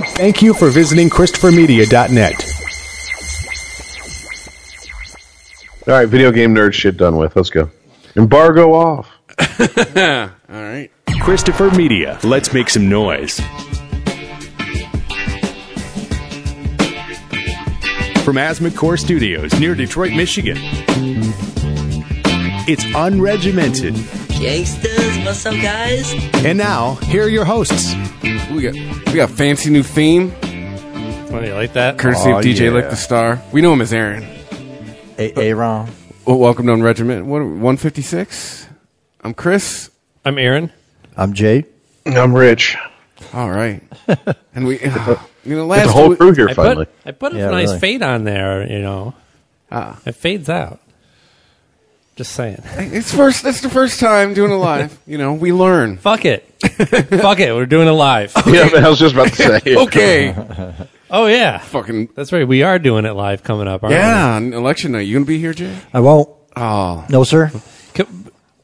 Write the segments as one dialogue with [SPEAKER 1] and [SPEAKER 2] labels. [SPEAKER 1] Thank you for visiting ChristopherMedia.net.
[SPEAKER 2] All right, video game nerd shit done with. Let's go. Embargo off.
[SPEAKER 3] All right.
[SPEAKER 1] Christopher Media. Let's make some noise. From Asthma Core Studios near Detroit, Michigan. It's unregimented.
[SPEAKER 4] Gangsters, what's up, guys?
[SPEAKER 1] And now, here are your hosts.
[SPEAKER 3] We got we got fancy new theme
[SPEAKER 5] Well, you like that?
[SPEAKER 3] courtesy
[SPEAKER 2] Aw,
[SPEAKER 3] of DJ
[SPEAKER 2] yeah.
[SPEAKER 3] Lick the Star. We know him as Aaron.
[SPEAKER 6] A- Aaron.
[SPEAKER 3] Well, welcome to Regiment. What one fifty six? I'm Chris.
[SPEAKER 5] I'm Aaron.
[SPEAKER 6] I'm Jay.
[SPEAKER 2] I'm rich.
[SPEAKER 3] All right. And we you know
[SPEAKER 2] Get
[SPEAKER 3] last
[SPEAKER 2] the whole
[SPEAKER 3] week-
[SPEAKER 2] crew here
[SPEAKER 5] I
[SPEAKER 2] finally.
[SPEAKER 5] put, I put a
[SPEAKER 6] Yeah,
[SPEAKER 5] nice
[SPEAKER 6] really.
[SPEAKER 5] fade on there, you know.
[SPEAKER 3] Ah.
[SPEAKER 5] It fades out. Just saying.
[SPEAKER 3] It's first. That's the first time doing a live. You know, we learn.
[SPEAKER 5] Fuck it. Fuck it. We're doing it live.
[SPEAKER 2] Yeah, man, I was just about to say. it.
[SPEAKER 3] Okay.
[SPEAKER 5] Oh, yeah.
[SPEAKER 3] Fucking
[SPEAKER 5] That's right. We are doing it live coming up, aren't
[SPEAKER 3] yeah. on Election night. You gonna be here, Jay?
[SPEAKER 6] I won't.
[SPEAKER 3] Oh
[SPEAKER 6] No, sir.
[SPEAKER 5] we? C-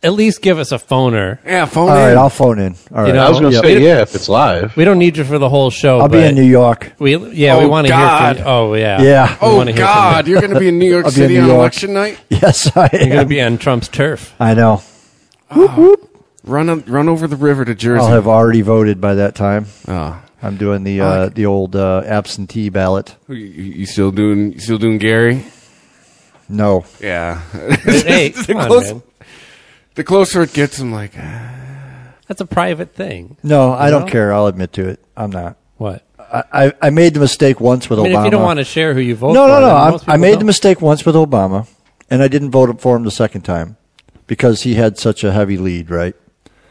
[SPEAKER 5] At least give us a phoner.
[SPEAKER 3] yeah. Phone
[SPEAKER 6] All
[SPEAKER 3] in.
[SPEAKER 6] right, I'll phone in. All right.
[SPEAKER 5] You know,
[SPEAKER 2] I was going to
[SPEAKER 6] Yep.
[SPEAKER 2] say yeah, if it's live.
[SPEAKER 5] We don't need you for the whole show.
[SPEAKER 6] I'll be
[SPEAKER 5] but
[SPEAKER 6] in New York.
[SPEAKER 5] We, yeah, we
[SPEAKER 3] Oh,
[SPEAKER 5] want to hear
[SPEAKER 3] God.
[SPEAKER 5] from you. Oh, yeah.
[SPEAKER 6] Yeah.
[SPEAKER 5] We
[SPEAKER 3] oh
[SPEAKER 5] wanna hear from
[SPEAKER 3] God, you're gonna be in New York
[SPEAKER 6] I'll be in
[SPEAKER 3] City
[SPEAKER 6] New
[SPEAKER 3] on
[SPEAKER 6] York.
[SPEAKER 3] Election night.
[SPEAKER 6] Yes, I
[SPEAKER 5] you. You're going
[SPEAKER 6] am.
[SPEAKER 5] to be on Trump's turf.
[SPEAKER 6] I know.
[SPEAKER 3] Run on- run over the river to Jersey.
[SPEAKER 6] I'll have already voted by that time.
[SPEAKER 3] Oh.
[SPEAKER 6] I'm doing the uh, the old uh, absentee ballot.
[SPEAKER 3] You, you you still doing? You still doing Gary?
[SPEAKER 6] No.
[SPEAKER 3] Yeah.
[SPEAKER 5] hey,
[SPEAKER 3] The
[SPEAKER 5] come on,
[SPEAKER 3] close-
[SPEAKER 5] man.
[SPEAKER 3] The closer it gets, I'm like, ah.
[SPEAKER 5] That's a private thing.
[SPEAKER 6] No, I
[SPEAKER 5] No?
[SPEAKER 6] don't care. I'll admit to it. I'm not.
[SPEAKER 5] What?
[SPEAKER 6] I, I, I made the mistake once with
[SPEAKER 5] I mean,
[SPEAKER 6] Obama.
[SPEAKER 5] if you don't want to share who you vote
[SPEAKER 6] no,
[SPEAKER 5] for,
[SPEAKER 6] no, no.
[SPEAKER 5] then
[SPEAKER 6] I'm-
[SPEAKER 5] most
[SPEAKER 6] I
[SPEAKER 5] people
[SPEAKER 6] made
[SPEAKER 5] don't.
[SPEAKER 6] the mistake once with Obama, and I didn't vote for him the second time because he had such a heavy lead, right?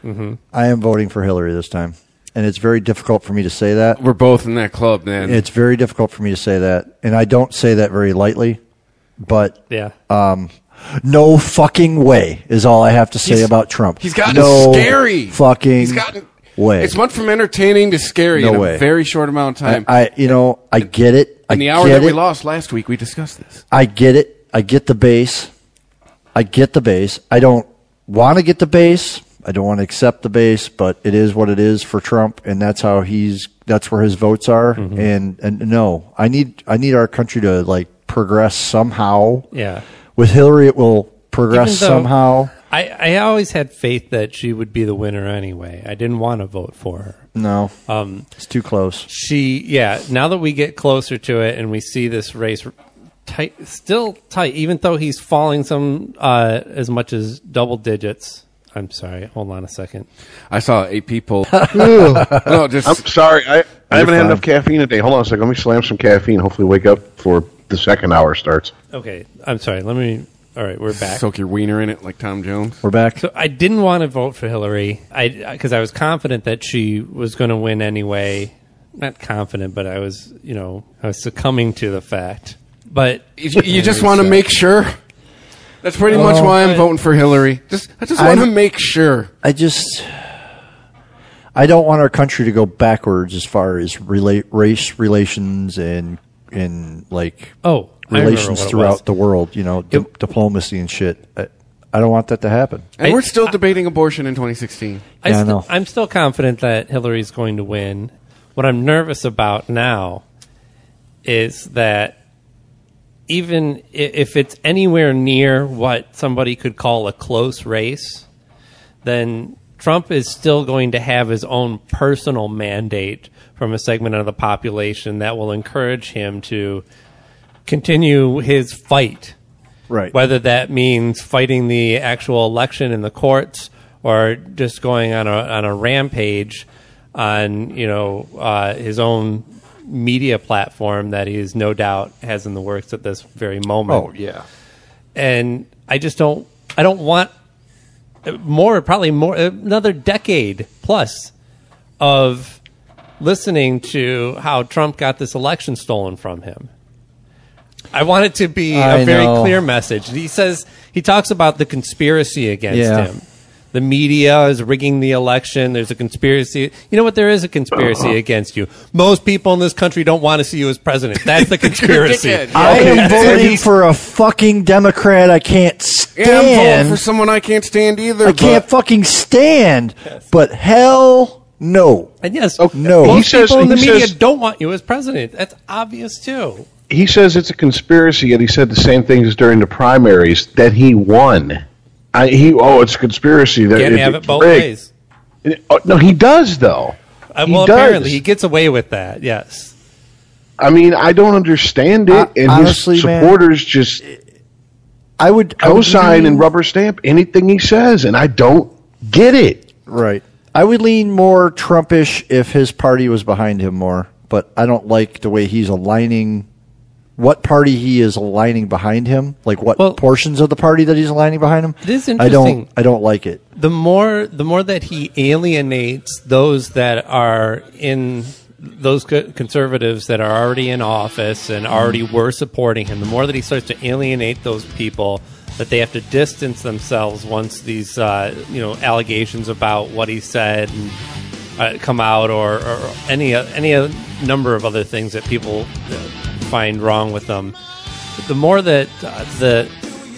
[SPEAKER 5] Mm-hmm.
[SPEAKER 6] I am voting for Hillary this time, and it's very difficult for me to say that.
[SPEAKER 3] we're both in that club, man.
[SPEAKER 6] It's very difficult for me to say that, and I don't say that very lightly. But
[SPEAKER 5] Yeah.
[SPEAKER 6] no fucking way is all I have to say
[SPEAKER 3] He's-
[SPEAKER 6] about Trump.
[SPEAKER 3] He's gotten
[SPEAKER 6] no
[SPEAKER 3] scary.
[SPEAKER 6] Fucking
[SPEAKER 3] He's gotten
[SPEAKER 6] way.
[SPEAKER 3] It's went from entertaining to scary
[SPEAKER 6] No
[SPEAKER 3] in a
[SPEAKER 6] way.
[SPEAKER 3] very short amount of
[SPEAKER 6] I,
[SPEAKER 3] time.
[SPEAKER 6] I- you know, I get it. I
[SPEAKER 3] in the hour
[SPEAKER 6] get
[SPEAKER 3] that we
[SPEAKER 6] it.
[SPEAKER 3] lost last week, we discussed this.
[SPEAKER 6] I get it. I get the base. I get the base. I don't want to get the base. I don't want to accept the base, but it is what it is for Trump, and that's how he's. That's where his votes are.
[SPEAKER 5] Mm-hmm.
[SPEAKER 6] And and no, I need I need our country to like progress somehow.
[SPEAKER 5] yeah.
[SPEAKER 6] With Hillary, it will progress
[SPEAKER 5] Even though-
[SPEAKER 6] somehow.
[SPEAKER 5] I, I always had faith that she would be the winner anyway. I didn't want to vote for her.
[SPEAKER 6] No,
[SPEAKER 5] Um,
[SPEAKER 6] it's too close.
[SPEAKER 5] she, yeah, now that we get closer to it and we see this race tight, still tight, even though he's falling some uh, as much as double digits. I'm sorry, hold on a second.
[SPEAKER 3] I saw eight people. no,
[SPEAKER 2] I'm
[SPEAKER 3] just
[SPEAKER 2] sorry. I, I haven't had
[SPEAKER 6] fine.
[SPEAKER 2] enough caffeine today. Hold on a second. Let me slam some caffeine. Hopefully, wake up before the second hour starts.
[SPEAKER 5] Okay, I'm sorry, let me, all right, we're back.
[SPEAKER 3] soak your wiener in it like Tom Jones.
[SPEAKER 6] We're back.
[SPEAKER 5] So I didn't want to vote for Hillary. I because I was confident that she was going to win anyway. Not confident, but I was, you know, I was succumbing to the fact. But
[SPEAKER 3] You, you just want to make sure. That's pretty much
[SPEAKER 6] Well,
[SPEAKER 3] why I'm
[SPEAKER 5] I-
[SPEAKER 3] voting for Hillary. Just I just want to
[SPEAKER 6] I'm-
[SPEAKER 3] make sure.
[SPEAKER 6] I just I don't want our country to go backwards as far as rela- race relations and and like
[SPEAKER 5] oh, I remember
[SPEAKER 6] relations
[SPEAKER 5] what it
[SPEAKER 6] throughout
[SPEAKER 5] was.
[SPEAKER 6] the world. You know, di- diplomacy and shit. I, I don't want that to happen.
[SPEAKER 3] And
[SPEAKER 5] I-
[SPEAKER 3] we're still debating abortion in 2016.
[SPEAKER 5] I
[SPEAKER 6] Yeah, I
[SPEAKER 5] st-
[SPEAKER 6] know.
[SPEAKER 5] I'm still confident that Hillary's going to win. What I'm nervous about now is that even i- if it's anywhere near what somebody could call a close race, then Trump is still going to have his own personal mandate from a segment of the population that will encourage him to continue his fight
[SPEAKER 6] Right.
[SPEAKER 5] whether that means fighting the actual election in the courts or just going on a on a rampage on you know uh, his own media platform that he is no doubt has in the works at this very moment.
[SPEAKER 6] oh yeah.
[SPEAKER 5] and I just don't I don't want more probably more another decade plus of listening to how Trump got this election stolen from him. I want it to be a
[SPEAKER 6] I
[SPEAKER 5] very
[SPEAKER 6] know.
[SPEAKER 5] clear message. He says he talks about the conspiracy against
[SPEAKER 6] Yeah.
[SPEAKER 5] him. The media is rigging the election. There's a conspiracy. You know what? There is a conspiracy against you. Most people in this country don't want to see you as president. That's the conspiracy.
[SPEAKER 3] dickhead.
[SPEAKER 6] I
[SPEAKER 3] Okay.
[SPEAKER 6] am voting for a fucking Democrat. I can't
[SPEAKER 3] And I'm voting
[SPEAKER 6] stand.
[SPEAKER 3] for someone I can't stand either.
[SPEAKER 6] I can't
[SPEAKER 3] but-
[SPEAKER 6] fucking stand. But hell No.
[SPEAKER 5] And yes,
[SPEAKER 2] Okay.
[SPEAKER 6] No.
[SPEAKER 5] most
[SPEAKER 2] Oh, He says-
[SPEAKER 5] people in the
[SPEAKER 2] he
[SPEAKER 5] media
[SPEAKER 2] says-
[SPEAKER 5] don't want you as president. That's obvious too.
[SPEAKER 2] He says it's a conspiracy, and he said the same things during the primaries that he won. I, he oh, it's a conspiracy. That
[SPEAKER 5] Can't
[SPEAKER 2] it-
[SPEAKER 5] have it
[SPEAKER 2] it's
[SPEAKER 5] both
[SPEAKER 2] rigged.
[SPEAKER 5] ways.
[SPEAKER 2] Oh, No, he does though.
[SPEAKER 5] Uh,
[SPEAKER 2] He
[SPEAKER 5] well,
[SPEAKER 2] does.
[SPEAKER 5] apparently he gets away with that. Yes.
[SPEAKER 2] I mean, I don't understand it,
[SPEAKER 6] Uh,
[SPEAKER 2] and
[SPEAKER 6] honestly,
[SPEAKER 2] his
[SPEAKER 6] man,
[SPEAKER 2] supporters just
[SPEAKER 6] I would I would
[SPEAKER 2] cosign
[SPEAKER 6] lean-
[SPEAKER 2] and rubber stamp anything he says, and I don't get it.
[SPEAKER 6] Right. I would lean more Trumpish if his party was behind him more, but I don't like the way he's aligning what party he is aligning behind him, like what
[SPEAKER 5] Well-
[SPEAKER 6] portions of the party that he's aligning behind him.
[SPEAKER 5] It is
[SPEAKER 6] I
[SPEAKER 5] interesting.
[SPEAKER 6] don't I don't like it.
[SPEAKER 5] the more the more that he alienates those that are in those co- conservatives that are already in office and already were supporting him, the more that he starts to alienate those people, that they have to distance themselves once these uh, you know allegations about what he said and, uh, come out, or, or any o- any o- number of other things that people uh, find wrong with them the more that uh, the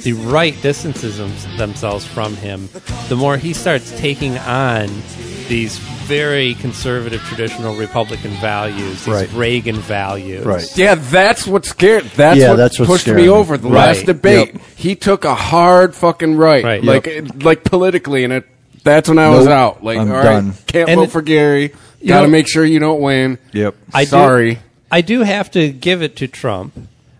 [SPEAKER 5] the right distances them- themselves from him, the more he starts taking on these very conservative, traditional Republican values, these
[SPEAKER 6] Right.
[SPEAKER 5] Reagan values.
[SPEAKER 6] Right.
[SPEAKER 3] Yeah, that's what scared. That's
[SPEAKER 6] Yeah,
[SPEAKER 3] what
[SPEAKER 6] that's what
[SPEAKER 3] pushed
[SPEAKER 6] scared
[SPEAKER 3] me
[SPEAKER 6] me.
[SPEAKER 3] over the
[SPEAKER 5] Right.
[SPEAKER 3] last debate.
[SPEAKER 6] Yep.
[SPEAKER 3] He took a hard fucking right,
[SPEAKER 5] Right.
[SPEAKER 3] like it- like politically, and it. That's when I was
[SPEAKER 6] Nope.
[SPEAKER 3] out. Like,
[SPEAKER 6] I'm
[SPEAKER 3] all right,
[SPEAKER 6] done.
[SPEAKER 3] can't
[SPEAKER 5] And
[SPEAKER 3] vote
[SPEAKER 5] it-
[SPEAKER 3] for Gary.
[SPEAKER 5] you
[SPEAKER 3] Got to
[SPEAKER 5] know-
[SPEAKER 3] make sure you don't win.
[SPEAKER 6] Yep.
[SPEAKER 5] I do-
[SPEAKER 3] Sorry.
[SPEAKER 5] I do have to give it to Trump.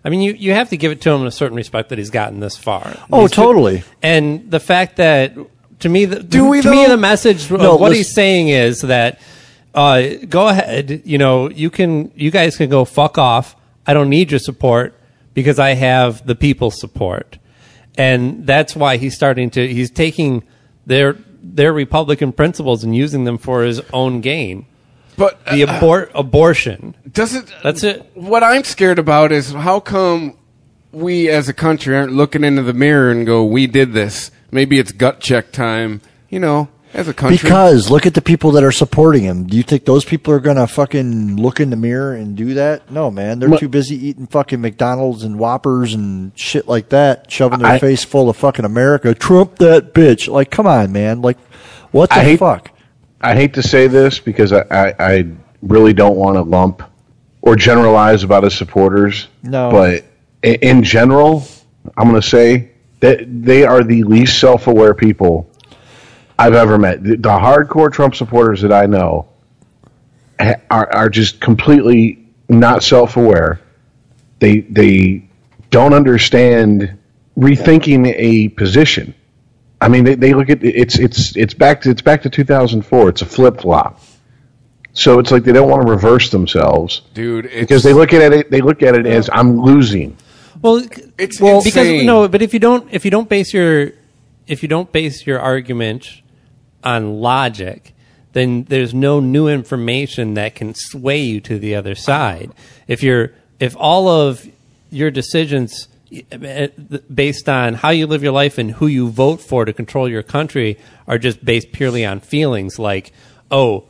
[SPEAKER 5] I mean, you, you have to give it to him in a certain respect that he's gotten this far.
[SPEAKER 6] Oh,
[SPEAKER 5] He's-
[SPEAKER 6] totally.
[SPEAKER 5] and the fact that to me, the,
[SPEAKER 3] Do we,
[SPEAKER 5] to me
[SPEAKER 3] though?
[SPEAKER 5] the message of
[SPEAKER 6] No,
[SPEAKER 5] what
[SPEAKER 6] listen-
[SPEAKER 5] he's saying is that uh, go ahead, you know, you can, you guys can go fuck off. I don't need your support because I have the people's support, and that's why he's starting to. He's taking their their Republican principles and using them for his own gain.
[SPEAKER 3] But uh,
[SPEAKER 5] The abort abortion.
[SPEAKER 3] doesn't
[SPEAKER 5] That's it.
[SPEAKER 3] What I'm scared about is how come we as a country aren't looking into the mirror and go, "We did this." Maybe it's gut check time. You know, as a country,
[SPEAKER 6] Because look at the people that are supporting him. Do you think those people are gonna fucking look in the mirror and do that? No, man. They're too busy eating fucking McDonald's and Whoppers and shit like that, shoving their
[SPEAKER 2] I-
[SPEAKER 6] face full of fucking America. Trump that bitch. Like, come on, man. Like, what the
[SPEAKER 2] I hate-
[SPEAKER 6] fuck?
[SPEAKER 2] I hate to say this because I, I, I really don't want to lump or generalize about his supporters.
[SPEAKER 6] No.
[SPEAKER 2] But in, in general, I'm going to say that they are the least self aware people I've ever met. The, the hardcore Trump supporters that I know ha- are, are just completely not self aware. They, they don't understand rethinking a position. I mean, they, they look at it's it's it's back to it's back to 2004. It's a flip flop. So it's like they don't want to reverse themselves
[SPEAKER 3] dude, it's,
[SPEAKER 2] because they look at it they look at it as I'm losing.
[SPEAKER 5] Well,
[SPEAKER 3] It's
[SPEAKER 5] well because
[SPEAKER 3] insane.
[SPEAKER 5] no, but if you don't if you don't base your if you don't base your argument on logic, then there's no new information that can sway you to the other side. If you're if all of your decisions eh, based on how you live your life and who you vote for to control your country are just based purely on feelings like, oh,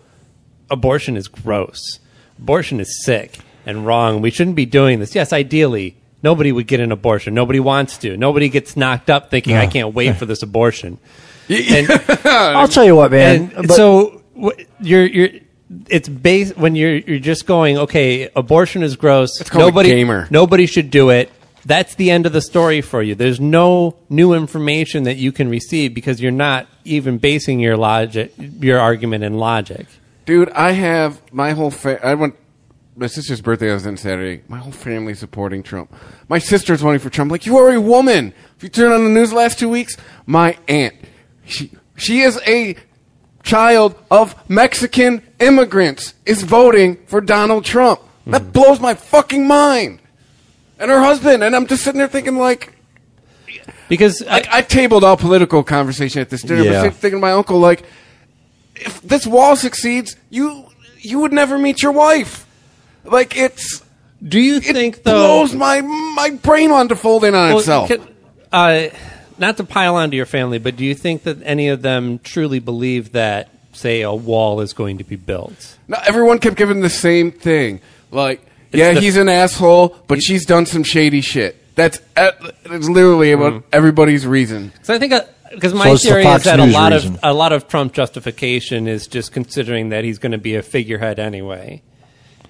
[SPEAKER 5] abortion is gross. Abortion is sick and wrong. We shouldn't be doing this. Yes, ideally, nobody would get an abortion. Nobody wants to. Nobody gets knocked up thinking, I can't wait for this abortion. and
[SPEAKER 3] Uh,
[SPEAKER 6] I'll tell you what, man.
[SPEAKER 5] and
[SPEAKER 6] but-
[SPEAKER 5] so wh- you're you're it's based when you're you're just going okay. Abortion is gross.
[SPEAKER 3] called a
[SPEAKER 5] nobody
[SPEAKER 3] gamer.
[SPEAKER 5] nobody should do it. That's the end of the story for you. There's no new information that you can receive because you're not even basing your logic, your argument in logic.
[SPEAKER 3] Dude, I have my whole fa- I went my sister's birthday was on Saturday. My whole family supporting Trump. My sister's voting for Trump. I'm like, you are a woman. If you turn on the news the last two weeks, my aunt. She she is a child of Mexican immigrants is voting for Donald Trump. That blows my fucking mind. And her husband, and I'm just sitting there thinking like
[SPEAKER 5] Because uh, I,
[SPEAKER 3] like I tabled all political conversation at this dinner,
[SPEAKER 6] Yeah.
[SPEAKER 3] but sitting- thinking to my uncle, like, if this wall succeeds, you you would never meet your wife. Like it's
[SPEAKER 5] do you
[SPEAKER 3] it
[SPEAKER 5] think though?
[SPEAKER 3] blows my my brain onto folding on itself.
[SPEAKER 5] can- uh, not to pile onto your family, but do you think that any of them truly believe that, say, a wall is going to be built?
[SPEAKER 3] No, everyone kept giving the same thing. Like, yeah,
[SPEAKER 5] the-
[SPEAKER 3] he's an asshole, but uh,
[SPEAKER 5] Mm-hmm.
[SPEAKER 3] she's done some shady shit. That's, that's literally about everybody's reason.
[SPEAKER 5] So I think uh, because
[SPEAKER 6] So
[SPEAKER 5] my
[SPEAKER 6] it's the
[SPEAKER 5] theory
[SPEAKER 6] Fox
[SPEAKER 5] is that a
[SPEAKER 6] News
[SPEAKER 5] lot
[SPEAKER 6] reason.
[SPEAKER 5] of a lot of Trump justification is just considering that he's going to be a figurehead anyway,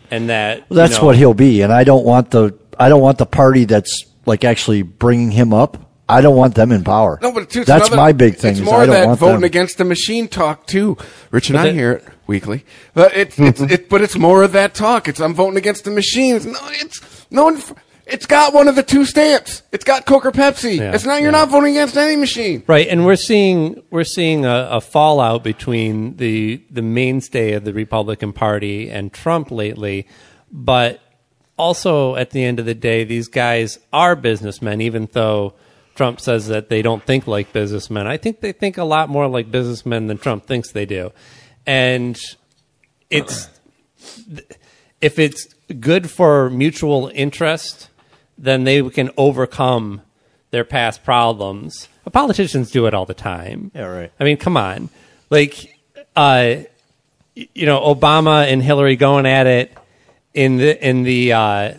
[SPEAKER 5] and that
[SPEAKER 6] Well, that's
[SPEAKER 5] you know,
[SPEAKER 6] what he'll be, and I don't want the I don't want the party that's like actually bringing him up. I don't want them in power.
[SPEAKER 3] No, but too, it's
[SPEAKER 6] that's
[SPEAKER 3] another-
[SPEAKER 6] my big thing.
[SPEAKER 3] It's
[SPEAKER 6] is
[SPEAKER 3] more
[SPEAKER 6] I don't
[SPEAKER 3] that
[SPEAKER 6] want
[SPEAKER 3] voting
[SPEAKER 6] them.
[SPEAKER 3] against the machine talk too. Rich and I
[SPEAKER 5] that-
[SPEAKER 3] hear it weekly, but it's it's it, but it's more of that talk. It's I'm voting against the machine. It's no, it's no. one f- It's got one of the two stamps. It's got Coke or Pepsi.
[SPEAKER 5] Yeah,
[SPEAKER 3] it's not. You're
[SPEAKER 5] yeah.
[SPEAKER 3] not voting against any machine.
[SPEAKER 5] Right, and we're seeing we're seeing a, a fallout between the the mainstay of the Republican Party and Trump lately, but also at the end of the day, these guys are businessmen, even though Trump says that they don't think like businessmen. I think they think a lot more like businessmen than Trump thinks they do, and it's if it's good for mutual interest, then they can overcome their past problems. But politicians do it all the time.
[SPEAKER 6] Yeah, right.
[SPEAKER 5] I mean, come on. Like, uh, y- you know, Obama and Hillary going at it in the in the uh,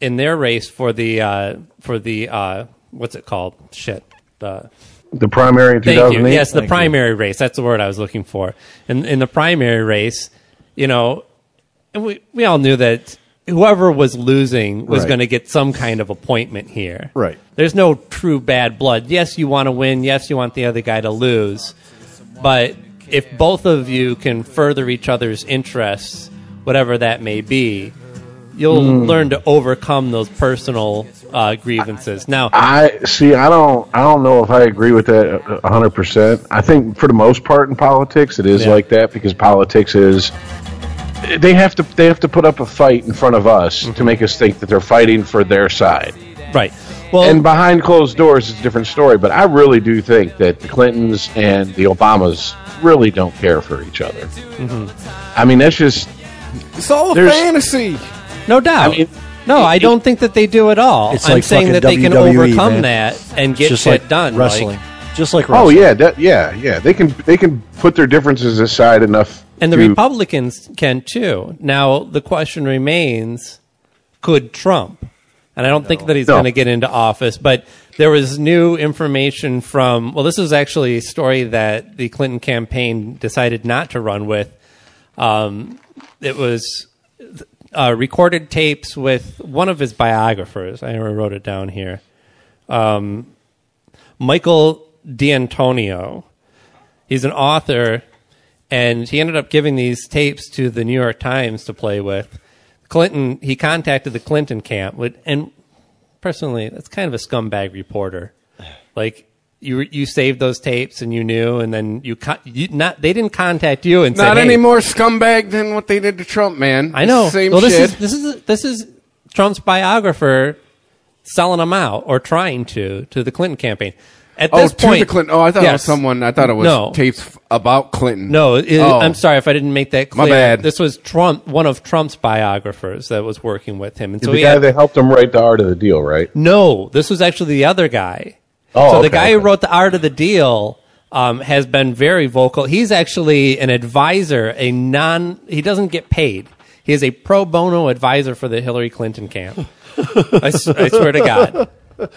[SPEAKER 5] in their race for the uh, for the uh, what's it called? Shit. The
[SPEAKER 2] The primary in
[SPEAKER 5] Thank
[SPEAKER 2] 2008.
[SPEAKER 5] you. Yes, the
[SPEAKER 6] Thank you.
[SPEAKER 5] primary race. That's the word I was looking for. In in the primary race, you know, and we we all knew that whoever was losing was
[SPEAKER 6] Right.
[SPEAKER 5] going to get some kind of appointment here.
[SPEAKER 6] Right.
[SPEAKER 5] There's no true bad blood. Yes, you want to win. Yes, you want the other guy to lose. But if both of you can further each other's interests, whatever that may be, you'll learn to overcome those personal uh, grievances. Now,
[SPEAKER 2] I see. I don't. I don't know if I agree with that a hundred percent. I think for the most part in politics, it is
[SPEAKER 5] Yeah.
[SPEAKER 2] like that because politics is they have to they have to put up a fight in front of us
[SPEAKER 5] Mm-hmm.
[SPEAKER 2] to make us think that they're fighting for their side.
[SPEAKER 5] right. Well,
[SPEAKER 2] And behind closed doors, it's a different story. But I really do think that the Clintons and the Obamas really don't care for each other.
[SPEAKER 5] Mm-hmm.
[SPEAKER 2] I mean, that's just
[SPEAKER 3] It's all a
[SPEAKER 2] There's-
[SPEAKER 3] fantasy.
[SPEAKER 5] No doubt.
[SPEAKER 2] I mean,
[SPEAKER 5] no, I don't think that they do at all.
[SPEAKER 6] It's
[SPEAKER 5] I'm
[SPEAKER 6] like
[SPEAKER 5] saying that they
[SPEAKER 6] fucking
[SPEAKER 5] can
[SPEAKER 6] WWE,
[SPEAKER 5] overcome
[SPEAKER 6] man.
[SPEAKER 5] that and
[SPEAKER 6] It's
[SPEAKER 5] get
[SPEAKER 6] just
[SPEAKER 5] shit
[SPEAKER 6] like
[SPEAKER 5] done. like-
[SPEAKER 6] wrestling, just like
[SPEAKER 2] oh
[SPEAKER 6] wrestling.
[SPEAKER 2] yeah, that, yeah, yeah. They can they can put their differences aside enough.
[SPEAKER 5] and the
[SPEAKER 2] to-
[SPEAKER 5] Republicans can too. Now the question remains: Could Trump? And I don't think that he's
[SPEAKER 2] No.
[SPEAKER 5] going to get into office. But there was new information from. Well, this was actually a story that the Clinton campaign decided not to run with. Um, it was uh, recorded tapes with one of his biographers. I never wrote it down here. Um, Michael D'Antonio. He's an author, and he ended up giving these tapes to the New York Times to play with. Clinton, he contacted the Clinton camp, would- and personally, that's kind of a scumbag reporter. Like you, you saved those tapes and you knew, and then you, con- you not they didn't contact you and
[SPEAKER 3] Not
[SPEAKER 5] said,
[SPEAKER 3] any
[SPEAKER 5] "Hey,
[SPEAKER 3] more scumbag than what they did to Trump, man.
[SPEAKER 5] I know.
[SPEAKER 3] Same
[SPEAKER 5] well, this
[SPEAKER 3] shit.
[SPEAKER 5] is this is this is Trump's biographer selling him out or trying to to the Clinton campaign. At
[SPEAKER 3] oh,
[SPEAKER 5] this point,
[SPEAKER 3] to the Clinton. Oh, I thought it was
[SPEAKER 5] Yes.
[SPEAKER 3] someone. I thought it was
[SPEAKER 5] no.
[SPEAKER 3] tapes f- about Clinton.
[SPEAKER 5] No, it,
[SPEAKER 3] Oh.
[SPEAKER 5] I'm sorry if I didn't make that
[SPEAKER 3] My
[SPEAKER 5] clear.
[SPEAKER 3] bad.
[SPEAKER 5] This was Trump, one of Trump's biographers that was working with him, and so
[SPEAKER 2] the
[SPEAKER 5] he
[SPEAKER 2] guy
[SPEAKER 5] had,
[SPEAKER 2] that helped him write the art of the deal, right?
[SPEAKER 5] no, this was actually the other guy.
[SPEAKER 2] Oh,
[SPEAKER 5] so the
[SPEAKER 2] okay,
[SPEAKER 5] guy who
[SPEAKER 2] okay.
[SPEAKER 5] wrote the art of the deal um, has been very vocal. He's actually an advisor, a non. He doesn't get paid. He is a pro bono advisor for the Hillary Clinton camp. I, s- I swear to God,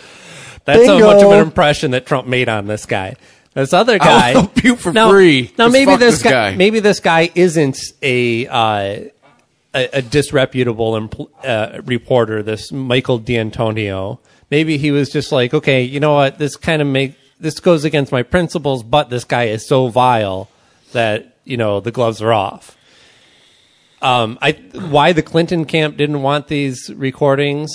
[SPEAKER 5] that's how
[SPEAKER 6] Bingo.
[SPEAKER 5] much of an impression that Trump made on this guy. This other guy,
[SPEAKER 3] help you for
[SPEAKER 5] now,
[SPEAKER 3] free.
[SPEAKER 5] Now
[SPEAKER 3] Just
[SPEAKER 5] maybe
[SPEAKER 3] fuck
[SPEAKER 5] this,
[SPEAKER 3] this
[SPEAKER 5] guy,
[SPEAKER 3] guy.
[SPEAKER 5] maybe this guy isn't a. Uh, a, a disreputable empl- uh, reporter, this Michael D'Antonio. Maybe he was just like, okay, you know what? This kind of make this goes against my principles, but this guy is so vile that you know the gloves are off. Um, I why the Clinton camp didn't want these recordings.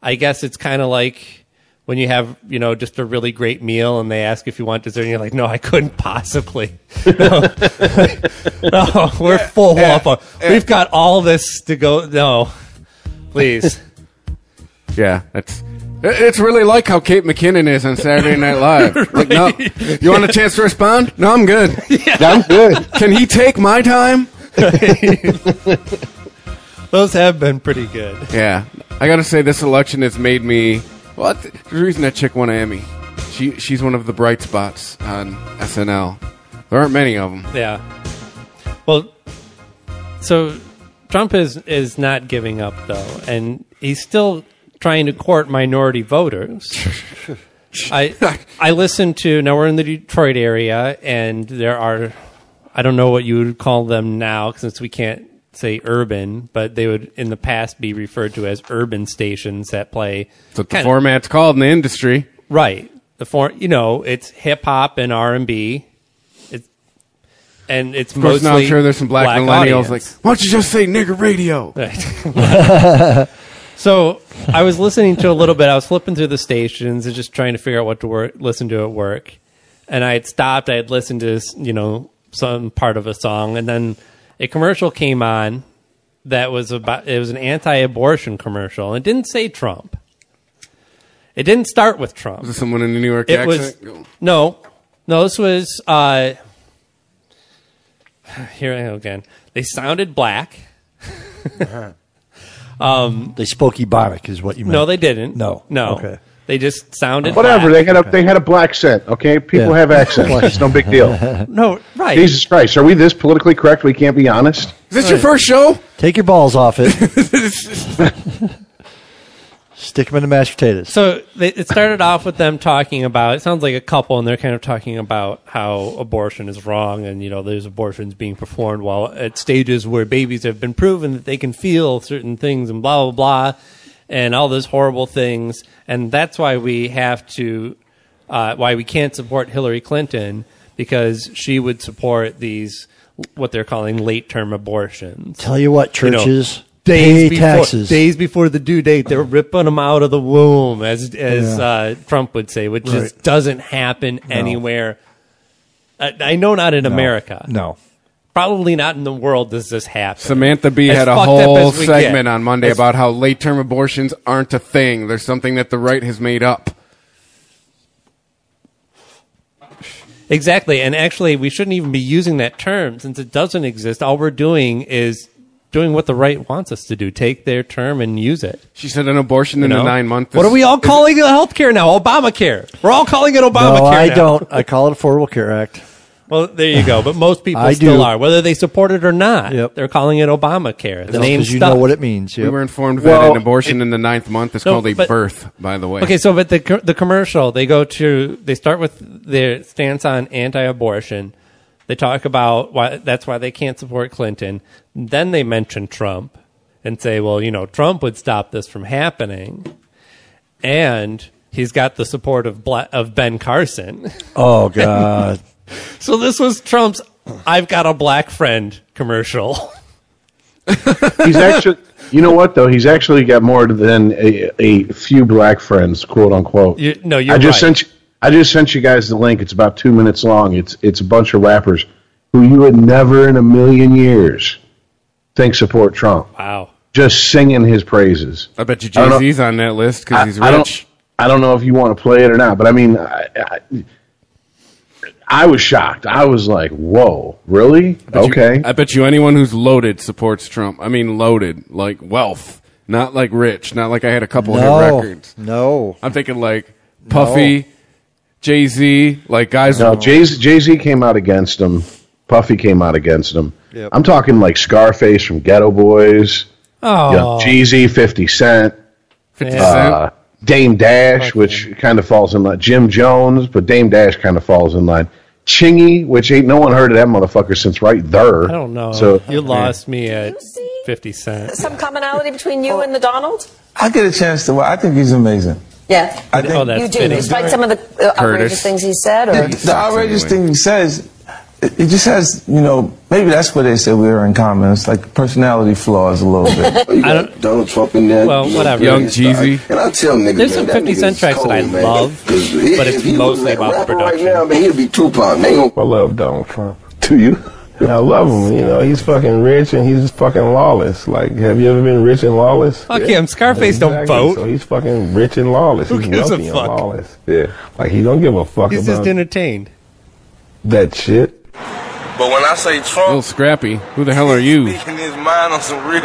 [SPEAKER 5] I guess it's kind of like when you have you know just a really great meal and they ask if you want dessert and you're like, no, I couldn't possibly. No, we're full up. on- We've got all this to go. No, please.
[SPEAKER 3] Yeah, that's. it- It's really like how Kate McKinnon is on Saturday Night Live. Like, no, you want a chance to respond? No, I'm good.
[SPEAKER 2] I'm good.
[SPEAKER 3] Can he take my time?
[SPEAKER 5] Those have been pretty good.
[SPEAKER 3] Yeah, I gotta say this election has made me. Well, th- there's a reason that chick won an Emmy. She she's one of the bright spots on SNL. There aren't many of them.
[SPEAKER 5] Yeah. Well, so Trump is is not giving up though, and he's still trying to court minority voters. I I listen to now we're in the Detroit area and there are I don't know what you would call them now since we can't say urban, but they would in the past be referred to as urban stations that play
[SPEAKER 3] That's what the
[SPEAKER 5] kind of-
[SPEAKER 3] format's called in the industry.
[SPEAKER 5] right the form you know it's hip hop and R and B, it's and it's
[SPEAKER 3] Of course, now
[SPEAKER 5] mostly
[SPEAKER 3] I'm sure there's some black, millennials like,
[SPEAKER 5] audience.
[SPEAKER 3] why don't you just say nigger radio?
[SPEAKER 5] So I was listening to a little bit. I was flipping through the stations and just trying to figure out what to work, listen to at work. And I had stopped. I had listened to you know some part of a song, and then a commercial came on that was about. It was an anti-abortion commercial. It didn't say Trump. It didn't start with Trump.
[SPEAKER 3] Is someone in a New York
[SPEAKER 5] It was
[SPEAKER 3] accent? Go.
[SPEAKER 5] no, no. This was uh, here I go again. They sounded black.
[SPEAKER 6] They spoke Ebonic, is what you meant.
[SPEAKER 5] No, they didn't.
[SPEAKER 6] No.
[SPEAKER 5] no.
[SPEAKER 6] Okay.
[SPEAKER 5] They just sounded
[SPEAKER 2] Whatever
[SPEAKER 5] black.
[SPEAKER 2] they had a they had a black accent. Okay, people
[SPEAKER 6] Yeah.
[SPEAKER 2] have accents. it's no big deal.
[SPEAKER 5] No, right.
[SPEAKER 2] Jesus Christ, are we this politically correct? We can't be honest.
[SPEAKER 3] Is this your first show?
[SPEAKER 6] Take your balls off it. Stick them in the mashed potatoes.
[SPEAKER 5] So they, it started off with them talking about. It sounds like a couple, and they're kind of talking about how abortion is wrong, and you know there's abortions being performed while at stages where babies have been proven that they can feel certain things, and blah blah blah, and all those horrible things, and that's why we have to, uh, why we can't support Hillary Clinton because she would support these what they're calling late term abortions
[SPEAKER 6] Tell you what,
[SPEAKER 5] you know,
[SPEAKER 6] churches
[SPEAKER 5] days
[SPEAKER 6] pay
[SPEAKER 5] before,
[SPEAKER 6] taxes.
[SPEAKER 5] Days before the due date,
[SPEAKER 3] Uh-huh.
[SPEAKER 5] they're ripping them out of the womb, as as uh, Trump would say, which just doesn't happen anywhere. I, I know not in
[SPEAKER 6] No.
[SPEAKER 5] America.
[SPEAKER 6] No.
[SPEAKER 5] Probably not in the world does this happen.
[SPEAKER 3] Samantha B
[SPEAKER 5] As
[SPEAKER 3] had a
[SPEAKER 5] fucked up
[SPEAKER 3] whole
[SPEAKER 5] as we
[SPEAKER 3] segment
[SPEAKER 5] get.
[SPEAKER 3] on Monday
[SPEAKER 5] As-
[SPEAKER 3] about how late term abortions aren't a thing. There's something that the right has made up.
[SPEAKER 5] Exactly. And actually, we shouldn't even be using that term since it doesn't exist. All we're doing is doing what the right wants us to do take their term and use it.
[SPEAKER 3] She said an abortion in
[SPEAKER 5] you
[SPEAKER 3] the
[SPEAKER 5] know?
[SPEAKER 3] nine month.
[SPEAKER 5] What are we all calling the healthcare now? Obamacare. We're all calling it Obamacare.
[SPEAKER 6] No, I
[SPEAKER 5] now.
[SPEAKER 6] don't. I call it Affordable Care Act.
[SPEAKER 5] Well, there you go. But most people
[SPEAKER 6] I
[SPEAKER 5] still
[SPEAKER 6] do.
[SPEAKER 5] are, whether they support it or not.
[SPEAKER 6] Yep.
[SPEAKER 5] They're calling it Obamacare. The
[SPEAKER 6] That's
[SPEAKER 5] name
[SPEAKER 6] because you know what it means.
[SPEAKER 3] We
[SPEAKER 6] yep.
[SPEAKER 3] were informed that
[SPEAKER 2] Well,
[SPEAKER 3] an abortion in the ninth month is
[SPEAKER 5] No,
[SPEAKER 3] called a
[SPEAKER 5] but-
[SPEAKER 3] birth, by the way.
[SPEAKER 5] Okay, so but the co- the commercial they go to they start with their stance on anti-abortion. They talk about why that's why they can't support Clinton. Then they mention Trump and say, well, you know, Trump would stop this from happening, and he's got the support of Bla- of Ben Carson.
[SPEAKER 6] Oh, God.
[SPEAKER 5] So this was Trump's "I've got a black friend" commercial.
[SPEAKER 2] He's actually, you know what though? He's actually got more than a, a few black friends, quote unquote.
[SPEAKER 5] You- no, you're
[SPEAKER 2] I just
[SPEAKER 5] right.
[SPEAKER 2] sent you. I just sent you guys the link. It's about two minutes long. It's it's a bunch of rappers who you would never in a million years think support Trump.
[SPEAKER 5] Wow.
[SPEAKER 2] Just singing his praises.
[SPEAKER 3] I bet you
[SPEAKER 2] I
[SPEAKER 3] Jay
[SPEAKER 2] don't-
[SPEAKER 3] Z's on that list because he's rich.
[SPEAKER 2] I don't, I don't know if you want to play it or not, but I mean, I, I, I was shocked. I was like, "Whoa, really?
[SPEAKER 3] bet you-
[SPEAKER 2] Okay."
[SPEAKER 3] I bet you anyone who's loaded supports Trump. I mean, loaded, like wealth, not like rich, not like I had a couple
[SPEAKER 6] no.
[SPEAKER 3] of hit records.
[SPEAKER 6] No.
[SPEAKER 3] I'm thinking like Puffy, Jay Z, like guys.
[SPEAKER 2] No, Jay Z came out against him. Puffy came out against him.
[SPEAKER 6] Yep.
[SPEAKER 2] I'm talking like Scarface from Ghetto Boys, you know,
[SPEAKER 5] Oh,
[SPEAKER 2] Jeezy, 50 Cent,
[SPEAKER 3] 50
[SPEAKER 5] Yeah.
[SPEAKER 3] Cent.
[SPEAKER 2] uh, Dame Dash, which kind of falls in line. Jim Jones, but Dame Dash kind of falls in line. Chingy, which ain't no one heard of that motherfucker since right there.
[SPEAKER 5] I don't know.
[SPEAKER 2] So
[SPEAKER 5] you lost me at
[SPEAKER 7] see?
[SPEAKER 5] fifty cents.
[SPEAKER 7] Some commonality between you and the Donald?
[SPEAKER 8] I get a chance to. wa- I think he's amazing.
[SPEAKER 7] Yeah.
[SPEAKER 8] I think
[SPEAKER 5] Oh, that's
[SPEAKER 7] you do,
[SPEAKER 5] fitting.
[SPEAKER 7] despite some of the uh,
[SPEAKER 3] Curtis.
[SPEAKER 7] outrageous things he said. Or,
[SPEAKER 8] the, the outrageous thing he says, it, it just has you know maybe that's what they say we are in common. It's like personality flaws a little bit.
[SPEAKER 9] You got
[SPEAKER 5] don't-
[SPEAKER 9] Donald Trump in there.
[SPEAKER 5] Well,
[SPEAKER 9] you know,
[SPEAKER 5] whatever.
[SPEAKER 3] Young
[SPEAKER 9] Bernie Stark.
[SPEAKER 3] Jeezy.
[SPEAKER 9] And I tell niggas,
[SPEAKER 5] There's
[SPEAKER 9] man,
[SPEAKER 5] some
[SPEAKER 9] that
[SPEAKER 5] 50
[SPEAKER 9] nigga
[SPEAKER 5] Cent
[SPEAKER 9] is
[SPEAKER 5] tracks that I
[SPEAKER 9] cold, man.
[SPEAKER 5] love,
[SPEAKER 9] 'Cause he-
[SPEAKER 5] but it's
[SPEAKER 9] if he was
[SPEAKER 5] mostly
[SPEAKER 9] a
[SPEAKER 5] about
[SPEAKER 9] rapper
[SPEAKER 5] production.
[SPEAKER 9] Right now, man, he'd be Tupac. Man, They gonna
[SPEAKER 10] I love Donald Trump. Do you? I love him. You know, he's fucking rich and he's fucking lawless. Like, have you ever been rich and lawless?
[SPEAKER 5] Fuck him. Scarface don't vote.
[SPEAKER 10] So oh, he's fucking rich and lawless.
[SPEAKER 5] Who
[SPEAKER 10] he's
[SPEAKER 5] gives a
[SPEAKER 10] wealthy and
[SPEAKER 5] fuck?
[SPEAKER 10] lawless. Yeah. Like he don't give a fuck
[SPEAKER 5] He's
[SPEAKER 10] about
[SPEAKER 5] just entertained.
[SPEAKER 10] that shit.
[SPEAKER 8] but when I say
[SPEAKER 3] A little
[SPEAKER 8] Trump,
[SPEAKER 3] scrappy. Who the hell are you?
[SPEAKER 8] his mind on some real.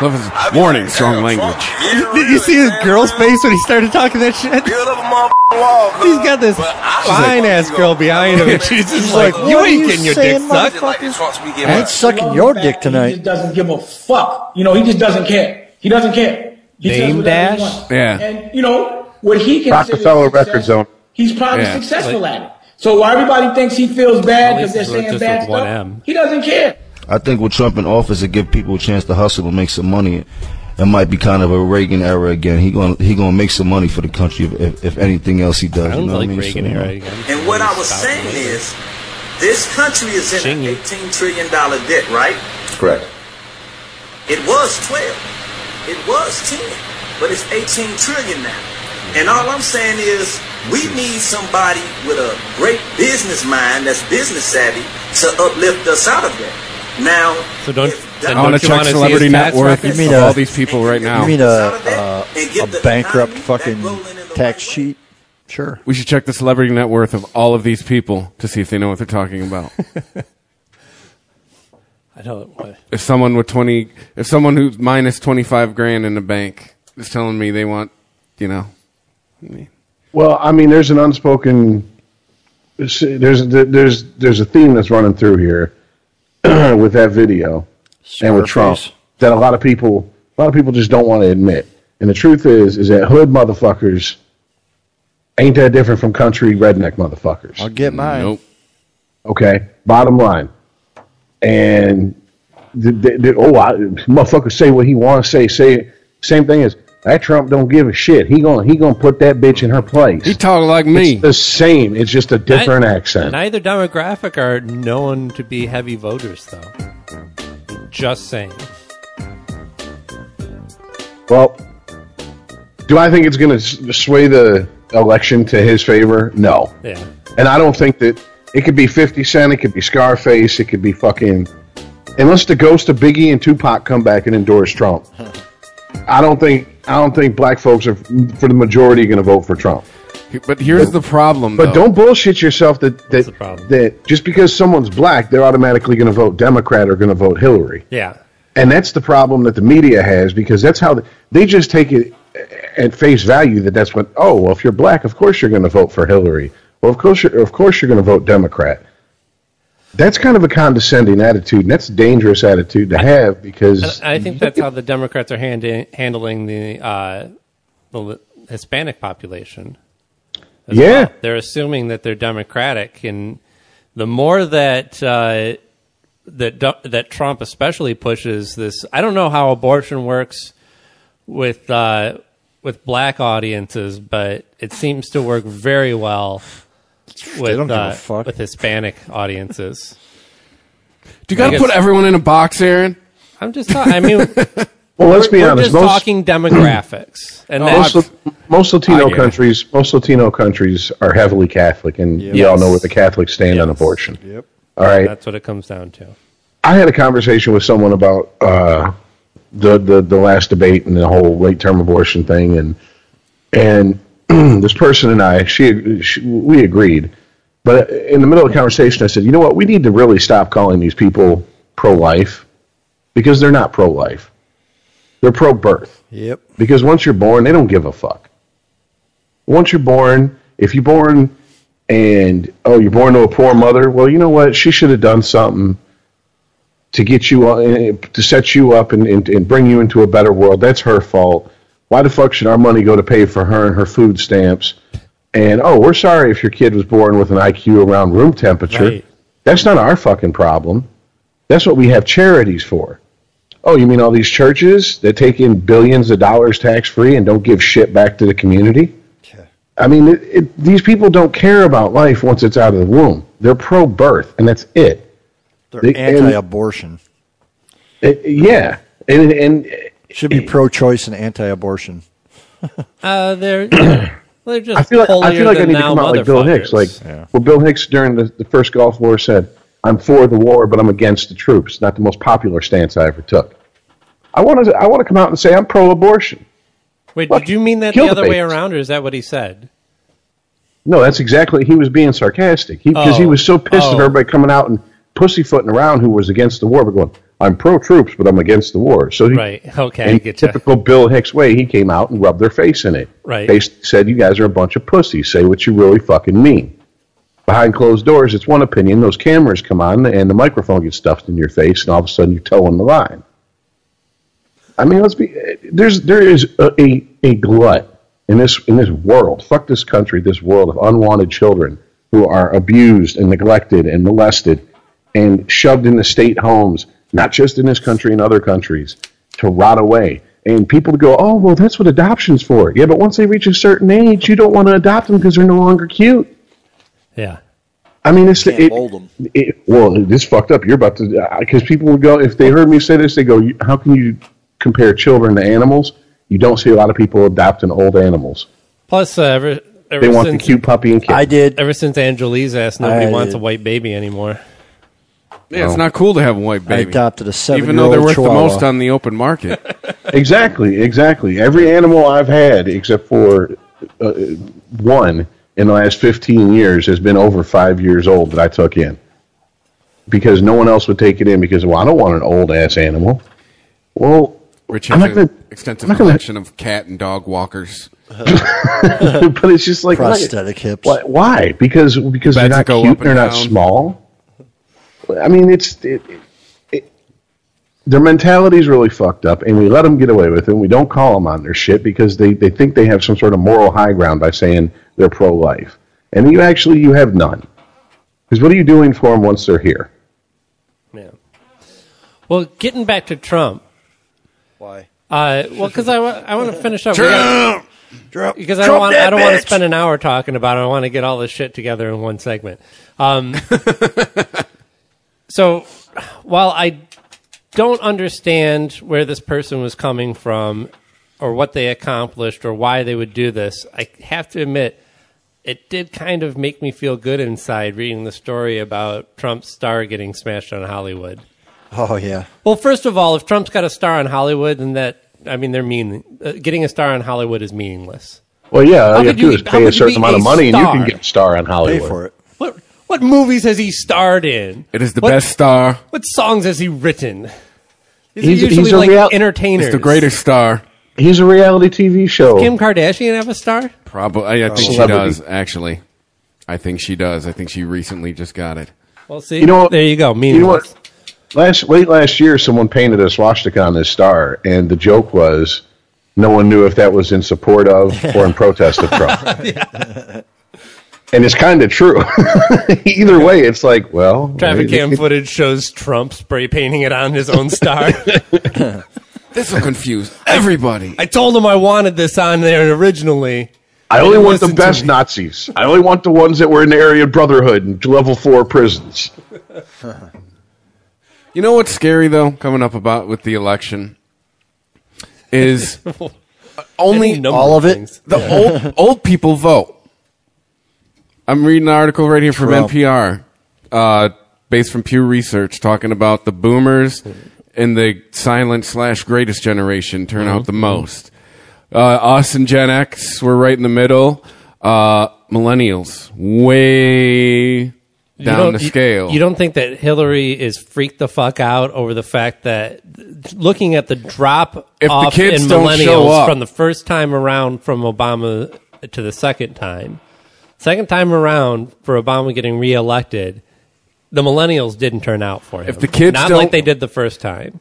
[SPEAKER 3] Love his warning, strong language.
[SPEAKER 5] Did you see his girl's face when he started talking that shit?
[SPEAKER 8] Build up a motherfucking wall.
[SPEAKER 5] He's got this fine ass girl behind him, and she's just like,
[SPEAKER 6] like,
[SPEAKER 5] "You
[SPEAKER 6] what are
[SPEAKER 5] ain't
[SPEAKER 6] you
[SPEAKER 5] getting your dick
[SPEAKER 6] saying,
[SPEAKER 5] sucked."
[SPEAKER 6] I ain't sucking your dick
[SPEAKER 11] He
[SPEAKER 6] tonight.
[SPEAKER 11] just doesn't give a fuck. You know, he just doesn't care. He doesn't care. He does
[SPEAKER 5] Name
[SPEAKER 11] whatever he
[SPEAKER 5] Dash?
[SPEAKER 11] wants.
[SPEAKER 3] Yeah.
[SPEAKER 11] And you know what he can
[SPEAKER 2] Rockefeller Records own.
[SPEAKER 11] He's probably
[SPEAKER 5] Yeah.
[SPEAKER 11] successful
[SPEAKER 5] Like-
[SPEAKER 11] at it. So while everybody thinks he feels bad
[SPEAKER 5] At
[SPEAKER 11] because
[SPEAKER 5] least
[SPEAKER 11] they're
[SPEAKER 5] it's
[SPEAKER 11] saying
[SPEAKER 5] just
[SPEAKER 11] bad
[SPEAKER 5] with one
[SPEAKER 11] stuff,
[SPEAKER 5] M.
[SPEAKER 11] he doesn't care.
[SPEAKER 12] I think with Trump in office, it give people a chance to hustle and make some money. It might be kind of a Reagan era again. He gonna he gonna make some money for the country if, if, if anything else he does. you know what I mean? So, you know.
[SPEAKER 13] And what I was saying is, this country is in an eighteen trillion dollar debt, right?
[SPEAKER 9] Correct.
[SPEAKER 13] It was twelve, it was ten, but it's eighteen trillion now. And all I'm saying is, we need somebody with a great business mind that's business savvy to uplift us out of that. Now,
[SPEAKER 5] So don't.
[SPEAKER 3] I want to check celebrity net worth
[SPEAKER 6] You mean
[SPEAKER 3] of
[SPEAKER 6] a-
[SPEAKER 5] uh,
[SPEAKER 3] all these people right now.
[SPEAKER 6] You mean a, a, a bankrupt fucking tax sheet? Sure.
[SPEAKER 3] We should check the celebrity net worth of all of these people to see if they know what they're talking about.
[SPEAKER 5] I don't.
[SPEAKER 3] if someone with 20 if someone who's minus 25 grand in the bank is telling me they want you know
[SPEAKER 2] Well, I mean, there's an unspoken there's there's there's a theme that's running through here with that video and with Trump that a lot of people a lot of people just don't want to admit. And the truth is, is that hood motherfuckers ain't that different from country redneck motherfuckers.
[SPEAKER 6] I'll get mine.
[SPEAKER 2] Okay, bottom line, and the, the, the, oh, I, motherfucker, say what he wants to say. Say same thing as that Trump don't give a shit. He gonna he gonna put that bitch in her place. He
[SPEAKER 3] talk like
[SPEAKER 2] me. It's the same. It's just a different accent.
[SPEAKER 5] Neither demographic are known to be heavy voters, though. Just saying.
[SPEAKER 2] Well, do I think it's going to sway the election to his favor? No.
[SPEAKER 5] Yeah.
[SPEAKER 2] And I don't think that it could be 50 Cent, it could be Scarface, it could be fucking. Unless the ghost of Biggie and Tupac come back and endorse Trump, I don't think I don't think black folks are for the majority going to vote for Trump.
[SPEAKER 3] but here's the problem
[SPEAKER 2] But
[SPEAKER 3] though.
[SPEAKER 2] don't bullshit yourself that that, that just because someone's black, they're automatically going to vote Democrat or going to vote Hillary.
[SPEAKER 5] Yeah.
[SPEAKER 2] And that's the problem that the media has because that's how the, they just take it at face value that that's what, oh, well, if you're black, of course you're going to vote for Hillary. Or of course you're, of course you're going to vote Democrat. That's kind of a condescending attitude, and that's a dangerous attitude to have because
[SPEAKER 5] I think that's how the Democrats are handi- handling the uh, the li- Hispanic population. as
[SPEAKER 2] Yeah.
[SPEAKER 5] well. they're assuming that they're Democratic, and the more that uh, that Du- that Trump especially pushes this, I don't know how abortion works with uh, with black audiences, but it seems to work very well with
[SPEAKER 6] don't give a
[SPEAKER 5] uh,
[SPEAKER 6] fuck.
[SPEAKER 5] with Hispanic audiences.
[SPEAKER 3] Do you got to put everyone in a box, Aaron?
[SPEAKER 5] I'm just. ta- I mean,
[SPEAKER 2] Well, let's
[SPEAKER 5] we're-
[SPEAKER 2] be
[SPEAKER 5] we're
[SPEAKER 2] honest,
[SPEAKER 5] Just
[SPEAKER 2] most- Oh,
[SPEAKER 5] talking demographics, and
[SPEAKER 2] most,
[SPEAKER 5] that's,
[SPEAKER 2] most
[SPEAKER 5] I
[SPEAKER 2] Latino
[SPEAKER 5] get it.
[SPEAKER 2] countries, most Latino countries are heavily Catholic, and we all know where the Catholics stand on abortion.
[SPEAKER 5] Yep.
[SPEAKER 2] All right.
[SPEAKER 5] that's what it comes down to.
[SPEAKER 2] I had a conversation with someone about uh, the, the the last debate and the whole late term abortion thing, and and this person and I, she, she we agreed, but in the middle of the conversation, I said, you know what, we need to really stop calling these people pro life because they're not pro life, they're pro birth.
[SPEAKER 6] Yep.
[SPEAKER 2] Because once you're born, they don't give a fuck. Once you're born, if you're born and oh, you're born to a poor mother, well, you know what? She should have done something to get you uh, to set you up and, and, and bring you into a better world. That's her fault. Why the fuck should our money go to pay for her and her food stamps? And oh, we're sorry if your kid was born with an IQ around room temperature.
[SPEAKER 5] Right.
[SPEAKER 2] That's not our fucking problem. That's what we have charities for. Oh, you mean all these churches that take in billions of dollars tax free and don't give shit back to the community? I mean, it, it, these people don't care about life once it's out of the womb. They're pro birth, and that's it.
[SPEAKER 6] They're
[SPEAKER 2] They- and-
[SPEAKER 6] anti-abortion.
[SPEAKER 2] Uh, yeah, and and
[SPEAKER 6] should be pro-choice and anti-abortion.
[SPEAKER 5] Uh, they're they're just.
[SPEAKER 2] I feel like I
[SPEAKER 5] holier
[SPEAKER 2] feel like I
[SPEAKER 5] than
[SPEAKER 2] need to
[SPEAKER 5] thou
[SPEAKER 2] come out like Bill
[SPEAKER 5] motherfuckers.
[SPEAKER 2] Hicks, like well, Bill Hicks during the, the first Gulf War said, "I'm for the war, but I'm against the troops." Not the most popular stance I ever took. I want to I want to come out and say I'm pro-abortion.
[SPEAKER 5] Wait, did you mean that the
[SPEAKER 2] kill the
[SPEAKER 5] other way
[SPEAKER 2] babies.
[SPEAKER 5] around, or is that what he said?
[SPEAKER 2] No, that's exactly he was being sarcastic because he
[SPEAKER 5] Oh.
[SPEAKER 2] was so pissed at
[SPEAKER 5] Oh.
[SPEAKER 2] everybody coming out and pussyfooting around who was against the war, but going, "I'm pro-troops, but I'm against the war." So he,
[SPEAKER 5] Right. Okay.
[SPEAKER 2] in
[SPEAKER 5] getcha.
[SPEAKER 2] typical Bill Hicks way, he came out and rubbed their face in it.
[SPEAKER 5] Right.
[SPEAKER 2] Basically said, "You guys are a bunch of pussies. Say what you really fucking mean." Behind closed doors, it's one opinion. Those cameras come on, and the microphone gets stuffed in your face, and all of a sudden you're toeing the line. I mean, let's be there's there is a, a, a glut in this in this world, fuck this country, this world of unwanted children who are abused and neglected and molested and shoved into state homes, not just in this country and other countries, to rot away. And people go, oh well, that's what adoption's for. Yeah, but once they reach a certain age, you don't want to adopt them because they're no longer cute.
[SPEAKER 5] Yeah.
[SPEAKER 2] I mean, it's it, it- well, it's fucked up. You're about to because people would go if they heard me say this, they go, "You- "How can you compare children to animals?" You don't see a lot of people adopting old animals.
[SPEAKER 5] Plus, uh, ever, ever
[SPEAKER 2] they want the
[SPEAKER 5] since,
[SPEAKER 2] cute puppy and kitten.
[SPEAKER 6] did.
[SPEAKER 5] Ever since Angelie's ass, nobody
[SPEAKER 2] I
[SPEAKER 5] wants
[SPEAKER 2] did.
[SPEAKER 5] a white baby anymore.
[SPEAKER 3] Yeah, it's not cool to have a white
[SPEAKER 5] I
[SPEAKER 3] baby.
[SPEAKER 5] adopted a
[SPEAKER 3] Even though they're
[SPEAKER 5] seven-year-old
[SPEAKER 3] worth
[SPEAKER 5] Chihuahua.
[SPEAKER 3] the most on the open market.
[SPEAKER 2] exactly, exactly. Every animal I've had, except for uh, one in the last 15 years, has been over five years old that I took in because no one else would take it in because well, I don't want an old ass animal. Well,
[SPEAKER 3] Rich
[SPEAKER 2] I'm
[SPEAKER 3] has
[SPEAKER 2] not
[SPEAKER 3] an
[SPEAKER 2] gonna.
[SPEAKER 3] extensive
[SPEAKER 2] I'm not gonna-
[SPEAKER 3] collection of cat and dog walkers.
[SPEAKER 2] but it's just like
[SPEAKER 3] Prosthetic
[SPEAKER 2] why- Why? why? Because because they're
[SPEAKER 3] Beds
[SPEAKER 2] not
[SPEAKER 3] go
[SPEAKER 2] cute.
[SPEAKER 3] up and
[SPEAKER 2] They're not
[SPEAKER 3] down.
[SPEAKER 2] small. I mean, it's it, it, their mentality's really fucked up, and we let them get away with it. and We don't call them on their shit because they they think they have some sort of moral high ground by saying they're pro life, and you actually you have none. Because what are you doing for them once they're here?
[SPEAKER 5] Well, getting back to Trump.
[SPEAKER 6] Why?
[SPEAKER 5] Uh, well, because I, wa- I want to finish up.
[SPEAKER 6] Trump!
[SPEAKER 5] We got-
[SPEAKER 6] Trump!
[SPEAKER 5] Because I don't
[SPEAKER 6] Trump
[SPEAKER 5] want
[SPEAKER 6] that
[SPEAKER 5] I don't want to
[SPEAKER 6] bitch!
[SPEAKER 5] spend an hour talking about it. I want to get all this shit together in one segment. Um, so, while I don't understand where this person was coming from, or what they accomplished, or why they would do this, I have to admit it did kind of make me feel good inside reading the story about Trump's star getting smashed on Hollywood.
[SPEAKER 6] Oh yeah.
[SPEAKER 5] Well, first of all, if Trump's got a star on Hollywood, then that I mean, they're mean. Uh, getting a star on Hollywood is meaningless.
[SPEAKER 2] Well, yeah, all
[SPEAKER 5] How
[SPEAKER 2] you have
[SPEAKER 5] could
[SPEAKER 2] to do
[SPEAKER 5] you
[SPEAKER 2] is pay
[SPEAKER 5] be- how
[SPEAKER 2] a
[SPEAKER 5] could you
[SPEAKER 2] certain
[SPEAKER 5] be
[SPEAKER 2] amount
[SPEAKER 5] a
[SPEAKER 2] of money, and you
[SPEAKER 5] star?
[SPEAKER 2] can get a star on Hollywood.
[SPEAKER 6] for it.
[SPEAKER 5] What what movies has he starred in?
[SPEAKER 3] It is the
[SPEAKER 5] What-
[SPEAKER 3] best star.
[SPEAKER 5] What songs has he written? These
[SPEAKER 2] He's-
[SPEAKER 5] are usually
[SPEAKER 2] he's a
[SPEAKER 5] like
[SPEAKER 2] real-
[SPEAKER 5] entertainers.
[SPEAKER 3] It's the greatest star.
[SPEAKER 2] He's a reality TV show.
[SPEAKER 5] Kim Kardashian have a star?
[SPEAKER 3] Probably, I think she
[SPEAKER 5] Celebrity.
[SPEAKER 3] does. Actually, I think she does. I think she recently just got it.
[SPEAKER 5] Well, see,
[SPEAKER 2] You know what-
[SPEAKER 5] there you go.
[SPEAKER 2] You know
[SPEAKER 5] Meaningless.
[SPEAKER 2] what? Last late last year, someone painted a swastika on his star, and the joke was, no one knew if that was in support of or in protest of Trump. And it's kind of true. Either way, it's like, well,
[SPEAKER 5] Traffic
[SPEAKER 2] it-
[SPEAKER 5] cam footage shows Trump spray painting it on his own star.
[SPEAKER 3] this will confuse everybody.
[SPEAKER 5] I told him I wanted this on there originally.
[SPEAKER 2] I only
[SPEAKER 5] They
[SPEAKER 2] want the
[SPEAKER 5] listened to
[SPEAKER 2] best
[SPEAKER 5] me.
[SPEAKER 2] Nazis. I only want the ones that were in the area of Brotherhood and level four prisons.
[SPEAKER 3] You know what's scary though, coming up about with the election, is
[SPEAKER 5] Any
[SPEAKER 3] only
[SPEAKER 5] number All of of it? things.
[SPEAKER 3] The
[SPEAKER 5] Yeah.
[SPEAKER 3] old old people vote. I'm reading an article right here from
[SPEAKER 5] Trump.
[SPEAKER 3] NPR, uh, based from Pew Research, talking about the boomers and the silent slash greatest generation turn
[SPEAKER 5] Mm-hmm.
[SPEAKER 3] out the most. Uh, us and Gen X were right in the middle. Uh, millennials way
[SPEAKER 5] You
[SPEAKER 3] down
[SPEAKER 5] don't-
[SPEAKER 3] the
[SPEAKER 5] you-
[SPEAKER 3] scale.
[SPEAKER 5] You, don't think that Hillary is freaked the fuck out over the fact that looking at the drop
[SPEAKER 3] If the
[SPEAKER 5] off
[SPEAKER 3] kids
[SPEAKER 5] in
[SPEAKER 3] don't
[SPEAKER 5] millennials
[SPEAKER 3] show up-
[SPEAKER 5] from the first time around from Obama to the second time, second time around for Obama getting reelected, the millennials didn't turn out for him.
[SPEAKER 3] If the kids
[SPEAKER 5] not
[SPEAKER 3] don't-
[SPEAKER 5] like they did the first time,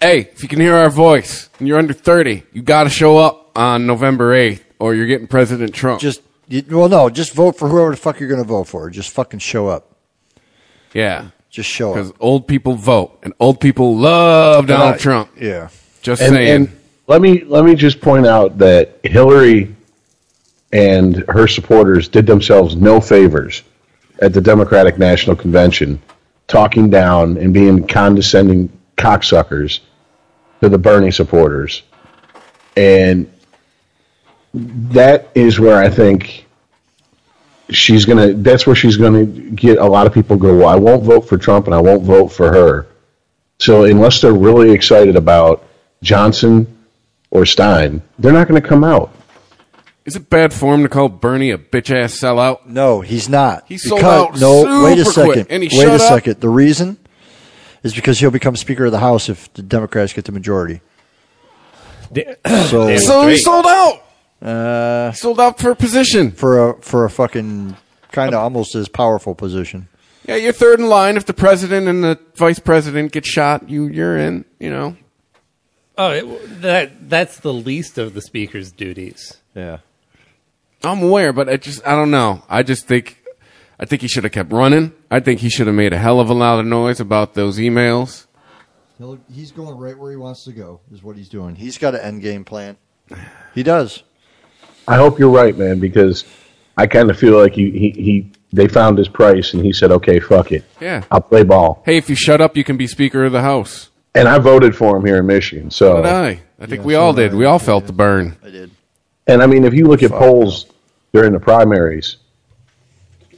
[SPEAKER 3] hey, if you can hear our voice and you're under 30, you got to show up on November 8th or you're getting President Trump.
[SPEAKER 6] Just you, well, no, just vote for whoever the fuck you're going to vote for. Just fucking show up.
[SPEAKER 3] yeah.
[SPEAKER 6] Just show up.
[SPEAKER 3] Because old people vote and old people love
[SPEAKER 6] But
[SPEAKER 3] Oh. Donald
[SPEAKER 6] I-
[SPEAKER 3] Trump.
[SPEAKER 6] Yeah.
[SPEAKER 3] Just
[SPEAKER 2] and,
[SPEAKER 3] saying.
[SPEAKER 2] and let me let me just point out that Hillary and her supporters did themselves no favors at the Democratic National Convention, talking down and being condescending cocksuckers to the Bernie supporters, and that is where I think she's gonna. That's where she's gonna get a lot of people go. Well, I won't vote for Trump and I won't vote for her. So unless they're really excited about Johnson or Stein, they're not going to come out.
[SPEAKER 3] Is it bad form to call Bernie a bitch ass sellout?
[SPEAKER 6] No, he's not.
[SPEAKER 3] He sold out
[SPEAKER 6] No,
[SPEAKER 3] super
[SPEAKER 6] wait a second.
[SPEAKER 3] quick. And he
[SPEAKER 6] wait
[SPEAKER 3] shut
[SPEAKER 6] a
[SPEAKER 3] up.
[SPEAKER 6] second. The reason is because he'll become Speaker of the House if the Democrats get the majority. So,
[SPEAKER 3] So he sold out.
[SPEAKER 6] Uh,
[SPEAKER 3] sold out for a position
[SPEAKER 6] for a for a fucking kind of almost as powerful position.
[SPEAKER 3] Yeah, you're third in line. If the president and the vice president get shot, you, you're in, you know.
[SPEAKER 5] oh, it, that that's the least of the speaker's duties.
[SPEAKER 6] Yeah.
[SPEAKER 3] I'm aware, but I just I don't know. I just think I think he should have kept running. I think he should have made a hell of a lot of noise about those emails.
[SPEAKER 6] He'll, he's going right where he wants to go, is what he's doing. He's got an end game plan. He does.
[SPEAKER 2] I hope you're right, man, because I kind of feel like he, he, he they found his price and he said, okay, fuck it.
[SPEAKER 3] Yeah.
[SPEAKER 2] I'll play ball.
[SPEAKER 3] Hey, if you shut up, you can be Speaker of the House.
[SPEAKER 2] And I voted for him here in Michigan. So
[SPEAKER 3] Did I? I think we all did. We all felt the burn. I did.
[SPEAKER 2] And I mean, if you look at polls during the primaries,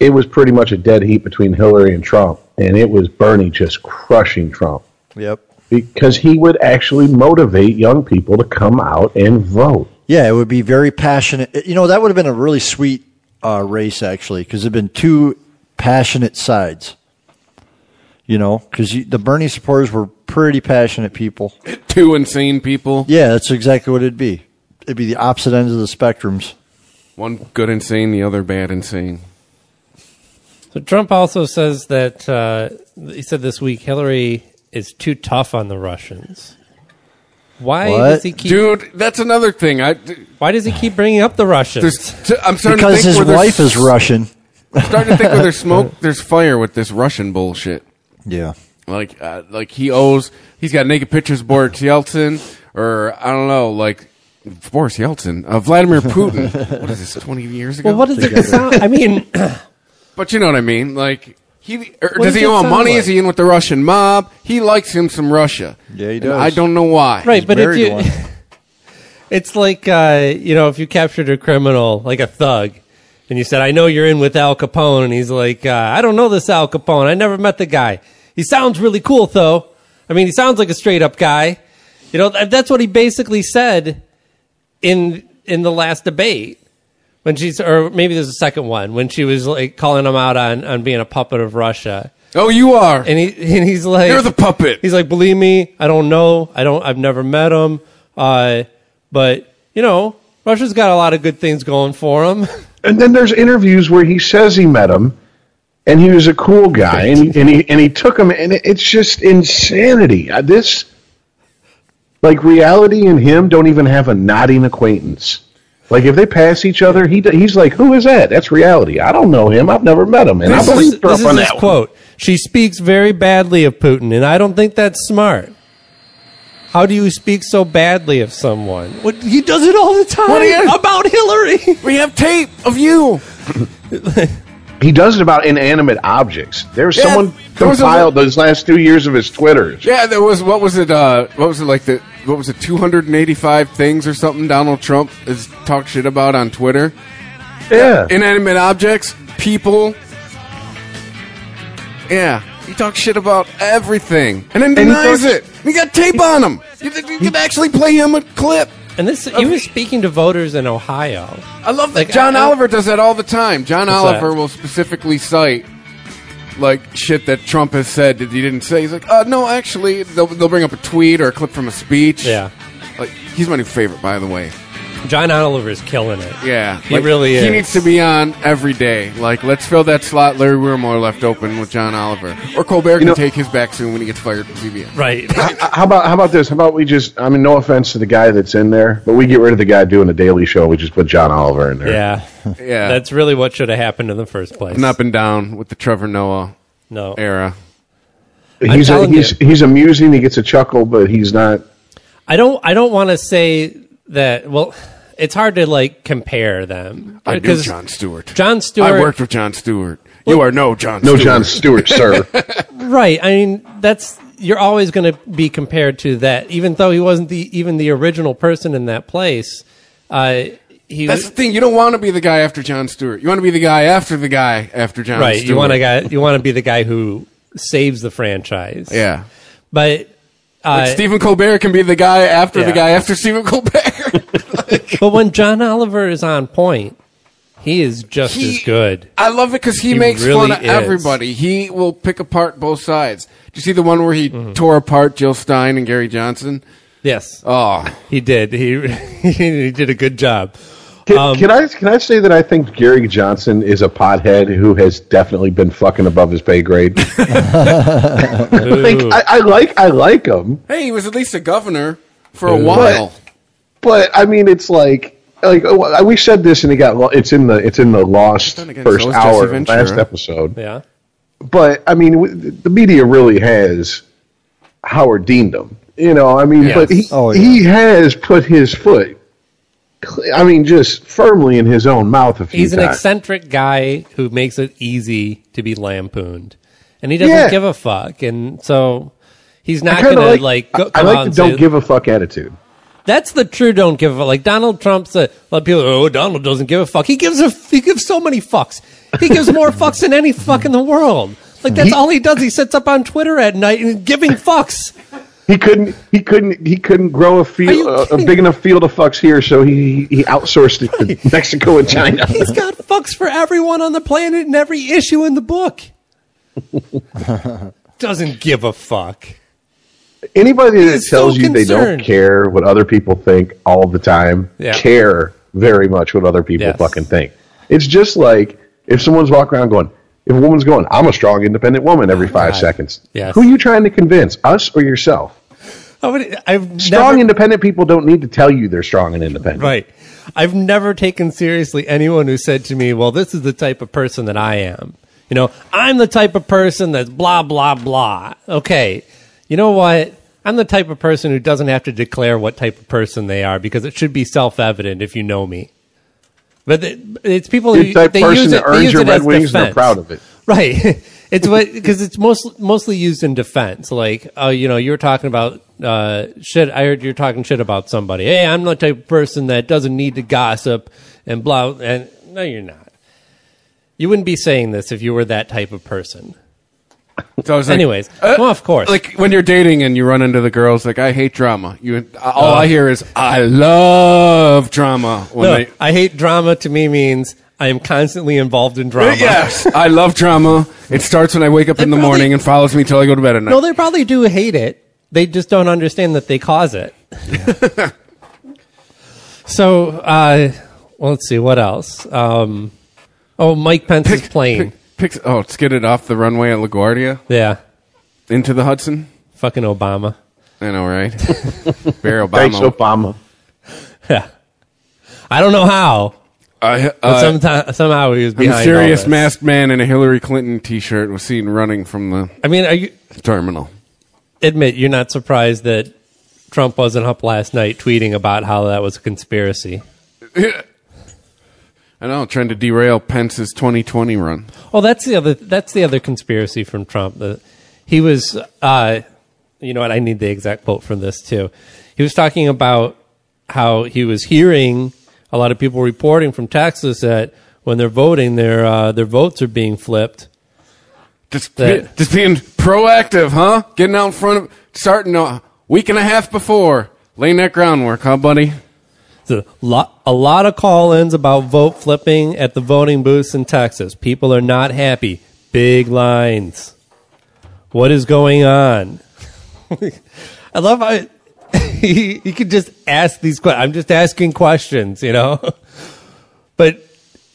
[SPEAKER 2] it was pretty much a dead heat between Hillary and Trump, and it was Bernie just crushing Trump
[SPEAKER 6] Yep.
[SPEAKER 2] because he would actually motivate young people to come out and vote.
[SPEAKER 6] Yeah, it would be very passionate. It- You know, that would have been a really sweet uh, race actually, because there've been two passionate sides. You know, because the Bernie supporters were pretty passionate people.
[SPEAKER 3] Two insane people.
[SPEAKER 6] Yeah, that's exactly what it'd be. It'd be the opposite ends of the spectrums.
[SPEAKER 3] One good insane, the other bad insane.
[SPEAKER 5] So Trump also says that uh, he said this week Hillary is too tough on the Russians. Why does he keep?
[SPEAKER 3] Dude, that's another thing. I,
[SPEAKER 5] why does he keep bringing up the Russians?
[SPEAKER 3] There's t- I'm starting
[SPEAKER 6] Because
[SPEAKER 3] to think
[SPEAKER 6] his
[SPEAKER 3] where there's-
[SPEAKER 6] wife is Russian.
[SPEAKER 3] starting to think where there's smoke, there's fire with this Russian bullshit.
[SPEAKER 6] Yeah.
[SPEAKER 3] Like, uh, like he owes. He's got naked pictures of Boris Yeltsin, or I don't know, like Boris Yeltsin, uh, Vladimir Putin. what is this? Twenty years ago.
[SPEAKER 5] Well, what does it sound? I mean,
[SPEAKER 3] But you know what I mean. Like he or
[SPEAKER 5] What
[SPEAKER 3] does
[SPEAKER 5] does
[SPEAKER 3] he
[SPEAKER 5] it
[SPEAKER 3] owe him
[SPEAKER 5] sound
[SPEAKER 3] money?
[SPEAKER 5] like?
[SPEAKER 3] Is he in with the Russian mob? He likes him some Russia.
[SPEAKER 6] Yeah, he
[SPEAKER 3] And
[SPEAKER 6] does.
[SPEAKER 3] I don't know why.
[SPEAKER 5] Right, He's but if married you- to one. it's like uh, you know, if you captured a criminal, like a thug, and you said, "I know you're in with Al Capone," and he's like, uh, "I don't know this Al Capone. I never met the guy. He sounds really cool, though. I mean, he sounds like a straight up guy. You know, th- that's what he basically said in in the last debate." When she's, or maybe there's a second one when she was like calling him out on, on being a puppet of Russia.
[SPEAKER 3] Oh, you are.
[SPEAKER 5] And he and he's like,
[SPEAKER 3] You're the puppet.
[SPEAKER 5] He's like, believe me, I don't know. I don't. I've never met him. Uh, but you know, Russia's got a lot of good things going for him.
[SPEAKER 2] And then there's interviews where he says he met him, and he was a cool guy, and, and he and he took him, and it- it's just insanity. Uh, This, like reality and him don't even have a nodding acquaintance. Like if they pass each other, he d- he's like, "Who is that? That's reality. I don't know him. I've never met him." And
[SPEAKER 5] this
[SPEAKER 2] I believe
[SPEAKER 5] is,
[SPEAKER 2] Trump
[SPEAKER 5] this is
[SPEAKER 2] on
[SPEAKER 5] his
[SPEAKER 2] that. one.
[SPEAKER 5] quote. She speaks very badly of Putin, and I don't think that's smart. How do you speak so badly of someone? What, he does it all the time about Hillary.
[SPEAKER 3] We have tape of you.
[SPEAKER 2] He does it about inanimate objects. There's
[SPEAKER 3] Yeah,
[SPEAKER 2] someone
[SPEAKER 3] there was a-
[SPEAKER 2] compiled those last two years of his Twitter.
[SPEAKER 3] Yeah, there was what was it? Uh, what was it like? The what was it? Two hundred and eighty-five things or something? Donald Trump is talk shit about on Twitter.
[SPEAKER 2] Yeah,
[SPEAKER 3] inanimate objects, people. Yeah, he talks shit about everything and then
[SPEAKER 5] And he
[SPEAKER 3] denies
[SPEAKER 5] talks-
[SPEAKER 3] it. We got tape on him. You, th- you could actually play him a clip.
[SPEAKER 5] And this, he was speaking to voters in Ohio.
[SPEAKER 3] I love that.
[SPEAKER 5] Like,
[SPEAKER 3] John
[SPEAKER 5] I- I-
[SPEAKER 3] Oliver does that all the time. John
[SPEAKER 5] What's
[SPEAKER 3] Oliver
[SPEAKER 5] that?
[SPEAKER 3] will specifically cite like shit that Trump has said that he didn't say. He's like, uh, no, actually, they'll, they'll bring up a tweet or a clip from a speech.
[SPEAKER 5] Yeah.
[SPEAKER 3] like he's my new favorite, by the way.
[SPEAKER 5] John Oliver's killing it.
[SPEAKER 3] Yeah,
[SPEAKER 5] He really
[SPEAKER 3] He
[SPEAKER 5] is.
[SPEAKER 3] needs to be on every day. Like, let's fill that slot Larry Wilmore left open with John Oliver, or Colbert can take his back soon when he gets fired from CBS.
[SPEAKER 5] Right.
[SPEAKER 2] How how about how about this? How about we just? I mean, no offense to the guy that's in there, but we get rid of the guy doing the Daily Show. We just put John Oliver in there.
[SPEAKER 5] Yeah.
[SPEAKER 3] Yeah.
[SPEAKER 5] That's really what should have happened in the first place.
[SPEAKER 3] I've not been down with the Trevor Noah
[SPEAKER 5] No.
[SPEAKER 3] era.
[SPEAKER 2] he's
[SPEAKER 5] I'm
[SPEAKER 2] a,
[SPEAKER 5] telling
[SPEAKER 2] he's
[SPEAKER 5] you.
[SPEAKER 2] he's amusing. He gets a chuckle, but he's not.
[SPEAKER 5] I don't I don't want to say that well it's hard to like compare them.
[SPEAKER 3] I knew
[SPEAKER 5] Because
[SPEAKER 3] John Stewart.
[SPEAKER 5] John Stewart
[SPEAKER 3] I worked with John Stewart. you are no John.
[SPEAKER 2] No
[SPEAKER 3] Stewart.
[SPEAKER 2] John Stewart, sir.
[SPEAKER 5] Right. I mean that's you're always going to be compared to that even though he wasn't the even the original person in that place. Uh he
[SPEAKER 3] That's the thing. You don't want to be the guy after John Stewart. You want to be the guy after the guy after John.
[SPEAKER 5] right.
[SPEAKER 3] Stewart.
[SPEAKER 5] You want to guy you want to be the guy who saves the franchise.
[SPEAKER 3] Yeah.
[SPEAKER 5] But uh,
[SPEAKER 3] Like Stephen Colbert can be the guy after the
[SPEAKER 5] Yeah.
[SPEAKER 3] guy after Stephen Colbert.
[SPEAKER 5] but when John Oliver is on point, he is just
[SPEAKER 3] He-
[SPEAKER 5] as good.
[SPEAKER 3] I love it because he,
[SPEAKER 5] He
[SPEAKER 3] makes
[SPEAKER 5] really
[SPEAKER 3] fun of
[SPEAKER 5] is.
[SPEAKER 3] everybody. He will pick apart both sides. Did you see the one where he
[SPEAKER 5] Mm-hmm.
[SPEAKER 3] tore apart Jill Stein and Gary Johnson?
[SPEAKER 5] Yes.
[SPEAKER 3] Oh,
[SPEAKER 5] He did. He he did a good job.
[SPEAKER 2] Can,
[SPEAKER 5] Um,
[SPEAKER 2] can I can I say that I think Gary Johnson is a pothead who has definitely been fucking above his pay grade? like I, I like I like him,
[SPEAKER 3] hey, he was at least a governor for a
[SPEAKER 2] Ooh.
[SPEAKER 3] while.
[SPEAKER 2] but I mean it's like like oh, I- we said this and it got lo- it's in the it's in the lost
[SPEAKER 3] Then again,
[SPEAKER 2] first
[SPEAKER 3] so is Jesse
[SPEAKER 2] hour of
[SPEAKER 3] Ventura.
[SPEAKER 2] last episode.
[SPEAKER 5] Yeah.
[SPEAKER 2] But I mean, w- the media really has Howard deemed him. You know, I mean,
[SPEAKER 14] Yes.
[SPEAKER 2] but he
[SPEAKER 14] Oh, yeah.
[SPEAKER 2] he has put his foot. cl- I mean, just firmly in his own mouth. A few
[SPEAKER 5] He's an
[SPEAKER 2] times.
[SPEAKER 5] eccentric guy who makes it easy to be lampooned, and he doesn't
[SPEAKER 2] Yeah.
[SPEAKER 5] give a fuck. And so he's
[SPEAKER 2] I
[SPEAKER 5] not
[SPEAKER 2] kinda
[SPEAKER 5] going to
[SPEAKER 2] like-
[SPEAKER 5] like.
[SPEAKER 2] I-
[SPEAKER 5] Go,
[SPEAKER 2] I
[SPEAKER 5] come
[SPEAKER 2] like
[SPEAKER 5] out
[SPEAKER 2] the
[SPEAKER 5] and
[SPEAKER 2] don't
[SPEAKER 5] say-
[SPEAKER 2] give a fuck attitude.
[SPEAKER 5] That's the true don't give a fuck. Like Donald Trump's a lot of people. are, Oh, Donald doesn't give a fuck. He gives a he gives so many fucks. He gives more fucks than any fuck in the world. Like that's all he does. He sits up on Twitter at night and giving fucks.
[SPEAKER 2] He couldn't. He couldn't. He couldn't grow a field, a, a big enough field of fucks here, so he he outsourced it to Mexico and China.
[SPEAKER 5] He's got fucks for everyone on the planet and every issue in the book. Doesn't give a fuck.
[SPEAKER 2] Anybody that tells
[SPEAKER 5] so
[SPEAKER 2] you they
[SPEAKER 5] concerned.
[SPEAKER 2] don't care what other people think all the time
[SPEAKER 5] Yeah.
[SPEAKER 2] care very much what other people
[SPEAKER 5] Yes.
[SPEAKER 2] fucking think. It's just like if someone's walking around going, if a woman's going, I'm a strong, independent woman every five seconds.
[SPEAKER 5] Oh Yes.
[SPEAKER 2] Who are you trying to convince, us or yourself?
[SPEAKER 5] How many- I've
[SPEAKER 2] Strong,
[SPEAKER 5] never,
[SPEAKER 2] independent people don't need to tell you they're strong and independent.
[SPEAKER 5] right. I've never taken seriously anyone who said to me, "Well, this is the type of person that I am." You know, I'm the type of person that's blah blah blah. Okay. You know what? I'm the type of person who doesn't have to declare what type of person they are because it should be self-evident if you know me. But the- it's people
[SPEAKER 2] You're
[SPEAKER 5] who
[SPEAKER 2] the type
[SPEAKER 5] they
[SPEAKER 2] person
[SPEAKER 5] use it,
[SPEAKER 2] that earns
[SPEAKER 5] they use
[SPEAKER 2] your
[SPEAKER 5] it
[SPEAKER 2] Red
[SPEAKER 5] as
[SPEAKER 2] Wings and
[SPEAKER 5] defense.
[SPEAKER 2] are proud of it.
[SPEAKER 5] Right. It's what because it's most, mostly used in defense. Like, oh, you know, you were talking about uh, shit. I heard you're talking shit about somebody. Hey, I'm the type of person that doesn't need to gossip and blah. And no, you're not. You wouldn't be saying this if you were that type of person.
[SPEAKER 3] So I was like,
[SPEAKER 5] Anyways,
[SPEAKER 3] uh,
[SPEAKER 5] well, of course,
[SPEAKER 3] Like when you're dating and you run into the girls, like I hate drama. You all
[SPEAKER 5] Uh.
[SPEAKER 3] I hear is I love drama. When
[SPEAKER 5] no,
[SPEAKER 3] they,
[SPEAKER 5] I hate drama. To me, means I am constantly involved in drama.
[SPEAKER 3] Yes, I love drama. It starts when I wake up in the morning and follows me till I go to bed at night.
[SPEAKER 5] No, they probably do hate it. They just don't understand that they cause it. so, uh, well, let's see what else. Um, oh, Mike Pence is playing.
[SPEAKER 3] Picks, oh, skidded off the runway at LaGuardia.
[SPEAKER 5] Yeah,
[SPEAKER 3] into the Hudson.
[SPEAKER 5] Fucking Obama.
[SPEAKER 3] I know, right? Bear Obama.
[SPEAKER 5] Thanks,
[SPEAKER 2] Obama.
[SPEAKER 5] Yeah. I don't know how.
[SPEAKER 3] I,
[SPEAKER 5] but sometime, somehow he was behind.
[SPEAKER 3] a
[SPEAKER 5] all
[SPEAKER 3] serious
[SPEAKER 5] this.
[SPEAKER 3] masked man in a Hillary Clinton T-shirt was seen running from the.
[SPEAKER 5] I mean, are you
[SPEAKER 3] terminal?
[SPEAKER 5] Admit you're not surprised that Trump wasn't up last night tweeting about how that was a conspiracy.
[SPEAKER 3] I know, trying to derail Pence's 2020 run.
[SPEAKER 5] Oh, that's the other. That's the other conspiracy from Trump. The, he was, uh, you know what? I need the exact quote from this too. He was talking about how he was hearing a lot of people reporting from Texas that when they're voting, their uh, their votes are being flipped.
[SPEAKER 3] Just Just being proactive, huh? Getting out in front of, starting a week and a half before, laying that groundwork, huh, buddy?
[SPEAKER 5] So, lot, a lot of call ins about vote flipping at the voting booths in Texas. People are not happy. Big lines. What is going on? I love how he, he could just ask these questions. I'm just asking questions, you know? But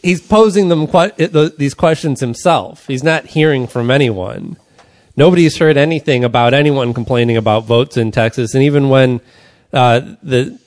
[SPEAKER 5] he's posing them que- th- these questions himself. He's not hearing from anyone. Nobody's heard anything about anyone complaining about votes in Texas. And even when uh, the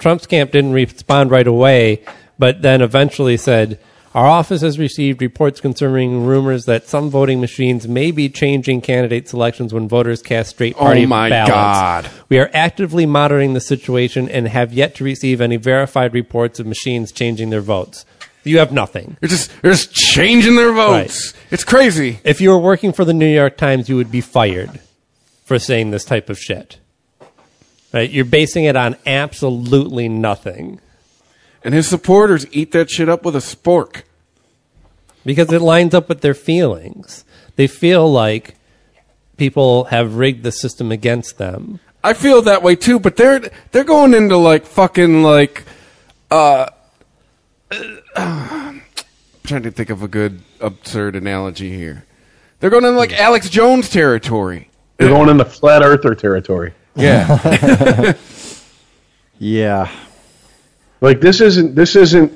[SPEAKER 5] Trump's camp didn't respond right away, but then eventually said, Our office has received reports concerning rumors that some voting machines may be changing candidate selections when voters cast straight
[SPEAKER 3] Oh
[SPEAKER 5] party
[SPEAKER 3] my
[SPEAKER 5] ballots.
[SPEAKER 3] God.
[SPEAKER 5] We are actively monitoring the situation and have yet to receive any verified reports of machines changing their votes. You have nothing.
[SPEAKER 3] They're just, they're just changing their votes. It's crazy.
[SPEAKER 5] If you were working for the New York Times, you would be fired for saying this type of shit. Right? You're basing it on absolutely nothing.
[SPEAKER 3] And his supporters eat that shit up with a spork.
[SPEAKER 5] because it lines up with their feelings. They feel like people have rigged the system against them.
[SPEAKER 3] I feel that way too, but they're they're going into like fucking like uh, I'm trying to think of a good absurd analogy here. They're going into like Alex Jones territory.
[SPEAKER 2] They're going into flat earther territory.
[SPEAKER 3] Yeah.
[SPEAKER 2] yeah. Like this isn't this isn't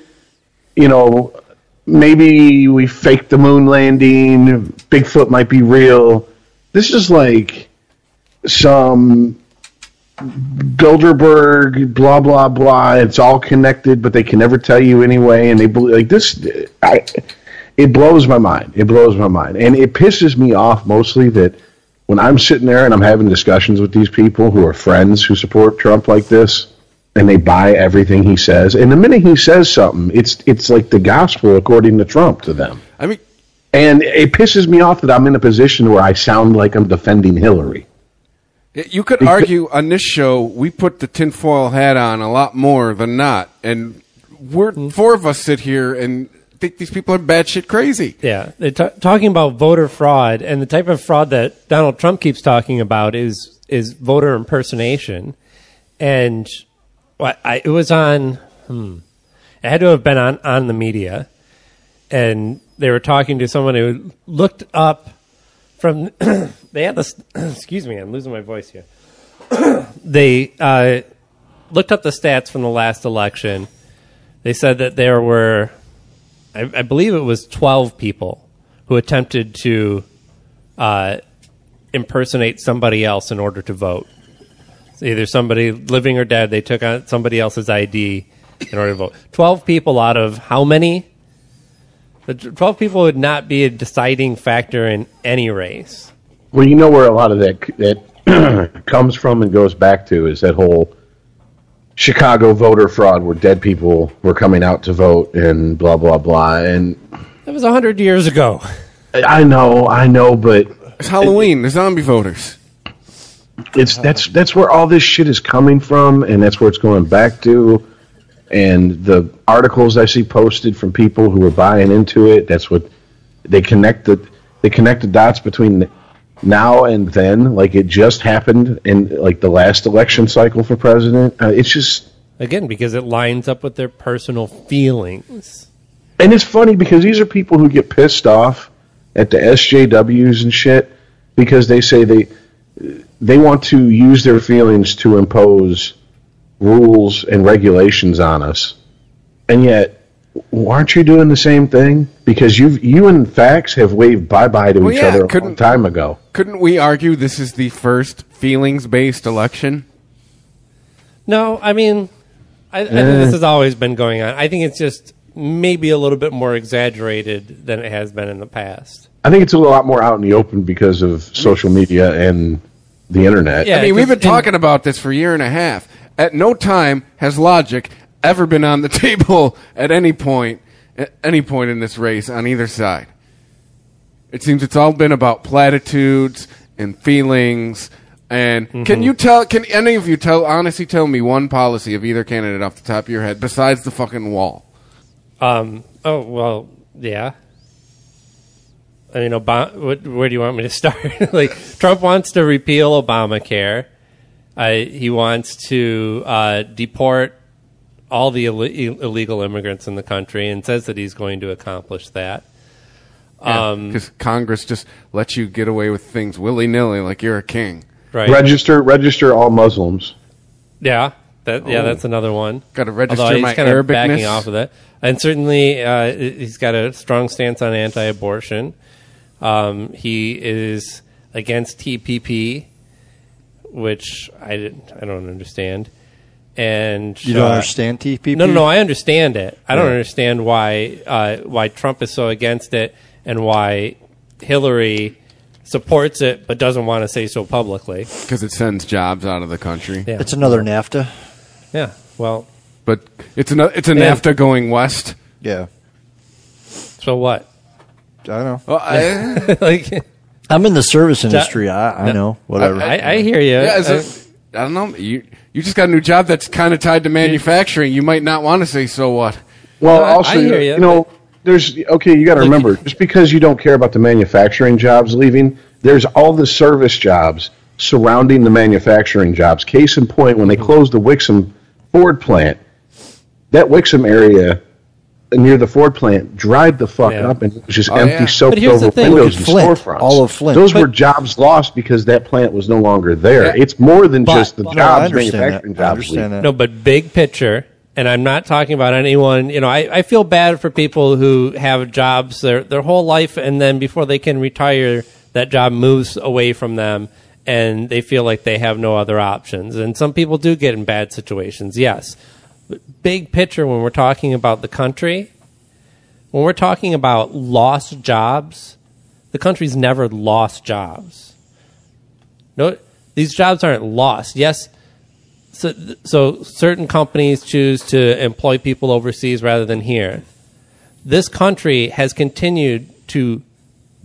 [SPEAKER 2] you know maybe we faked the moon landing, Bigfoot might be real. This is like some Bilderberg, blah blah blah. It's all connected, but they can never tell you anyway. And they bel- like this. I, it blows my mind. It blows my mind, and it pisses me off mostly that when I'm sitting there and I'm having discussions with these people who are friends who support Trump like this, and they buy everything he says. And the minute he says something, it's it's like the gospel according to Trump to them.
[SPEAKER 3] I mean,
[SPEAKER 2] and it pisses me off that I'm in a position where I sound like I'm defending Hillary.
[SPEAKER 3] You could argue on this show we put the tinfoil hat on a lot more than not, and we're
[SPEAKER 5] Mm-hmm.
[SPEAKER 3] four of us sit here and think these people are batshit crazy.
[SPEAKER 5] Yeah, they're ta talking about voter fraud, and the type of fraud that Donald Trump keeps talking about is is voter impersonation. And what I, it was on, hmm, it had to have been on on the media, and they were talking to someone who looked up from. they had this. excuse me, I'm losing my voice here. they uh, looked up the stats from the last election. They said that there were, I, I believe it was 12 people who attempted to uh, impersonate somebody else in order to vote. It's either somebody living or dead, they took on somebody else's ID in order to vote. 12 people out of how many? The t- 12 people would not be a deciding factor in any race.
[SPEAKER 2] Well, you know where a lot of that that comes from and goes back to is that whole Chicago voter fraud, where dead people were coming out to vote and blah blah blah. And
[SPEAKER 5] That was 100 years ago.
[SPEAKER 2] I know, I know, but
[SPEAKER 3] it's Halloween. They're zombie voters.
[SPEAKER 2] It's that's that's where all this shit is coming from, and that's where it's going back to. And the articles I see posted from people who are buying into it, that's what they connect the they connect the dots between now and then, like it just happened in like the last election cycle for president. Uh, it's just
[SPEAKER 5] Again, because it lines up with their personal feelings.
[SPEAKER 2] And it's funny because these are people who get pissed off at the SJWs and shit because they say they they want to use their feelings to impose rules and regulations on us. And yet, aren't you doing the same thing? Because you you and facts have waved bye bye to
[SPEAKER 3] Well,
[SPEAKER 2] each
[SPEAKER 3] yeah,
[SPEAKER 2] other a long
[SPEAKER 3] couldn't-
[SPEAKER 2] time ago.
[SPEAKER 3] Couldn't we argue this is the first feelings based election?
[SPEAKER 5] No, I mean, I, I think
[SPEAKER 3] Eh.
[SPEAKER 5] this has always been going on. I think it's just maybe a little bit more exaggerated than it has been in the past.
[SPEAKER 2] I think it's a lot more out in the open because of social media and the internet.
[SPEAKER 3] I mean, we've been talking about this for a year and a half. At no time has logic ever been on the table at any point, at any point in this race on either side. It seems it's all been about platitudes and feelings. And can you tell? Can any of you tell? Honestly, tell me one policy of either candidate off the top of your head besides the fucking wall.
[SPEAKER 5] Um. Oh well. Yeah. I mean, Obama. What, where do you want me to start? like, Trump wants to repeal Obamacare. Uh, he wants to uh, deport all the Ill- illegal immigrants in the country, and says that he's going to accomplish that. Um,
[SPEAKER 3] because Mm-hmm. Congress just lets you get away with things willy nilly, like you're a king.
[SPEAKER 5] Right.
[SPEAKER 2] Register register all Muslims.
[SPEAKER 5] Yeah, that yeah,
[SPEAKER 3] Oh.
[SPEAKER 5] that's another one.
[SPEAKER 3] Got to register
[SPEAKER 5] Although he's
[SPEAKER 3] my
[SPEAKER 5] kind of backing
[SPEAKER 3] Arabicness.
[SPEAKER 5] off of that, and certainly uh, he's got a strong stance on anti-abortion. Um, he is against TPP, which I didn't, I don't understand. And
[SPEAKER 6] You don't
[SPEAKER 5] uh,
[SPEAKER 6] understand TPP?
[SPEAKER 5] No, no, no, I understand it. I don't
[SPEAKER 6] Right.
[SPEAKER 5] understand why uh, why Trump is so against it and why Hillary supports it but doesn't want to say so publicly.
[SPEAKER 3] Because it sends jobs out of the country.
[SPEAKER 5] Yeah.
[SPEAKER 6] It's another NAFTA.
[SPEAKER 5] Yeah. Well,
[SPEAKER 3] But it's an it's a
[SPEAKER 5] Yeah.
[SPEAKER 3] NAFTA going west.
[SPEAKER 6] Yeah.
[SPEAKER 5] So what?
[SPEAKER 6] I don't know.
[SPEAKER 3] Well, Oh, I-
[SPEAKER 5] like,
[SPEAKER 6] I'm in the service industry. I, I know. Whatever.
[SPEAKER 5] I, I hear you.
[SPEAKER 3] Yeah, is it- I don't know. You you just got a new job that's kind of tied to manufacturing. You might not want to say so what.
[SPEAKER 2] Well, also, you, know, there's okay. You got to remember, just because you don't care about the manufacturing jobs leaving, there's all the service jobs surrounding the manufacturing jobs. Case in point,
[SPEAKER 6] Mm-hmm.
[SPEAKER 2] when they closed the Wixom Ford plant, that Wixom area near the Ford plant dried the fuck up and it was just
[SPEAKER 6] Oh,
[SPEAKER 2] empty,
[SPEAKER 6] yeah.
[SPEAKER 2] soaked
[SPEAKER 6] But here's the
[SPEAKER 2] over
[SPEAKER 6] thing,
[SPEAKER 2] windows
[SPEAKER 6] look
[SPEAKER 2] and
[SPEAKER 6] at Flint,
[SPEAKER 2] storefronts.
[SPEAKER 6] all of Flint.
[SPEAKER 2] Those
[SPEAKER 6] But-
[SPEAKER 2] were jobs lost because that plant was no longer there. It's more than just the
[SPEAKER 5] but- No, I
[SPEAKER 2] jobs,
[SPEAKER 5] understand
[SPEAKER 2] manufacturing
[SPEAKER 5] that. I
[SPEAKER 2] jobs. leaving.
[SPEAKER 5] No, but big picture, and I'm not talking about anyone. You know, I, I feel bad for people who have jobs their their whole life, and then before they can retire, that job moves away from them, and they feel like they have no other options. And some people do get in bad situations, yes. But big picture, when we're talking about the country, when we're talking about lost jobs, the country's never lost jobs. No, these jobs aren't lost. Yes, so, so certain companies choose to employ people overseas rather than here. This country has continued to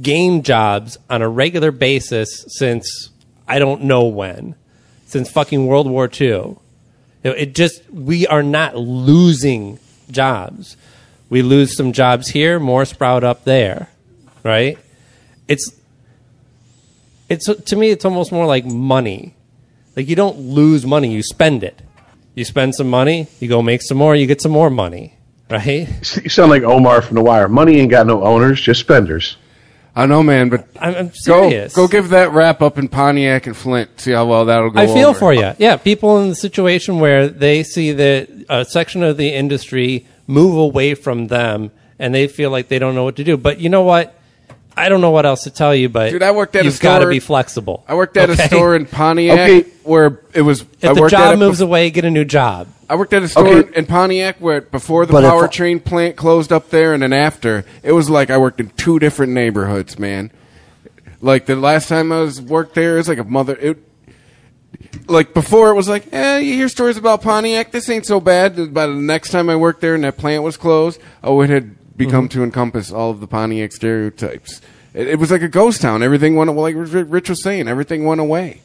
[SPEAKER 5] gain jobs on a regular basis since I don't know when, since fucking World War II. You know, It just, we are not losing jobs. We lose some jobs here, more sprout up there, right? It's, it's to me, it's almost more like money. Like you don't lose money, you spend it. You spend some money, you go make some more, you get some more money, right?
[SPEAKER 2] You sound like Omar from The Wire. Money ain't got no owners, just spenders.
[SPEAKER 3] I know, man, but
[SPEAKER 5] I'm, I'm
[SPEAKER 3] Go,
[SPEAKER 5] serious.
[SPEAKER 3] go give that wrap up in Pontiac and Flint. See how well that'll go.
[SPEAKER 5] I feel
[SPEAKER 3] over.
[SPEAKER 5] for you. Yeah, people in the situation where they see that a section of the industry move away from them and they feel like they don't know what to do. But you know what? I don't know what else to tell you, but
[SPEAKER 3] Dude, I worked at a
[SPEAKER 5] you've got to
[SPEAKER 3] store-
[SPEAKER 5] be flexible.
[SPEAKER 3] I worked at
[SPEAKER 5] okay?
[SPEAKER 3] a store in Pontiac
[SPEAKER 5] Okay.
[SPEAKER 3] where it was.
[SPEAKER 5] If
[SPEAKER 3] I
[SPEAKER 5] the
[SPEAKER 3] worked at
[SPEAKER 5] job
[SPEAKER 3] a-
[SPEAKER 5] moves away, get a new job.
[SPEAKER 3] I worked at a store
[SPEAKER 5] Okay.
[SPEAKER 3] in Pontiac where before the
[SPEAKER 5] But if-
[SPEAKER 3] powertrain plant closed up there and then after, it was like I worked in two different neighborhoods, man. Like the last time I was worked there, it was like a mother. It, like before, it was like, eh, you hear stories about Pontiac. This ain't so bad. By the next time I worked there and that plant was closed, oh, it had become
[SPEAKER 5] Mm-hmm.
[SPEAKER 3] to encompass all of the Pontiac stereotypes. It, it was like a ghost town. Everything went like Rich was saying. Everything went away.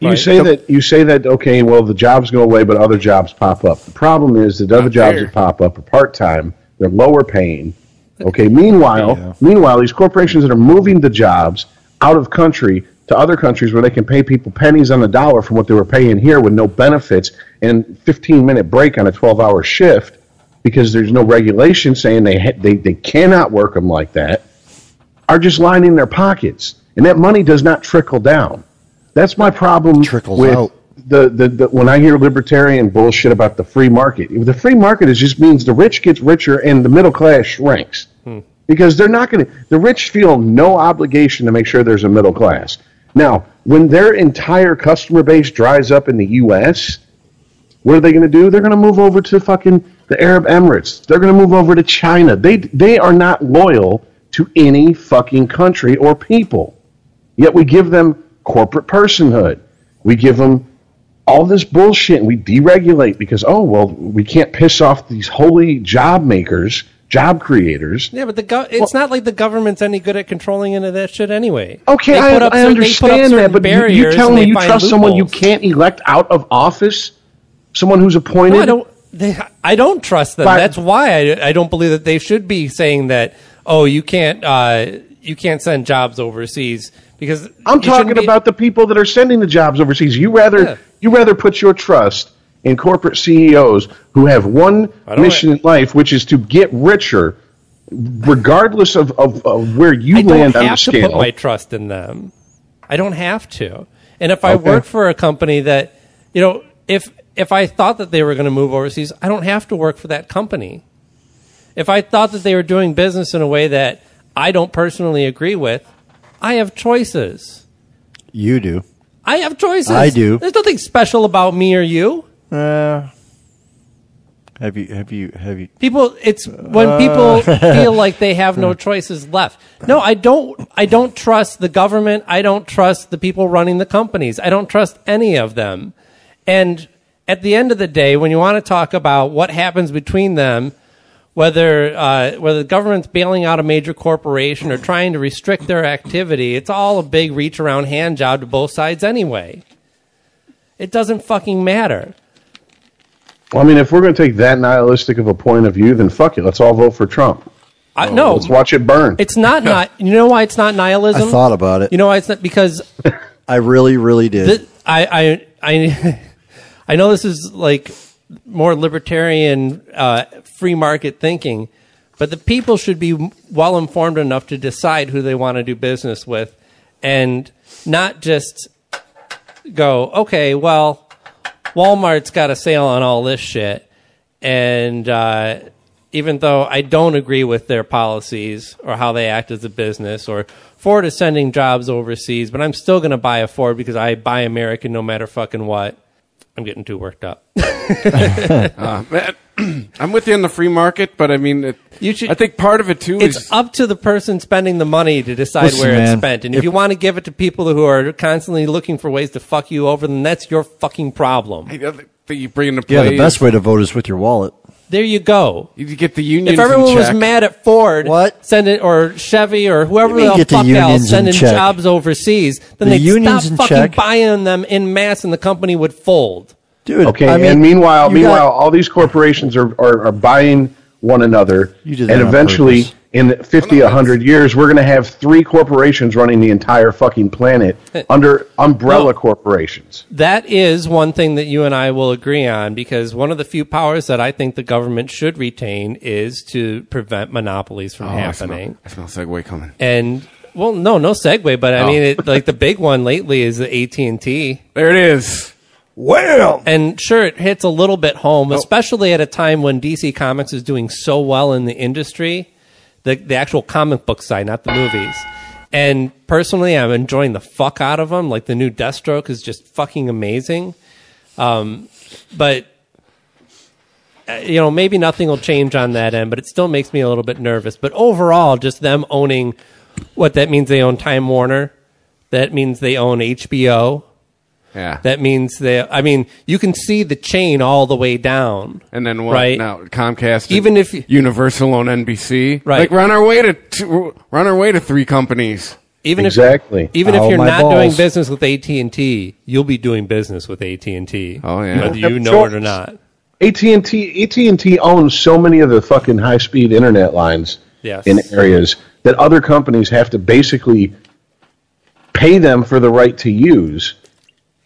[SPEAKER 2] You
[SPEAKER 3] Right.
[SPEAKER 2] say that you say that okay, well the jobs go away, but other jobs pop up. The problem is that other jobs
[SPEAKER 3] fair.
[SPEAKER 2] that pop up are part time. They're lower paying. Okay. Meanwhile, meanwhile, these corporations that are moving the jobs out of country to other countries where they can pay people pennies on the dollar from what they were paying here with no benefits and 15 minute break on a 12 hour shift because there's no regulation saying they ha- they they cannot work them like that are just lining their pockets, and that money does not trickle down. That's my problem with
[SPEAKER 6] out.
[SPEAKER 2] The, the, the when I hear libertarian bullshit about the free market. The free market is just means the rich gets richer and the middle class shrinks because they're not going to. The rich feel no obligation to make sure there's a middle class. Now, when their entire customer base dries up in the U.S., what are they going to do? They're going to move over to fucking the Arab Emirates. They're going to move over to China. They they are not loyal to any fucking country or people. Yet we give them corporate personhood. We give them all this bullshit and we deregulate because oh well we can't piss off these holy job makers, job creators.
[SPEAKER 5] Yeah, but the gov it's not like the government's any good at controlling any of that shit anyway.
[SPEAKER 2] Okay,
[SPEAKER 5] They
[SPEAKER 2] I,
[SPEAKER 5] put up
[SPEAKER 2] I
[SPEAKER 5] certain- they put up
[SPEAKER 2] understand that,
[SPEAKER 5] certain
[SPEAKER 2] but you, you
[SPEAKER 5] barriers
[SPEAKER 2] tell
[SPEAKER 5] and
[SPEAKER 2] me
[SPEAKER 5] they
[SPEAKER 2] you
[SPEAKER 5] find
[SPEAKER 2] trust someone you
[SPEAKER 5] loopholes.
[SPEAKER 2] can't elect out of office, someone who's appointed.
[SPEAKER 5] No, I don't. They, I don't trust them.
[SPEAKER 2] But-
[SPEAKER 5] That's why I, I don't believe that they should be saying that. Oh, you can't. Uh, you can't send jobs overseas because
[SPEAKER 2] I'm
[SPEAKER 5] you shouldn't
[SPEAKER 2] talking
[SPEAKER 5] be-
[SPEAKER 2] about the people that are sending the jobs overseas. You rather
[SPEAKER 5] Yeah.
[SPEAKER 2] you rather put your trust in corporate CEOs who have one
[SPEAKER 5] don't
[SPEAKER 2] mission in life, which is to get richer, regardless of, of, of where you
[SPEAKER 5] I
[SPEAKER 2] land
[SPEAKER 5] don't
[SPEAKER 2] on the
[SPEAKER 5] have to
[SPEAKER 2] scale.
[SPEAKER 5] put my trust in them. I don't have to. And if I
[SPEAKER 2] Okay.
[SPEAKER 5] work for a company that, you know, if if I thought that they were going to move overseas, I don't have to work for that company. If I thought that they were doing business in a way that I don't personally agree with, I have choices.
[SPEAKER 6] You do.
[SPEAKER 5] I have choices.
[SPEAKER 6] I do.
[SPEAKER 5] There's nothing special about me or you.
[SPEAKER 6] Uh, have you? Have you? Have you?
[SPEAKER 5] People, it's when
[SPEAKER 6] Uh.
[SPEAKER 5] people feel like they have no choices left. No, I don't. I don't trust the government. I don't trust the people running the companies. I don't trust any of them. And at the end of the day, when you want to talk about what happens between them, whether uh, whether the government's bailing out a major corporation or trying to restrict their activity, it's all a big reach around hand job to both sides anyway. It doesn't fucking matter.
[SPEAKER 2] Well, I mean, if we're going to take that nihilistic of a point of view, then fuck it. Let's all vote for Trump.
[SPEAKER 5] I, no,
[SPEAKER 2] Oh, Let's watch it burn.
[SPEAKER 5] Oh. It's not not. You know why it's not nihilism?
[SPEAKER 6] I thought about it.
[SPEAKER 5] You know why it's not because
[SPEAKER 6] I really, really did.
[SPEAKER 5] thi- I I I I know this is like more libertarian uh, free market thinking, but the people should be well informed enough to decide who they want to do business with, and not just go okay. Well, Walmart's got a sale on all this shit, and uh, even though I don't agree with their policies or how they act as a business, or Ford is sending jobs overseas, but I'm still going to buy a Ford because I buy American no matter fucking what. I'm getting too worked up.
[SPEAKER 3] Uh, man, I'm with you on the free market, but I mean, it,
[SPEAKER 5] you should,
[SPEAKER 3] I think part of it too
[SPEAKER 5] it's
[SPEAKER 3] is
[SPEAKER 5] up to the person spending the money to decide
[SPEAKER 3] Listen,
[SPEAKER 5] where it's
[SPEAKER 3] man,
[SPEAKER 5] spent. And if,
[SPEAKER 3] if-
[SPEAKER 5] you want to give it to people who are constantly looking for ways to fuck you over, then that's your fucking problem.
[SPEAKER 3] the other thing you bring into play.
[SPEAKER 6] Yeah, the
[SPEAKER 3] is-
[SPEAKER 6] best way to vote is with your wallet.
[SPEAKER 5] There you go.
[SPEAKER 3] You get the unions.
[SPEAKER 5] If everyone
[SPEAKER 3] in
[SPEAKER 5] was
[SPEAKER 3] check.
[SPEAKER 5] mad at Ford, what? Send it or Chevy or whoever
[SPEAKER 6] What do you mean
[SPEAKER 5] the
[SPEAKER 6] get the
[SPEAKER 5] fuck else
[SPEAKER 6] unions in
[SPEAKER 5] sending
[SPEAKER 6] check?
[SPEAKER 5] jobs overseas, then
[SPEAKER 6] The
[SPEAKER 5] they'd
[SPEAKER 6] unions
[SPEAKER 5] stop
[SPEAKER 6] in
[SPEAKER 5] fucking
[SPEAKER 6] check?
[SPEAKER 5] buying them in mass, and the company would fold.
[SPEAKER 6] Dude,
[SPEAKER 2] okay.
[SPEAKER 6] I mean,
[SPEAKER 2] and meanwhile,
[SPEAKER 6] you
[SPEAKER 2] meanwhile,
[SPEAKER 6] got-
[SPEAKER 2] all these corporations are, are, are buying one another,
[SPEAKER 6] You did that
[SPEAKER 2] and
[SPEAKER 6] on
[SPEAKER 2] eventually,
[SPEAKER 6] purpose.
[SPEAKER 2] in 50, 100 years, we're going to have three corporations running the entire fucking planet
[SPEAKER 5] Eh.
[SPEAKER 2] under umbrella corporations.
[SPEAKER 5] That is one thing that you and I will agree on because one of the few powers that I think the government should retain is to prevent monopolies from
[SPEAKER 3] Oh, I smell-
[SPEAKER 5] happening.
[SPEAKER 3] I smell segue coming.
[SPEAKER 5] And well, no, no segue, but I
[SPEAKER 3] Oh.
[SPEAKER 5] mean, it, like the big one lately is the AT and T.
[SPEAKER 3] There it is.
[SPEAKER 5] Well, and sure, it hits a little bit home, especially at a time when DC Comics is doing so well in the industry, the the actual comic book side, not the movies. And personally, I'm enjoying the fuck out of them. Like the new Deathstroke is just fucking amazing. Um, but uh, you know, maybe nothing will change on that end, but it still makes me a little bit nervous. But overall, just them owning what that means they own Time Warner, that means they own HBO.
[SPEAKER 3] Yeah.
[SPEAKER 5] That means they I mean, you can see the chain all the way down.
[SPEAKER 3] And then what?
[SPEAKER 5] Right.
[SPEAKER 3] Now Comcast,
[SPEAKER 5] Even if
[SPEAKER 3] Universal on NBC,
[SPEAKER 5] Right.
[SPEAKER 3] Like we're on our way to two, we're on our way to three companies.
[SPEAKER 5] Even if even
[SPEAKER 2] Oh,
[SPEAKER 6] Oh,
[SPEAKER 5] if you're not doing business with AT&T, you'll be doing business with AT&T. Oh
[SPEAKER 3] yeah.
[SPEAKER 5] Whether
[SPEAKER 2] You don't
[SPEAKER 5] you
[SPEAKER 2] have
[SPEAKER 5] know it
[SPEAKER 2] choice.
[SPEAKER 5] or not.
[SPEAKER 2] AT and T AT and T owns so many of the fucking high speed internet lines
[SPEAKER 5] Yes.
[SPEAKER 2] in areas that other companies have to basically pay them for the right to use.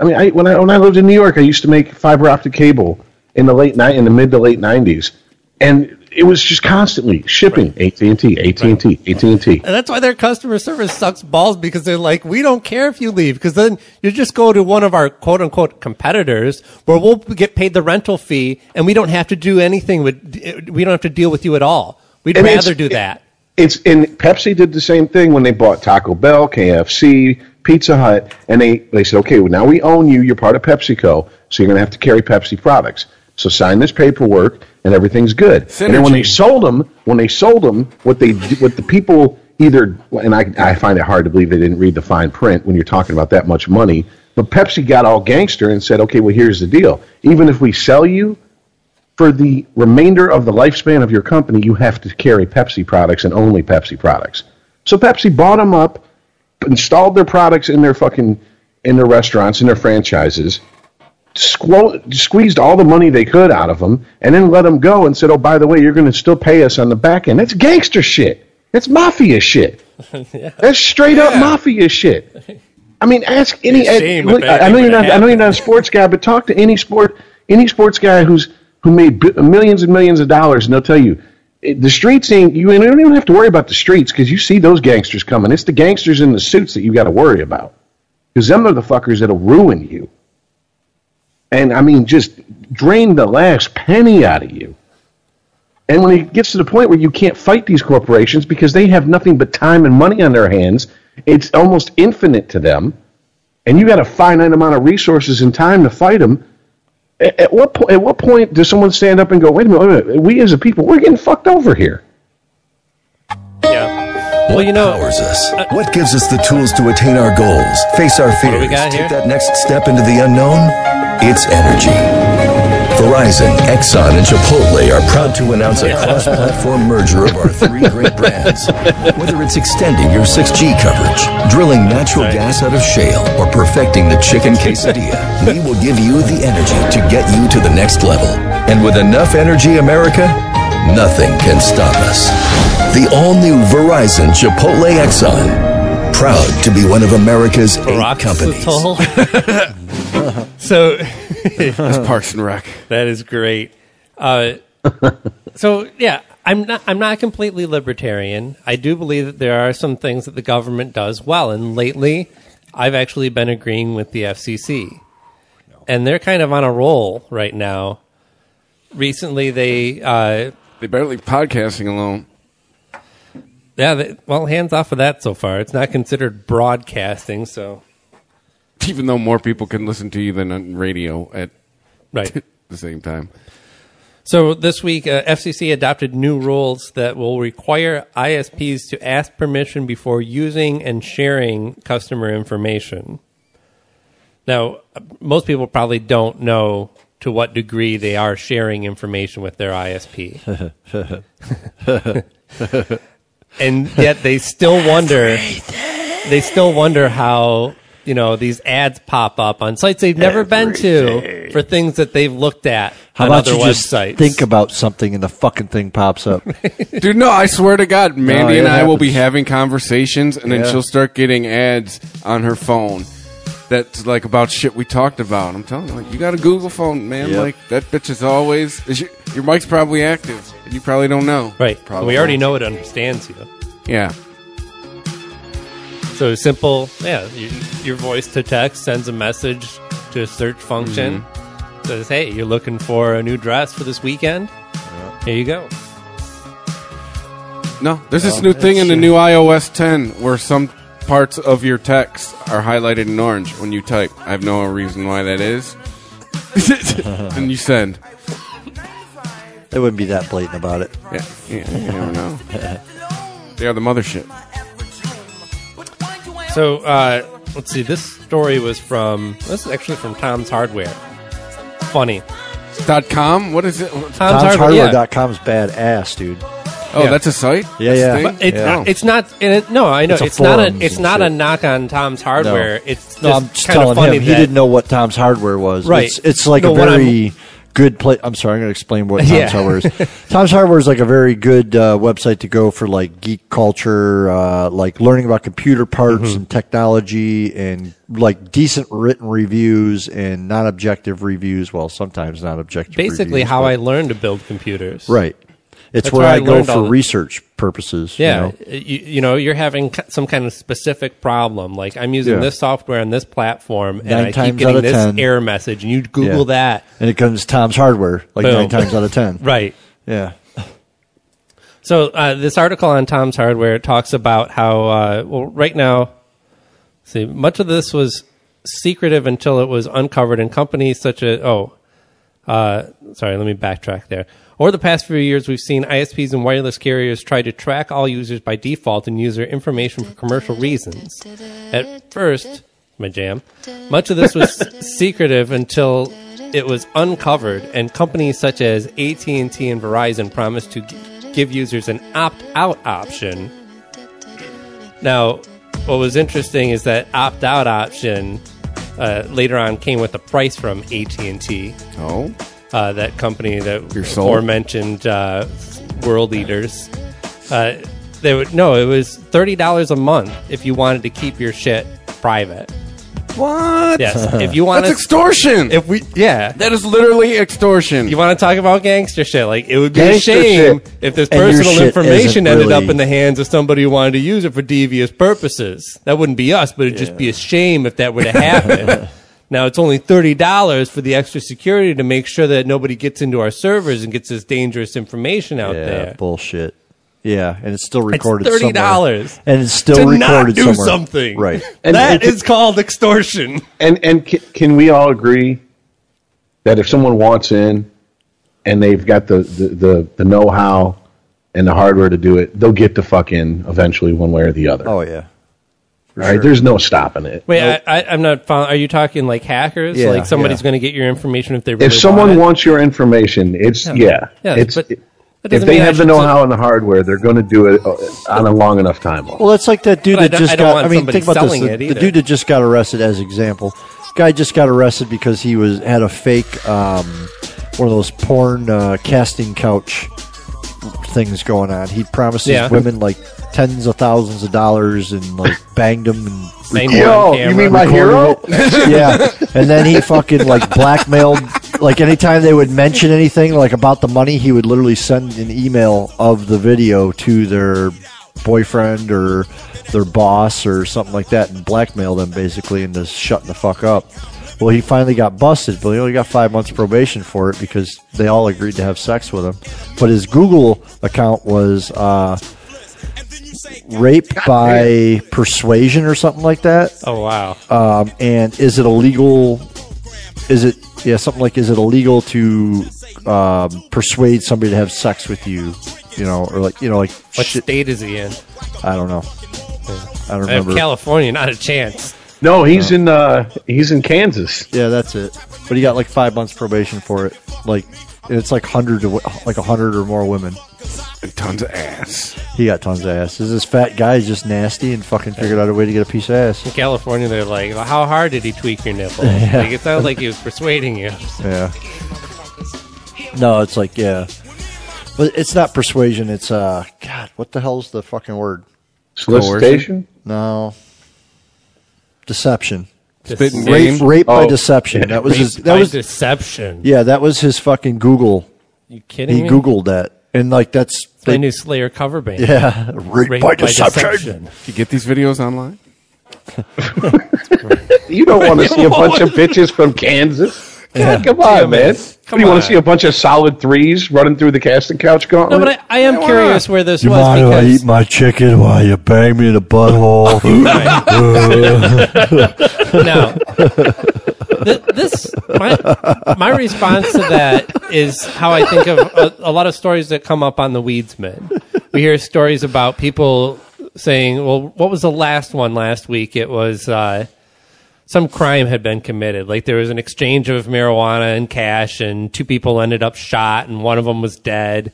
[SPEAKER 2] I mean, I, when I when I lived in New York, I used to make fiber optic cable in the late night in the mid to late nineties, and it was just constantly shipping AT and T, AT and T, AT and T.
[SPEAKER 5] And that's why their customer service sucks balls because they're like, we don't care if you leave because then you just go to one of our quote unquote competitors where we'll get paid the rental fee and we don't have to do anything with, we don't have to deal with you at all. We'd
[SPEAKER 2] And it's-
[SPEAKER 5] rather do that.
[SPEAKER 2] It's and Pepsi did the same thing when they bought Taco Bell, KFC, Pizza Hut, and they, they said, okay, well now we own you. You're part of PepsiCo, so you're going to have to carry Pepsi products. So sign this paperwork, and everything's good. And then when they sold them, when they sold them, what they d- what the people either and I I find it hard to believe they didn't read the fine print when you're talking about that much money. But Pepsi got all gangster and said, okay, well here's the deal. Even if we sell you, for the remainder of the lifespan of your company, you have to carry Pepsi products and only Pepsi products. So Pepsi bought them up, installed their products in their fucking in their restaurants in their franchises, squo- squeezed all the money they could out of them, and then let them go and said, "Oh, by the way, you're going to still pay us on the back end." That's gangster shit. That's mafia shit. That's straight up mafia shit. I mean, ask any.
[SPEAKER 14] It's a shame
[SPEAKER 2] look,
[SPEAKER 14] if
[SPEAKER 2] I I know
[SPEAKER 14] anything
[SPEAKER 2] you're not.
[SPEAKER 14] would've
[SPEAKER 2] I know you're not a sports guy, but talk to any sport any sports guy who's who made bi- millions and millions of dollars, and they'll tell you it- the streets ain't. You don't even have to worry about the streets because you see those gangsters coming. It's the gangsters in the suits that you got to worry about because them are the fuckers that'll ruin you. And I mean, just drain the last penny out of you. And when it gets to the point where you can't fight these corporations because they have nothing but time and money on their hands, it's almost infinite to them. And you got a finite amount of resources and time to fight them. At, at what po- at what point does someone stand up and go, "Wait a minute, wait a minute, we as a people, we're getting fucked over here"?
[SPEAKER 5] Well, you
[SPEAKER 3] Uh,
[SPEAKER 5] know,
[SPEAKER 15] powers us? What gives us the tools to attain our goals, face our
[SPEAKER 5] do
[SPEAKER 15] fears,
[SPEAKER 5] we got
[SPEAKER 15] take
[SPEAKER 5] here?
[SPEAKER 15] that next step into the unknown? It's energy. Verizon, Exxon, and Chipotle are proud to announce a cross-platform merger of our three great brands. Whether it's extending your 6G coverage, drilling natural gas out of shale, or perfecting the chicken quesadilla, we will give you the energy to get you to the next level. And with enough energy, America, nothing can stop us. The all-new Verizon Chipotle Exxon, proud to be one of America's eight companies.
[SPEAKER 5] so
[SPEAKER 3] That's Parks and Rec.
[SPEAKER 5] That is great. Uh, so yeah, I'm not. I'm not completely libertarian. I do believe that there are some things that the government does well, and lately, I've actually been agreeing with the FCC, and they're kind of on a roll right now. Recently, they uh,
[SPEAKER 3] They better leave podcasting alone.
[SPEAKER 5] Yeah, they, well, hands off of that so far. It's not considered broadcasting, so
[SPEAKER 3] even though more people can listen to you than on radio at
[SPEAKER 5] Right.
[SPEAKER 3] the same time.
[SPEAKER 5] So this week, uh, FCC adopted new rules that will require ISPs to ask permission before using and sharing customer information. Now, uh, most people probably don't know to what degree they are sharing information with their ISP. and yet they still wonder they still wonder how you know these ads pop up on sites they've never been to for things that they've looked at
[SPEAKER 6] How
[SPEAKER 5] on
[SPEAKER 6] about
[SPEAKER 5] other
[SPEAKER 6] you just
[SPEAKER 5] websites
[SPEAKER 6] think about something and the fucking thing pops up?
[SPEAKER 3] Dude, no, I swear to God, Mandy
[SPEAKER 6] it
[SPEAKER 3] and I will be
[SPEAKER 6] happens.
[SPEAKER 3] having conversations, and then
[SPEAKER 6] Yeah.
[SPEAKER 3] she'll start getting ads on her phone. That's like about shit we talked about. I'm telling you, like you got a Google phone, man.
[SPEAKER 5] Yep.
[SPEAKER 3] Like that bitch is always is your, your mic's probably active, and you probably don't know.
[SPEAKER 5] right
[SPEAKER 3] Probably.
[SPEAKER 5] we already know it understands you
[SPEAKER 3] Yeah.
[SPEAKER 5] so simple yeah you, your voice to text sends a message to a search function
[SPEAKER 6] Mm-hmm.
[SPEAKER 5] says hey you're looking for a new dress for this weekend here you go
[SPEAKER 3] No, there's this
[SPEAKER 5] Oh,
[SPEAKER 3] new thing in the
[SPEAKER 5] that's-
[SPEAKER 3] new iOS 10 where some parts of your text are highlighted in orange when you type. I have no reason why that is. and you send.
[SPEAKER 6] They wouldn't be that blatant about it.
[SPEAKER 3] Yeah, yeah you never know. They are the mothership.
[SPEAKER 5] So uh, let's see. This story was from this is actually from Tom's Hardware. Funny.
[SPEAKER 3] Dot com. What is it? Tom's,
[SPEAKER 6] Tom's
[SPEAKER 5] yeah.
[SPEAKER 6] Hardware.com's badass, dude.
[SPEAKER 3] Oh, that's a site.
[SPEAKER 6] Yeah, yeah.
[SPEAKER 5] But It's,
[SPEAKER 6] Yeah.
[SPEAKER 5] it's not. And it, no, I know
[SPEAKER 6] It's
[SPEAKER 5] it's,
[SPEAKER 6] a
[SPEAKER 5] not a.
[SPEAKER 6] forums
[SPEAKER 5] It's
[SPEAKER 6] and
[SPEAKER 5] not a
[SPEAKER 6] shit.
[SPEAKER 5] knock on Tom's Hardware. It's
[SPEAKER 6] No, I'm
[SPEAKER 5] just
[SPEAKER 6] just
[SPEAKER 5] kind of
[SPEAKER 6] telling
[SPEAKER 5] funny.
[SPEAKER 6] him he
[SPEAKER 5] that-
[SPEAKER 6] didn't know what Tom's Hardware was.
[SPEAKER 5] Right.
[SPEAKER 6] It's, it's like
[SPEAKER 5] No,
[SPEAKER 6] a
[SPEAKER 5] what I'm-
[SPEAKER 6] very good place. I'm sorry, I'm going to explain what Tom's
[SPEAKER 5] Yeah.
[SPEAKER 6] Hardware is. Tom's Hardware is like a very good uh, website to go for like geek culture, uh, like learning about computer parts
[SPEAKER 5] Mhm.
[SPEAKER 6] and technology, and like decent written reviews and not objective reviews. Well, sometimes not objective.
[SPEAKER 5] basically
[SPEAKER 6] reviews,
[SPEAKER 5] how
[SPEAKER 6] but-
[SPEAKER 5] I learned to build computers.
[SPEAKER 6] right. It's
[SPEAKER 5] That's
[SPEAKER 6] where
[SPEAKER 5] where I
[SPEAKER 6] I, go
[SPEAKER 5] learned all
[SPEAKER 6] for
[SPEAKER 5] the-
[SPEAKER 6] research purposes. you
[SPEAKER 5] Yeah,
[SPEAKER 6] know?
[SPEAKER 5] you, you know, you're having c- some kind of specific problem. Like I'm using
[SPEAKER 6] Yeah.
[SPEAKER 5] this software on this platform, and
[SPEAKER 6] Nine
[SPEAKER 5] I keep
[SPEAKER 6] times out
[SPEAKER 5] getting
[SPEAKER 6] of
[SPEAKER 5] this
[SPEAKER 6] 10.
[SPEAKER 5] error message, and you Google
[SPEAKER 6] Yeah.
[SPEAKER 5] that,
[SPEAKER 6] and it comes Tom's Hardware like
[SPEAKER 5] Boom.
[SPEAKER 6] nine times out of ten.
[SPEAKER 5] Right.
[SPEAKER 6] Yeah.
[SPEAKER 5] So uh, this article on Tom's Hardware talks about how uh, well right now, see much of this was secretive until it was uncovered in companies such as oh, uh, sorry, let me backtrack there. Over the past few years, we've seen ISPs and wireless carriers try to track all users by default and use their information for commercial reasons. At first, my jam, much of this was secretive until it was uncovered, and companies such as AT&T and Verizon promised to g- give users an opt-out option. Now, what was interesting is that opt-out option uh, later on came with a price from AT&T.
[SPEAKER 3] Oh,
[SPEAKER 5] uh, that company that
[SPEAKER 3] Your soul?
[SPEAKER 5] aforementioned uh, world leaders. Uh, they would no, it was thirty dollars a month if you wanted to keep your shit private.
[SPEAKER 3] What?
[SPEAKER 5] Yes, if you want
[SPEAKER 3] That's extortion.
[SPEAKER 5] If we yeah,
[SPEAKER 3] that is literally extortion.
[SPEAKER 5] You want to talk about gangster shit? Like it would be
[SPEAKER 3] Gangster
[SPEAKER 5] a shame
[SPEAKER 3] shit.
[SPEAKER 5] if this
[SPEAKER 3] And your
[SPEAKER 5] personal
[SPEAKER 3] shit
[SPEAKER 5] information
[SPEAKER 3] isn't
[SPEAKER 5] ended up
[SPEAKER 3] really-
[SPEAKER 5] in the hands of somebody who wanted to use it for devious purposes. That wouldn't be us, but it'd just be a shame if that were to happen. now it's only thirty dollars for the extra security to make sure that nobody gets into our servers and gets this dangerous information out
[SPEAKER 6] yeah,
[SPEAKER 5] there.
[SPEAKER 6] bullshit. Yeah, and it's still recorded.
[SPEAKER 5] it's thirty
[SPEAKER 6] somewhere.
[SPEAKER 5] dollars,
[SPEAKER 6] and it's still
[SPEAKER 5] to
[SPEAKER 6] recorded
[SPEAKER 5] not do
[SPEAKER 6] somewhere.
[SPEAKER 5] something.
[SPEAKER 6] right?
[SPEAKER 5] And that
[SPEAKER 2] it-
[SPEAKER 5] is called extortion.
[SPEAKER 2] And and can, can we all agree that if someone wants in and they've got the the, the, the know how and the hardware to do it, they'll get the fuck in eventually, one way or the other.
[SPEAKER 6] Oh yeah.
[SPEAKER 2] All right, there's no stopping it.
[SPEAKER 5] Wait, I, I, I'm not. Follow- are you talking like hackers?
[SPEAKER 2] Yeah,
[SPEAKER 5] like somebody's
[SPEAKER 2] yeah.
[SPEAKER 5] going to get your information if they really
[SPEAKER 2] if someone
[SPEAKER 5] want it?
[SPEAKER 2] wants your information, it's yeah,
[SPEAKER 5] Yeah,
[SPEAKER 2] it's.
[SPEAKER 5] but that
[SPEAKER 2] if
[SPEAKER 5] doesn't
[SPEAKER 2] they
[SPEAKER 5] mean I
[SPEAKER 2] have the
[SPEAKER 5] should-
[SPEAKER 2] know-how and the hardware, they're going to do it uh, on a long enough timeline.
[SPEAKER 6] Well, that's like that dude
[SPEAKER 5] But I
[SPEAKER 6] that
[SPEAKER 5] don't-
[SPEAKER 6] just
[SPEAKER 5] I don't
[SPEAKER 6] got.
[SPEAKER 5] want
[SPEAKER 6] I mean,
[SPEAKER 5] somebody
[SPEAKER 6] think about this.
[SPEAKER 5] selling
[SPEAKER 6] The,
[SPEAKER 5] it
[SPEAKER 6] the
[SPEAKER 5] either.
[SPEAKER 6] dude that just got arrested, as example, guy just got arrested because he was had a fake um, one of those porn uh, casting couch things going on. He promised
[SPEAKER 5] Yeah.
[SPEAKER 6] these women like tens of thousands of dollars and like banged them. And
[SPEAKER 5] Banged
[SPEAKER 6] recorded-
[SPEAKER 5] them on Yo, you mean my
[SPEAKER 6] recorded
[SPEAKER 5] hero?
[SPEAKER 6] it. yeah, and then he fucking like blackmailed. Like anytime they would mention anything like about the money, he would literally send an email of the video to their boyfriend or their boss or something like that, and blackmail them basically into shutting the fuck up. Well, he finally got busted, but he only got five months probation for it because they all agreed to have sex with him. But his Google account was uh, rape by persuasion or something like that.
[SPEAKER 5] Oh, wow.
[SPEAKER 6] Um, and is it illegal? Is it yeah something like is it illegal to um, persuade somebody to have sex with you? You know, or like you know, like
[SPEAKER 5] What state is he in?
[SPEAKER 6] I don't know. I don't
[SPEAKER 5] I have
[SPEAKER 6] remember.
[SPEAKER 5] California, not a chance.
[SPEAKER 2] No, he's in uh, he's in Kansas.
[SPEAKER 6] Yeah, that's it. But he got like five months probation for it. Like it's like hundred to like hundred or more women.
[SPEAKER 3] tons of ass.
[SPEAKER 6] He got tons of ass. This is fat guy is just nasty and fucking figured out a way to get a piece of ass.
[SPEAKER 5] In California, they're like, "Well, "How hard did he tweak your nipple?"
[SPEAKER 6] Yeah.
[SPEAKER 5] Like it sounds like he was persuading you.
[SPEAKER 6] Yeah. No, it's like yeah, but it's not persuasion. It's uh, God, what the hell's the fucking word?
[SPEAKER 2] Solicitation?
[SPEAKER 6] No. Deception.
[SPEAKER 2] Spit and
[SPEAKER 6] rape,
[SPEAKER 2] game?
[SPEAKER 6] rape by
[SPEAKER 2] Oh.
[SPEAKER 6] deception. That was
[SPEAKER 5] Rape
[SPEAKER 6] his. That
[SPEAKER 5] by
[SPEAKER 6] was
[SPEAKER 5] deception.
[SPEAKER 6] Yeah, that was his fucking Google.
[SPEAKER 5] You kidding
[SPEAKER 6] He
[SPEAKER 5] me?
[SPEAKER 6] Googled that, and like that's
[SPEAKER 5] My new Slayer cover band.
[SPEAKER 6] Yeah, rape, by, deception.
[SPEAKER 3] You get these videos online?
[SPEAKER 2] You don't want to see a bunch of bitches from Kansas.
[SPEAKER 6] Yeah.
[SPEAKER 2] God, come on,
[SPEAKER 6] Yeah, man.
[SPEAKER 2] man.
[SPEAKER 6] Come
[SPEAKER 2] What, do you
[SPEAKER 6] on.
[SPEAKER 2] want to see a bunch of solid threes running through the casting couch
[SPEAKER 5] No,
[SPEAKER 2] gauntlet?
[SPEAKER 5] but I, I am curious where this
[SPEAKER 6] You
[SPEAKER 5] was
[SPEAKER 6] mind if I
[SPEAKER 5] because
[SPEAKER 6] eat my chicken while you bang me in the butthole?
[SPEAKER 5] No. Th- this my, my response to that is how I think of a, a lot of stories that come up on the Weedsman. We hear stories about people saying, "Well, what was the last one last week? It was uh, some crime had been committed. Like there was an exchange of marijuana and cash, and two people ended up shot, and one of them was dead."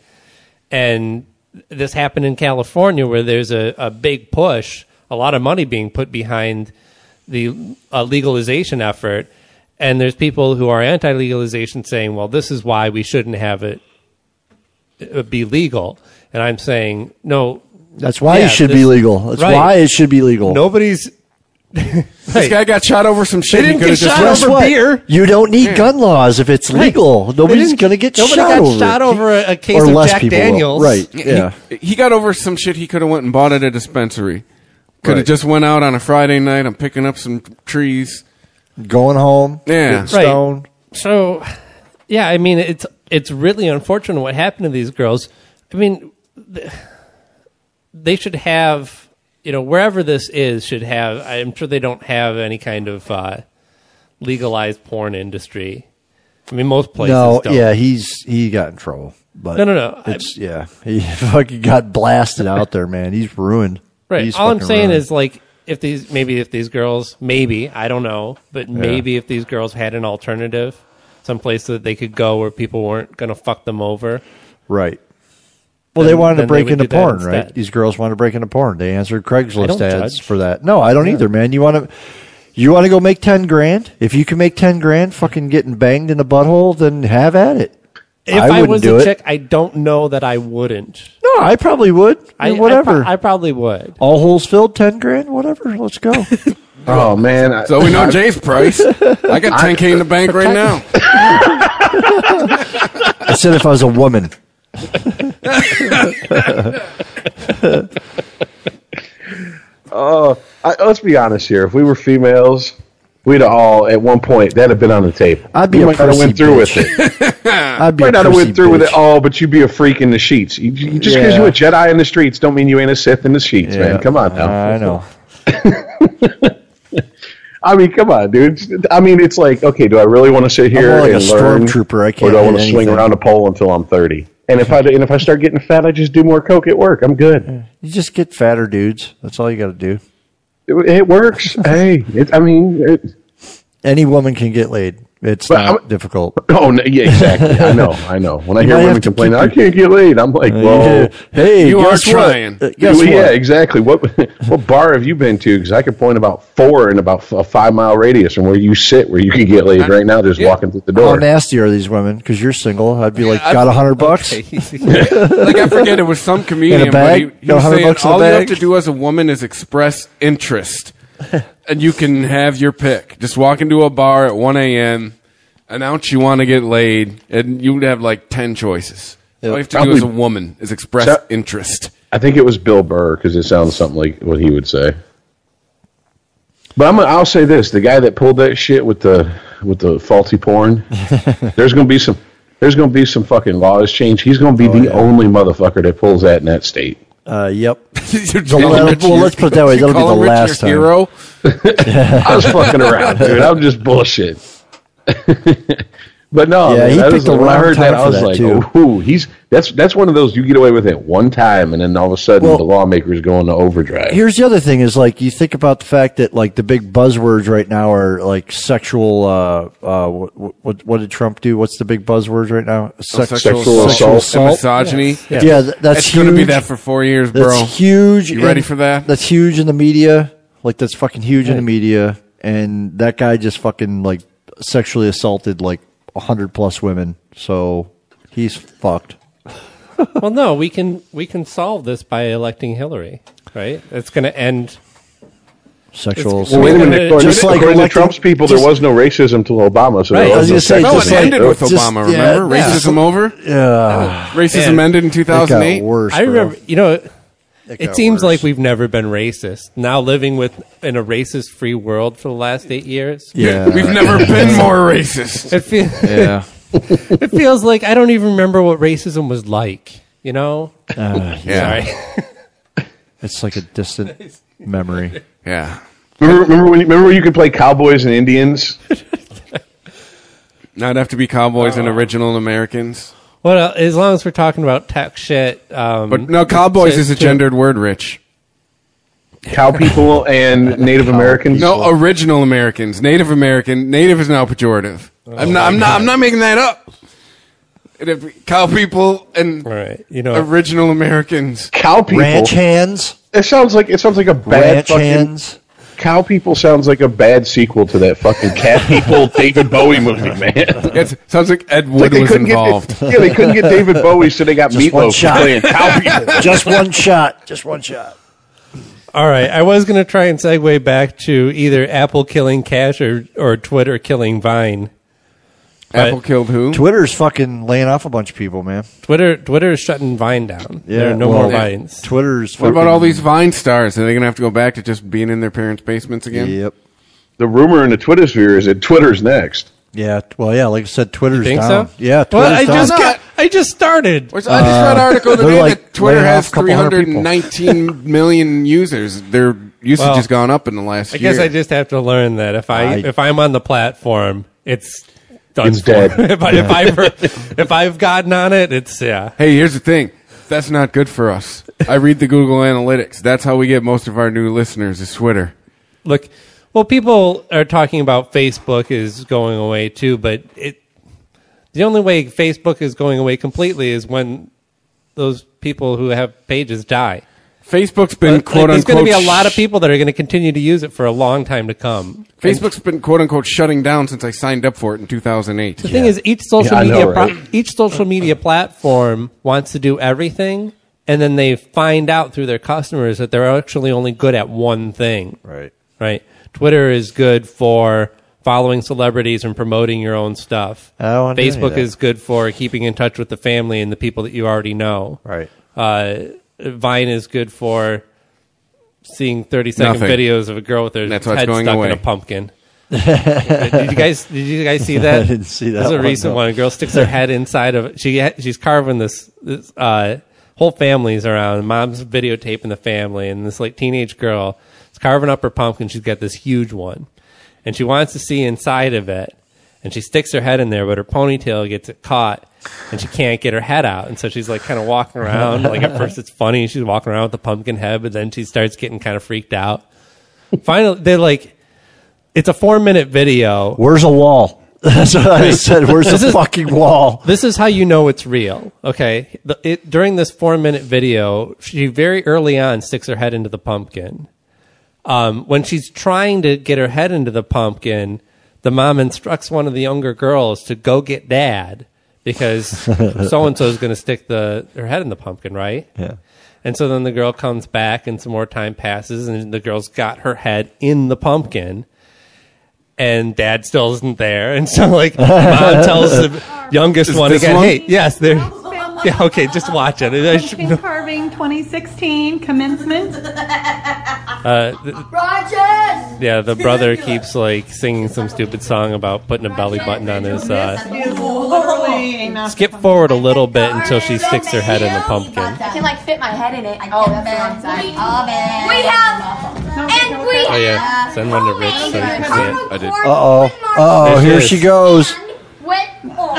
[SPEAKER 5] And this happened in California, where there's a, a big push, a lot of money being put behind the uh, legalization effort, and there's people who are anti-legalization saying, "Well, this is why we shouldn't have it uh, be legal," and I'm saying, "No,
[SPEAKER 6] That's why
[SPEAKER 5] yeah,
[SPEAKER 6] it should
[SPEAKER 5] this-
[SPEAKER 6] be legal. That's
[SPEAKER 5] right.
[SPEAKER 6] why it should be legal.
[SPEAKER 5] Nobody's.
[SPEAKER 3] This guy got shot over some shit. he could've just
[SPEAKER 6] Guess
[SPEAKER 3] rushed.
[SPEAKER 6] what? You don't
[SPEAKER 5] Mm.
[SPEAKER 6] need gun laws if it's
[SPEAKER 3] Right.
[SPEAKER 6] legal. Nobody's
[SPEAKER 3] They didn't-
[SPEAKER 6] going to get
[SPEAKER 3] nobody
[SPEAKER 6] shot
[SPEAKER 3] got
[SPEAKER 6] over
[SPEAKER 5] shot
[SPEAKER 6] it.
[SPEAKER 5] over a, a case
[SPEAKER 6] or
[SPEAKER 5] of
[SPEAKER 6] less
[SPEAKER 5] Jack
[SPEAKER 6] people will.
[SPEAKER 5] Daniels,
[SPEAKER 6] Right, yeah.
[SPEAKER 3] He, he got over some shit he could have went and bought at a dispensary. Could have
[SPEAKER 6] Right.
[SPEAKER 3] just went out on a Friday night. I'm picking up some trees.
[SPEAKER 6] Going home.
[SPEAKER 3] Yeah.
[SPEAKER 6] getting stoned.
[SPEAKER 5] So, yeah, I mean, it's it's really unfortunate what happened to these girls. I mean, th- they should have, you know, wherever this is, should have. I'm sure they don't have any kind of uh, legalized porn industry. I mean, most places.
[SPEAKER 6] No,
[SPEAKER 5] don't.
[SPEAKER 6] yeah, he's he got in trouble. But
[SPEAKER 5] No, no, no.
[SPEAKER 6] It's yeah, he fucking got blasted out there, man. He's ruined.
[SPEAKER 5] Right.
[SPEAKER 6] He's
[SPEAKER 5] All I'm
[SPEAKER 6] fucking
[SPEAKER 5] saying
[SPEAKER 6] ruined.
[SPEAKER 5] is like if these maybe if these girls maybe I don't know, but
[SPEAKER 6] Yeah.
[SPEAKER 5] maybe if these girls had an alternative, someplace that they could go where people weren't going to fuck them over.
[SPEAKER 6] right. Well, they
[SPEAKER 5] then-
[SPEAKER 6] wanted to
[SPEAKER 5] then
[SPEAKER 6] break
[SPEAKER 5] would
[SPEAKER 6] into
[SPEAKER 5] do that
[SPEAKER 6] porn,
[SPEAKER 5] instead.
[SPEAKER 6] right? These girls wanted to break into porn. They answered Craigslist
[SPEAKER 5] don't
[SPEAKER 6] ads
[SPEAKER 5] judge.
[SPEAKER 6] for that. No, I don't either, man. You want to you want to go make ten grand? If you can make ten grand, fucking getting banged in the butthole, then have at it.
[SPEAKER 5] If
[SPEAKER 6] I
[SPEAKER 5] I,
[SPEAKER 6] wouldn't
[SPEAKER 5] was
[SPEAKER 6] do
[SPEAKER 5] a
[SPEAKER 6] it.
[SPEAKER 5] chick, I don't know that I wouldn't.
[SPEAKER 6] No, I probably would.
[SPEAKER 5] I
[SPEAKER 6] I, whatever.
[SPEAKER 5] I, pro- I probably would.
[SPEAKER 6] All holes filled, ten grand, whatever. Let's go.
[SPEAKER 2] Oh man! I-
[SPEAKER 3] So we know
[SPEAKER 2] I-
[SPEAKER 3] Jay's price. I got 10k in the bank right now.
[SPEAKER 6] I said if I was a woman.
[SPEAKER 2] Oh, I, let's be honest here. If we were females, we'd all at one point that'd have been on the tape.
[SPEAKER 6] I'd be
[SPEAKER 2] We
[SPEAKER 6] a
[SPEAKER 2] might not have
[SPEAKER 6] prissy
[SPEAKER 2] went through
[SPEAKER 6] bitch.
[SPEAKER 2] with it.
[SPEAKER 6] I'd be
[SPEAKER 2] might
[SPEAKER 6] a
[SPEAKER 2] not have
[SPEAKER 6] prissy
[SPEAKER 2] went through with it
[SPEAKER 6] bitch.
[SPEAKER 2] all, but you'd be a freak in the sheets. You, you, just because
[SPEAKER 6] Yeah.
[SPEAKER 2] you a Jedi in the streets, don't mean you ain't a Sith in the sheets,
[SPEAKER 6] Yeah. Uh,
[SPEAKER 2] man. Come on now.
[SPEAKER 6] I know.
[SPEAKER 2] I mean, come on, dude. I mean, it's like, okay, do I really want to sit here
[SPEAKER 6] more like
[SPEAKER 2] and
[SPEAKER 6] a
[SPEAKER 2] learn,
[SPEAKER 6] stormtrooper. I
[SPEAKER 2] or
[SPEAKER 6] can't
[SPEAKER 2] do I
[SPEAKER 6] hit
[SPEAKER 2] want to swing
[SPEAKER 6] anything.
[SPEAKER 2] around a pole until I'm thirty? And if I and if I start getting fat, I just do more coke at work. I'm good.
[SPEAKER 6] You just get fatter dudes. That's all you got to do.
[SPEAKER 2] It, it works. hey, it, I mean, it,
[SPEAKER 6] Any woman can get laid. It's
[SPEAKER 2] But
[SPEAKER 6] not
[SPEAKER 2] I'm-
[SPEAKER 6] difficult.
[SPEAKER 2] Oh, no, yeah, exactly. I know, I know. When I
[SPEAKER 6] You
[SPEAKER 2] hear
[SPEAKER 6] might
[SPEAKER 2] women
[SPEAKER 6] have to
[SPEAKER 2] complain,
[SPEAKER 6] keep
[SPEAKER 2] I
[SPEAKER 6] your-
[SPEAKER 2] can't get laid. I'm like,
[SPEAKER 6] Uh,
[SPEAKER 2] well,
[SPEAKER 6] hey,
[SPEAKER 3] You are
[SPEAKER 6] guess what?
[SPEAKER 3] trying.
[SPEAKER 6] Uh, guess
[SPEAKER 2] well,
[SPEAKER 6] what?
[SPEAKER 2] yeah, exactly. What what bar have you been to? Because I could point about four in about f- a five mile radius from where you sit, where you could get laid right now, just walking through the
[SPEAKER 6] How
[SPEAKER 2] door.
[SPEAKER 6] nasty are these women? Because you're single. I'd be like,
[SPEAKER 3] Yeah, I-
[SPEAKER 6] got a hundred bucks.
[SPEAKER 3] like I forget it was some comedian,
[SPEAKER 6] In a
[SPEAKER 3] but he,
[SPEAKER 6] bag?
[SPEAKER 3] he
[SPEAKER 6] No,
[SPEAKER 3] was
[SPEAKER 6] 100
[SPEAKER 3] saying
[SPEAKER 6] bucks in a
[SPEAKER 3] all you have
[SPEAKER 6] bag?"
[SPEAKER 3] to do as a woman is express interest, and you can have your pick. Just walk into a bar at one a.m., announce you want to get laid, and you'd have like ten choices. All you have to do
[SPEAKER 2] Probably-
[SPEAKER 3] as a woman is express
[SPEAKER 2] So-
[SPEAKER 3] interest.
[SPEAKER 2] I think it was Bill Burr because it sounds something like what he would say. But I'm gonna, I'll say this: the guy that pulled that shit with the with the faulty porn. there's going to be some. There's going to be some fucking laws change. He's going to be
[SPEAKER 6] Oh,
[SPEAKER 2] the only motherfucker that pulls that in that state.
[SPEAKER 6] Uh, yep.
[SPEAKER 2] telling
[SPEAKER 6] well,
[SPEAKER 2] me that
[SPEAKER 6] well,
[SPEAKER 2] you-
[SPEAKER 6] let's put it that way.
[SPEAKER 2] you
[SPEAKER 6] That'll be
[SPEAKER 2] call him
[SPEAKER 6] the
[SPEAKER 2] Richard
[SPEAKER 6] last time.
[SPEAKER 2] Hero? I was fucking around, dude. I'm just bullshit. but no,
[SPEAKER 6] Yeah,
[SPEAKER 2] man,
[SPEAKER 6] he
[SPEAKER 2] that
[SPEAKER 6] picked
[SPEAKER 2] was-
[SPEAKER 6] the
[SPEAKER 2] when I
[SPEAKER 6] wrong
[SPEAKER 2] heard
[SPEAKER 6] time
[SPEAKER 2] that, I
[SPEAKER 6] for
[SPEAKER 2] was
[SPEAKER 6] that,
[SPEAKER 2] like,
[SPEAKER 6] too.
[SPEAKER 2] "Ooh, he's that's that's one of those you get away with it one time, and then all of a sudden the lawmakers go into overdrive."
[SPEAKER 6] Here's the other thing: is like you think about the fact that like the big buzzwords right now are like sexual. Uh, uh, what, what what did Trump do? What's the big buzzwords right now?
[SPEAKER 3] Oh,
[SPEAKER 6] Sex-
[SPEAKER 3] and misogyny.
[SPEAKER 6] Yeah, yeah. th- that's
[SPEAKER 3] it's
[SPEAKER 6] huge.
[SPEAKER 3] gonna be that for four years, bro.
[SPEAKER 6] That's huge.
[SPEAKER 3] You ready
[SPEAKER 6] in-
[SPEAKER 3] for that?
[SPEAKER 6] That's huge in the media. Like that's fucking huge in the media. And that guy just fucking like sexually assaulted like hundred plus women. So he's fucked.
[SPEAKER 5] well, no, we can we can solve this by electing Hillary, right? It's going to end.
[SPEAKER 6] Sexual.
[SPEAKER 5] It's-
[SPEAKER 2] Well, wait a minute. According,
[SPEAKER 5] Just like
[SPEAKER 2] according to
[SPEAKER 5] electing-
[SPEAKER 2] Trump's people,
[SPEAKER 5] just-
[SPEAKER 2] there was no racism till Obama. So
[SPEAKER 5] Right,
[SPEAKER 2] there
[SPEAKER 5] I
[SPEAKER 2] was
[SPEAKER 5] was
[SPEAKER 2] no
[SPEAKER 5] gonna say,
[SPEAKER 2] sexism.
[SPEAKER 5] just No, it like- ended
[SPEAKER 3] with Obama, remember? Racism over?
[SPEAKER 6] Yeah.
[SPEAKER 3] Racism
[SPEAKER 5] Man,
[SPEAKER 3] ended in 2008.
[SPEAKER 5] I remember, you know, it,
[SPEAKER 3] got
[SPEAKER 5] seems like we've never been racist. Now living with in a racist-free world for the last eight years,
[SPEAKER 6] Yeah. We've
[SPEAKER 3] never been more racist.
[SPEAKER 5] It feels,
[SPEAKER 6] Yeah.
[SPEAKER 5] it feels like I don't even remember what racism was like. You know,
[SPEAKER 6] Uh,
[SPEAKER 5] Sorry.
[SPEAKER 6] It's like a distant memory.
[SPEAKER 3] Yeah.
[SPEAKER 2] Remember, remember when? you- Remember when you could play cowboys and Indians?
[SPEAKER 3] Now it'd have to be cowboys
[SPEAKER 2] Oh.
[SPEAKER 3] and original Americans.
[SPEAKER 5] Well, uh, as long as we're talking about tech shit, um,
[SPEAKER 3] But no, cowboys
[SPEAKER 5] to-
[SPEAKER 3] is a
[SPEAKER 5] to-
[SPEAKER 3] gendered word, Rich.
[SPEAKER 2] Cow people and Native Americans.
[SPEAKER 3] No, original Americans. Native American. Native is now pejorative.
[SPEAKER 2] Oh.
[SPEAKER 3] I'm not. I'm not. I'm not making that up. It'd be cow people and
[SPEAKER 5] you know
[SPEAKER 3] original Americans.
[SPEAKER 2] Cow people.
[SPEAKER 6] Ranch hands.
[SPEAKER 2] It sounds like it sounds like a bad
[SPEAKER 6] Ranch
[SPEAKER 2] fucking
[SPEAKER 6] hands.
[SPEAKER 2] Cow People sounds like a bad sequel to that fucking Cat People David Bowie movie, man.
[SPEAKER 3] It sounds like Ed
[SPEAKER 2] Uh-huh.
[SPEAKER 3] Wood
[SPEAKER 2] Like they
[SPEAKER 3] was
[SPEAKER 2] couldn't get-
[SPEAKER 3] involved.
[SPEAKER 2] yeah, they couldn't get David Bowie, so they got
[SPEAKER 6] Just one
[SPEAKER 2] Meatloaf
[SPEAKER 6] shot.
[SPEAKER 2] playing Cow People.
[SPEAKER 6] Just one shot. Just one shot.
[SPEAKER 5] All right, I was going to try and segue back to either Apple killing Cash or or Twitter killing Vine. But
[SPEAKER 3] Apple killed who?
[SPEAKER 6] Twitter's fucking laying off a bunch of people, man.
[SPEAKER 5] Twitter Twitter is shutting Vine down.
[SPEAKER 6] Yeah,
[SPEAKER 5] there are no
[SPEAKER 6] well,
[SPEAKER 5] more
[SPEAKER 6] yeah.
[SPEAKER 5] Vines.
[SPEAKER 6] Twitter's.
[SPEAKER 3] What about all these Vine stars? Are they going to have to go back to just being in their parents' basements again?
[SPEAKER 6] Yep.
[SPEAKER 2] The rumor in the Twitter sphere is that Twitter's next.
[SPEAKER 6] Yeah. Well, yeah. Like I said, Twitter's
[SPEAKER 5] Think
[SPEAKER 6] down.
[SPEAKER 5] so?
[SPEAKER 6] Yeah. Twitter's
[SPEAKER 5] Well, I
[SPEAKER 6] down.
[SPEAKER 5] just got, I just started.
[SPEAKER 3] I just read an article
[SPEAKER 6] Uh, they're
[SPEAKER 3] today
[SPEAKER 6] like
[SPEAKER 3] that Twitter
[SPEAKER 6] laying
[SPEAKER 3] has
[SPEAKER 6] off a couple hundred people.
[SPEAKER 3] 319 million users. Their usage
[SPEAKER 5] Well,
[SPEAKER 3] has gone up in the last
[SPEAKER 5] I guess
[SPEAKER 3] year.
[SPEAKER 5] I just have to learn that if I,
[SPEAKER 3] I-
[SPEAKER 5] if I'm on the platform, it's done
[SPEAKER 3] It's
[SPEAKER 5] for.
[SPEAKER 3] dead.
[SPEAKER 5] if, I, if I've if I've gotten on it, it's yeah.
[SPEAKER 3] hey, here's the thing. That's not good for us. I read the Google Analytics. That's how we get most of our new listeners is Twitter.
[SPEAKER 5] Look, well, people are talking about Facebook is going away too, but it the only way Facebook is going away completely is when those people who have pages die.
[SPEAKER 3] Facebook's been quote
[SPEAKER 5] there's going to
[SPEAKER 3] unquote
[SPEAKER 5] be a lot of people that are going to continue to use it for a long time to come.
[SPEAKER 3] Facebook's been quote unquote shutting down since I signed up for it in 2008.
[SPEAKER 5] The thing is, each social media pro- each social media platform wants to do everything, and then they find out through their customers that they're actually only good at one thing.
[SPEAKER 6] Right.
[SPEAKER 5] Right. Twitter is good for following celebrities and promoting your own stuff.
[SPEAKER 6] I don't wanna do any of
[SPEAKER 5] Facebook
[SPEAKER 6] that.
[SPEAKER 5] is good for keeping in touch with the family and the people that you already know.
[SPEAKER 6] Right.
[SPEAKER 5] Uh, Vine is good for seeing thirty second
[SPEAKER 3] Nothing.
[SPEAKER 5] videos of a girl with her
[SPEAKER 3] That's why it's
[SPEAKER 5] head
[SPEAKER 3] going
[SPEAKER 5] stuck
[SPEAKER 3] away.
[SPEAKER 5] in a pumpkin. did you guys? Did you guys see that?
[SPEAKER 6] I didn't see that
[SPEAKER 5] There's a
[SPEAKER 6] one,
[SPEAKER 5] recent
[SPEAKER 6] no.
[SPEAKER 5] one. A girl sticks her head inside of she. ha- She's carving this. this uh, whole family's around. Mom's videotaping the family, and this like teenage girl is carving up her pumpkin. She's got this huge one, and she wants to see inside of it. And she sticks her head in there, but her ponytail gets it caught, and she can't get her head out. And so she's like kind of walking around. Like at first, it's funny. She's walking around with the pumpkin head, but then she starts getting kind of freaked out. Finally, they're like, it's a four minute video.
[SPEAKER 6] Where's a wall? That's what I said. Where's
[SPEAKER 5] This
[SPEAKER 6] the
[SPEAKER 5] is-
[SPEAKER 6] fucking wall?
[SPEAKER 5] This is how you know it's real. Okay. The, it, during this four minute video, she very early on sticks her head into the pumpkin. Um, when she's trying to get her head into the pumpkin, the mom instructs one of the younger girls to go get dad because so and so is going to stick the her head in the pumpkin, right?
[SPEAKER 6] Yeah.
[SPEAKER 5] And so then the girl comes back, and some more time passes, and the girl's got her head in the pumpkin, and dad still isn't there. And so, like, mom tells the youngest
[SPEAKER 3] Is
[SPEAKER 5] one
[SPEAKER 3] this
[SPEAKER 5] again,
[SPEAKER 3] one?
[SPEAKER 5] hey, yes, there. Yeah, okay, just watch it. I sh-
[SPEAKER 14] Pumpkin carving 2016 commencement.
[SPEAKER 5] Uh, th-
[SPEAKER 14] Rogers!
[SPEAKER 5] yeah, the brother keeps like singing some stupid song about putting a belly button on his. Uh, skip forward a little bit until she sticks her head in the pumpkin.
[SPEAKER 14] I can like fit my head in it. oh, that's the wrong Oh, side. We have, and we
[SPEAKER 5] Oh
[SPEAKER 14] have
[SPEAKER 5] yeah, send one to Rich so you can see it. I did.
[SPEAKER 6] Uh oh. Uh oh.
[SPEAKER 5] There she
[SPEAKER 6] Here
[SPEAKER 5] is.
[SPEAKER 6] she goes.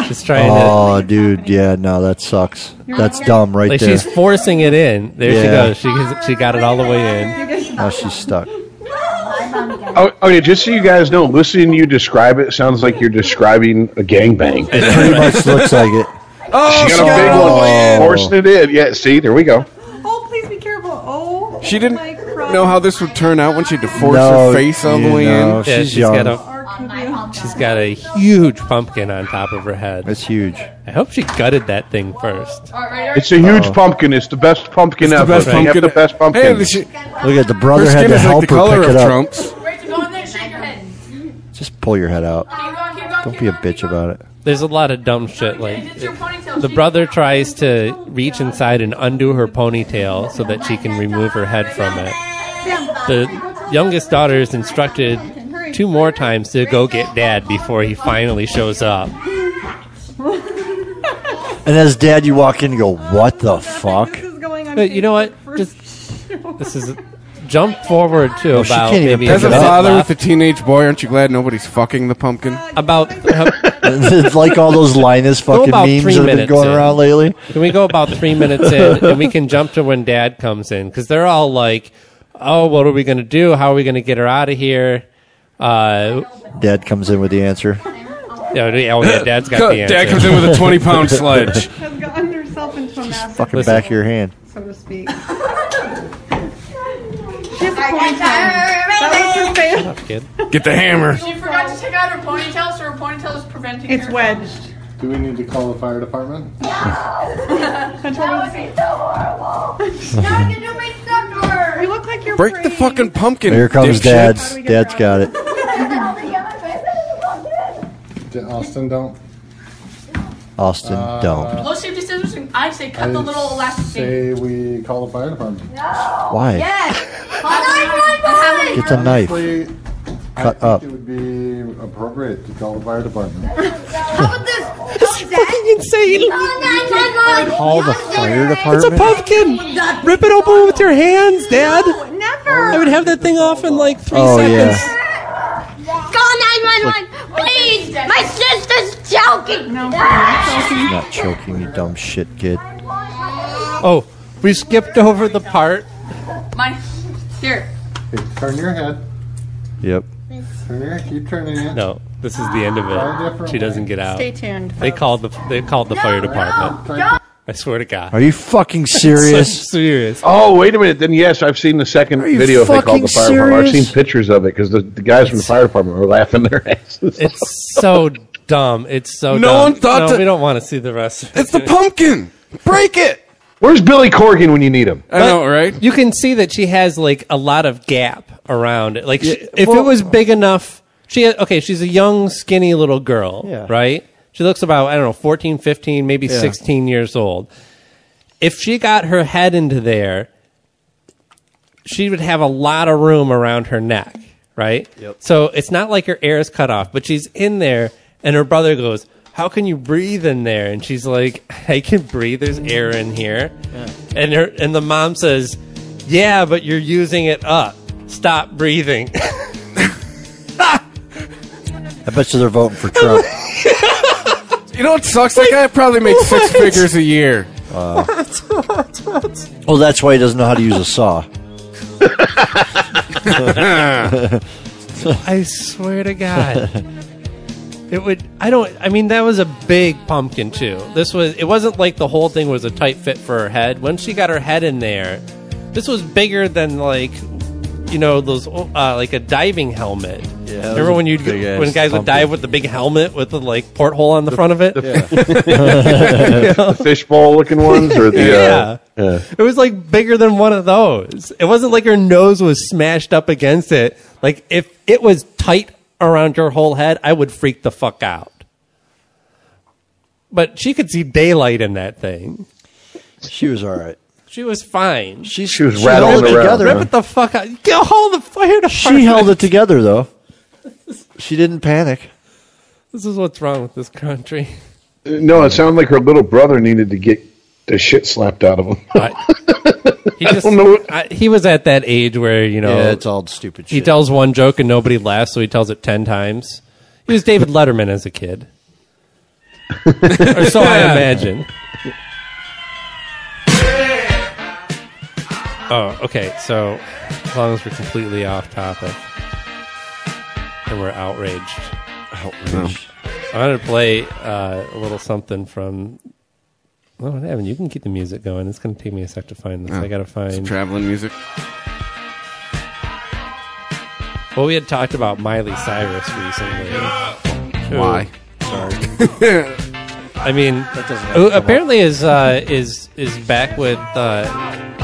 [SPEAKER 5] She's trying to-
[SPEAKER 6] Oh, dude. Yeah. No, that sucks. That's dumb right
[SPEAKER 5] Like
[SPEAKER 6] there.
[SPEAKER 5] she's forcing it in. There
[SPEAKER 6] Yeah.
[SPEAKER 5] she goes. She she got it all the way in.
[SPEAKER 6] Now she's stuck.
[SPEAKER 2] Oh, okay, just so you guys know, listening to you describe it sounds like you're describing a gangbang.
[SPEAKER 6] It pretty much looks like it.
[SPEAKER 2] Oh, she got a big one, forcing it in. Yeah, see, there we go.
[SPEAKER 16] Oh, please be careful. Oh,
[SPEAKER 3] She didn't know how this would turn out when she had to force
[SPEAKER 6] No,
[SPEAKER 3] her face all the
[SPEAKER 6] you
[SPEAKER 3] way
[SPEAKER 6] know,
[SPEAKER 3] in.
[SPEAKER 6] she's Yeah, she's young.
[SPEAKER 5] Got a, she's got a huge pumpkin on top of her head. That's
[SPEAKER 6] huge.
[SPEAKER 5] I hope she gutted that thing first.
[SPEAKER 2] It's a huge pumpkin. It's the best pumpkin
[SPEAKER 5] It's the
[SPEAKER 2] ever.
[SPEAKER 5] best
[SPEAKER 2] You have
[SPEAKER 5] pumpkin.
[SPEAKER 2] the best pumpkin.
[SPEAKER 5] Hey, she-
[SPEAKER 6] Look at the brother had to help her pick it up. Just pull your head out. Don't be a bitch about it.
[SPEAKER 5] There's a lot of dumb shit. Like it- the brother tries to reach inside and undo her ponytail so that she can remove her head from it. The youngest daughter is instructed two more times to go get dad before he finally shows up.
[SPEAKER 6] And as dad, you walk in and go, "What the fuck?"
[SPEAKER 5] But you know what? Just this is jump forward to
[SPEAKER 6] Well, she
[SPEAKER 5] about
[SPEAKER 6] can't even
[SPEAKER 5] maybe
[SPEAKER 6] pick
[SPEAKER 5] a
[SPEAKER 3] As a
[SPEAKER 5] minute
[SPEAKER 3] father
[SPEAKER 5] left.
[SPEAKER 3] with a teenage boy, aren't you glad nobody's fucking the pumpkin?
[SPEAKER 5] about
[SPEAKER 6] It's like all those Linus
[SPEAKER 5] Go
[SPEAKER 6] fucking
[SPEAKER 5] about
[SPEAKER 6] memes
[SPEAKER 5] three
[SPEAKER 6] that have been
[SPEAKER 5] minutes
[SPEAKER 6] going
[SPEAKER 5] in.
[SPEAKER 6] around lately.
[SPEAKER 5] Can we go about three minutes in and we can jump to when dad comes in? Because they're all like, oh, what are we going to do? How are we going to get her out of here? Uh,
[SPEAKER 6] Dad comes in with the answer.
[SPEAKER 5] yeah, oh, yeah, dad's got the answer.
[SPEAKER 3] Dad comes in with a 20 pound sledge.
[SPEAKER 16] has gotten herself into a massive
[SPEAKER 6] Fucking
[SPEAKER 16] Listen.
[SPEAKER 6] back of your hand.
[SPEAKER 16] so to speak. she has a ponytail. That was her favorite.
[SPEAKER 5] Kid.
[SPEAKER 3] Get the hammer.
[SPEAKER 17] She forgot to take out her ponytail, so her ponytail is preventing
[SPEAKER 16] It's
[SPEAKER 17] her.
[SPEAKER 16] wedged.
[SPEAKER 18] Do we need to call the fire department?
[SPEAKER 16] You look like you're
[SPEAKER 3] Break the fucking pumpkin.
[SPEAKER 6] Here comes
[SPEAKER 3] dipshits.
[SPEAKER 6] dad. Dad's got it.
[SPEAKER 18] Did Austin don't?
[SPEAKER 6] Austin,
[SPEAKER 18] Uh,
[SPEAKER 6] don't.
[SPEAKER 17] Low safety scissors, and I say cut
[SPEAKER 18] I
[SPEAKER 17] the little elastic thing.
[SPEAKER 18] say we call the fire department.
[SPEAKER 6] Why? Get the knife.
[SPEAKER 18] Honestly, I
[SPEAKER 6] Cut
[SPEAKER 18] think
[SPEAKER 6] up.
[SPEAKER 18] It would be appropriate to call the fire department.
[SPEAKER 5] fucking insane.
[SPEAKER 6] Call the fire
[SPEAKER 5] It's a
[SPEAKER 6] department.
[SPEAKER 5] pumpkin. Rip it open with your hands, dad. never. I would have that thing off in like three
[SPEAKER 6] Oh,
[SPEAKER 5] seconds.
[SPEAKER 6] yeah.
[SPEAKER 14] Call 911, please! My sister's Ah. choking!
[SPEAKER 6] Not choking, you dumb shit kid.
[SPEAKER 5] Oh, we skipped over the part.
[SPEAKER 17] Mine. Here.
[SPEAKER 18] Turn your head.
[SPEAKER 6] Yep.
[SPEAKER 18] Turn your head. Keep turning it.
[SPEAKER 5] No, this is the end of it. She doesn't get out.
[SPEAKER 16] Stay tuned,
[SPEAKER 5] They called the they called the fire department. I swear to God.
[SPEAKER 6] Are you fucking
[SPEAKER 5] So
[SPEAKER 6] serious?
[SPEAKER 5] serious.
[SPEAKER 2] Oh, wait a minute. Then, yes, I've seen the second
[SPEAKER 6] you
[SPEAKER 2] video if they called
[SPEAKER 6] fucking
[SPEAKER 2] the fire department. I've
[SPEAKER 6] serious?
[SPEAKER 2] seen pictures of it because the, the guys from the fire department were laughing their asses.
[SPEAKER 5] It's so dumb. It's so
[SPEAKER 2] No
[SPEAKER 5] dumb.
[SPEAKER 2] one thought
[SPEAKER 5] No,
[SPEAKER 2] to-
[SPEAKER 5] we don't want to see the rest. Of
[SPEAKER 3] It's the pumpkin. Break it.
[SPEAKER 2] Where's Billy Corgan when you need him?
[SPEAKER 3] I know, right?
[SPEAKER 5] You can see that she has like a lot of gap around it. Like she, if
[SPEAKER 6] well-
[SPEAKER 5] it was big enough, she okay, she's a young skinny little girl,
[SPEAKER 6] Yeah.
[SPEAKER 5] right? She looks about I don't know, 14, 15, maybe
[SPEAKER 6] Yeah.
[SPEAKER 5] 16 years old. If she got her head into there, she would have a lot of room around her neck, right? So it's not like her air is cut off, but she's in there, and her brother goes, "How can you breathe in there?" And she's like, "I can breathe. There's air in here." And her and the mom says, "Yeah, but you're using it up. Stop breathing."
[SPEAKER 6] I bet you they're voting for Trump.
[SPEAKER 3] You know what sucks? That guy probably makes six figures a year.
[SPEAKER 6] Oh, that's why he doesn't know how to use a saw.
[SPEAKER 5] I swear to God. It would. I don't. I mean, that was a big pumpkin too. This was. It wasn't like the whole thing was a tight fit for her head. Once she got her head in there, this was bigger than like, you know, those uh, like a diving helmet.
[SPEAKER 6] Yeah, that was
[SPEAKER 5] Remember
[SPEAKER 6] a
[SPEAKER 5] when you'd
[SPEAKER 6] big-ass
[SPEAKER 5] when guys would
[SPEAKER 6] pumpkin.
[SPEAKER 5] dive with the big helmet with the like porthole on the, front of it?
[SPEAKER 2] the fishbowl looking ones or the.
[SPEAKER 5] Yeah.
[SPEAKER 2] Uh, yeah.
[SPEAKER 5] It was like bigger than one of those. It wasn't like her nose was smashed up against it. Like if it was tight around your whole head, I would freak the fuck out. But she could see daylight in that thing.
[SPEAKER 6] She was all right.
[SPEAKER 5] She was fine.
[SPEAKER 6] She, She was rattling
[SPEAKER 5] held it
[SPEAKER 6] around.
[SPEAKER 5] together. Rip it the fuck out. Get hold of the fire department.
[SPEAKER 6] She held it together though. She didn't panic.
[SPEAKER 5] This is what's wrong with this country.
[SPEAKER 2] uh, No, it sounded like her little brother needed to get the shit slapped out of him.
[SPEAKER 5] He just, I- he was at that age where you know
[SPEAKER 6] Yeah, it's all stupid
[SPEAKER 5] He
[SPEAKER 6] shit.
[SPEAKER 5] tells one joke and nobody laughs, so he tells it ten times. He was David Letterman as a kid, or so I imagine. Oh, okay. So as long as we're completely off topic and we're outraged,
[SPEAKER 3] Outraged.
[SPEAKER 5] I'm gonna play uh, a little something from. Well, Evan, you can keep the music going. It's gonna take me a sec to find this.
[SPEAKER 3] Oh,
[SPEAKER 5] I gotta find
[SPEAKER 3] it's traveling music.
[SPEAKER 5] Well, we had talked about Miley Cyrus recently.
[SPEAKER 3] Why?
[SPEAKER 5] Ooh, Sorry. I mean, that
[SPEAKER 3] doesn't
[SPEAKER 5] who
[SPEAKER 3] come up.
[SPEAKER 5] apparently is uh, is is back with uh,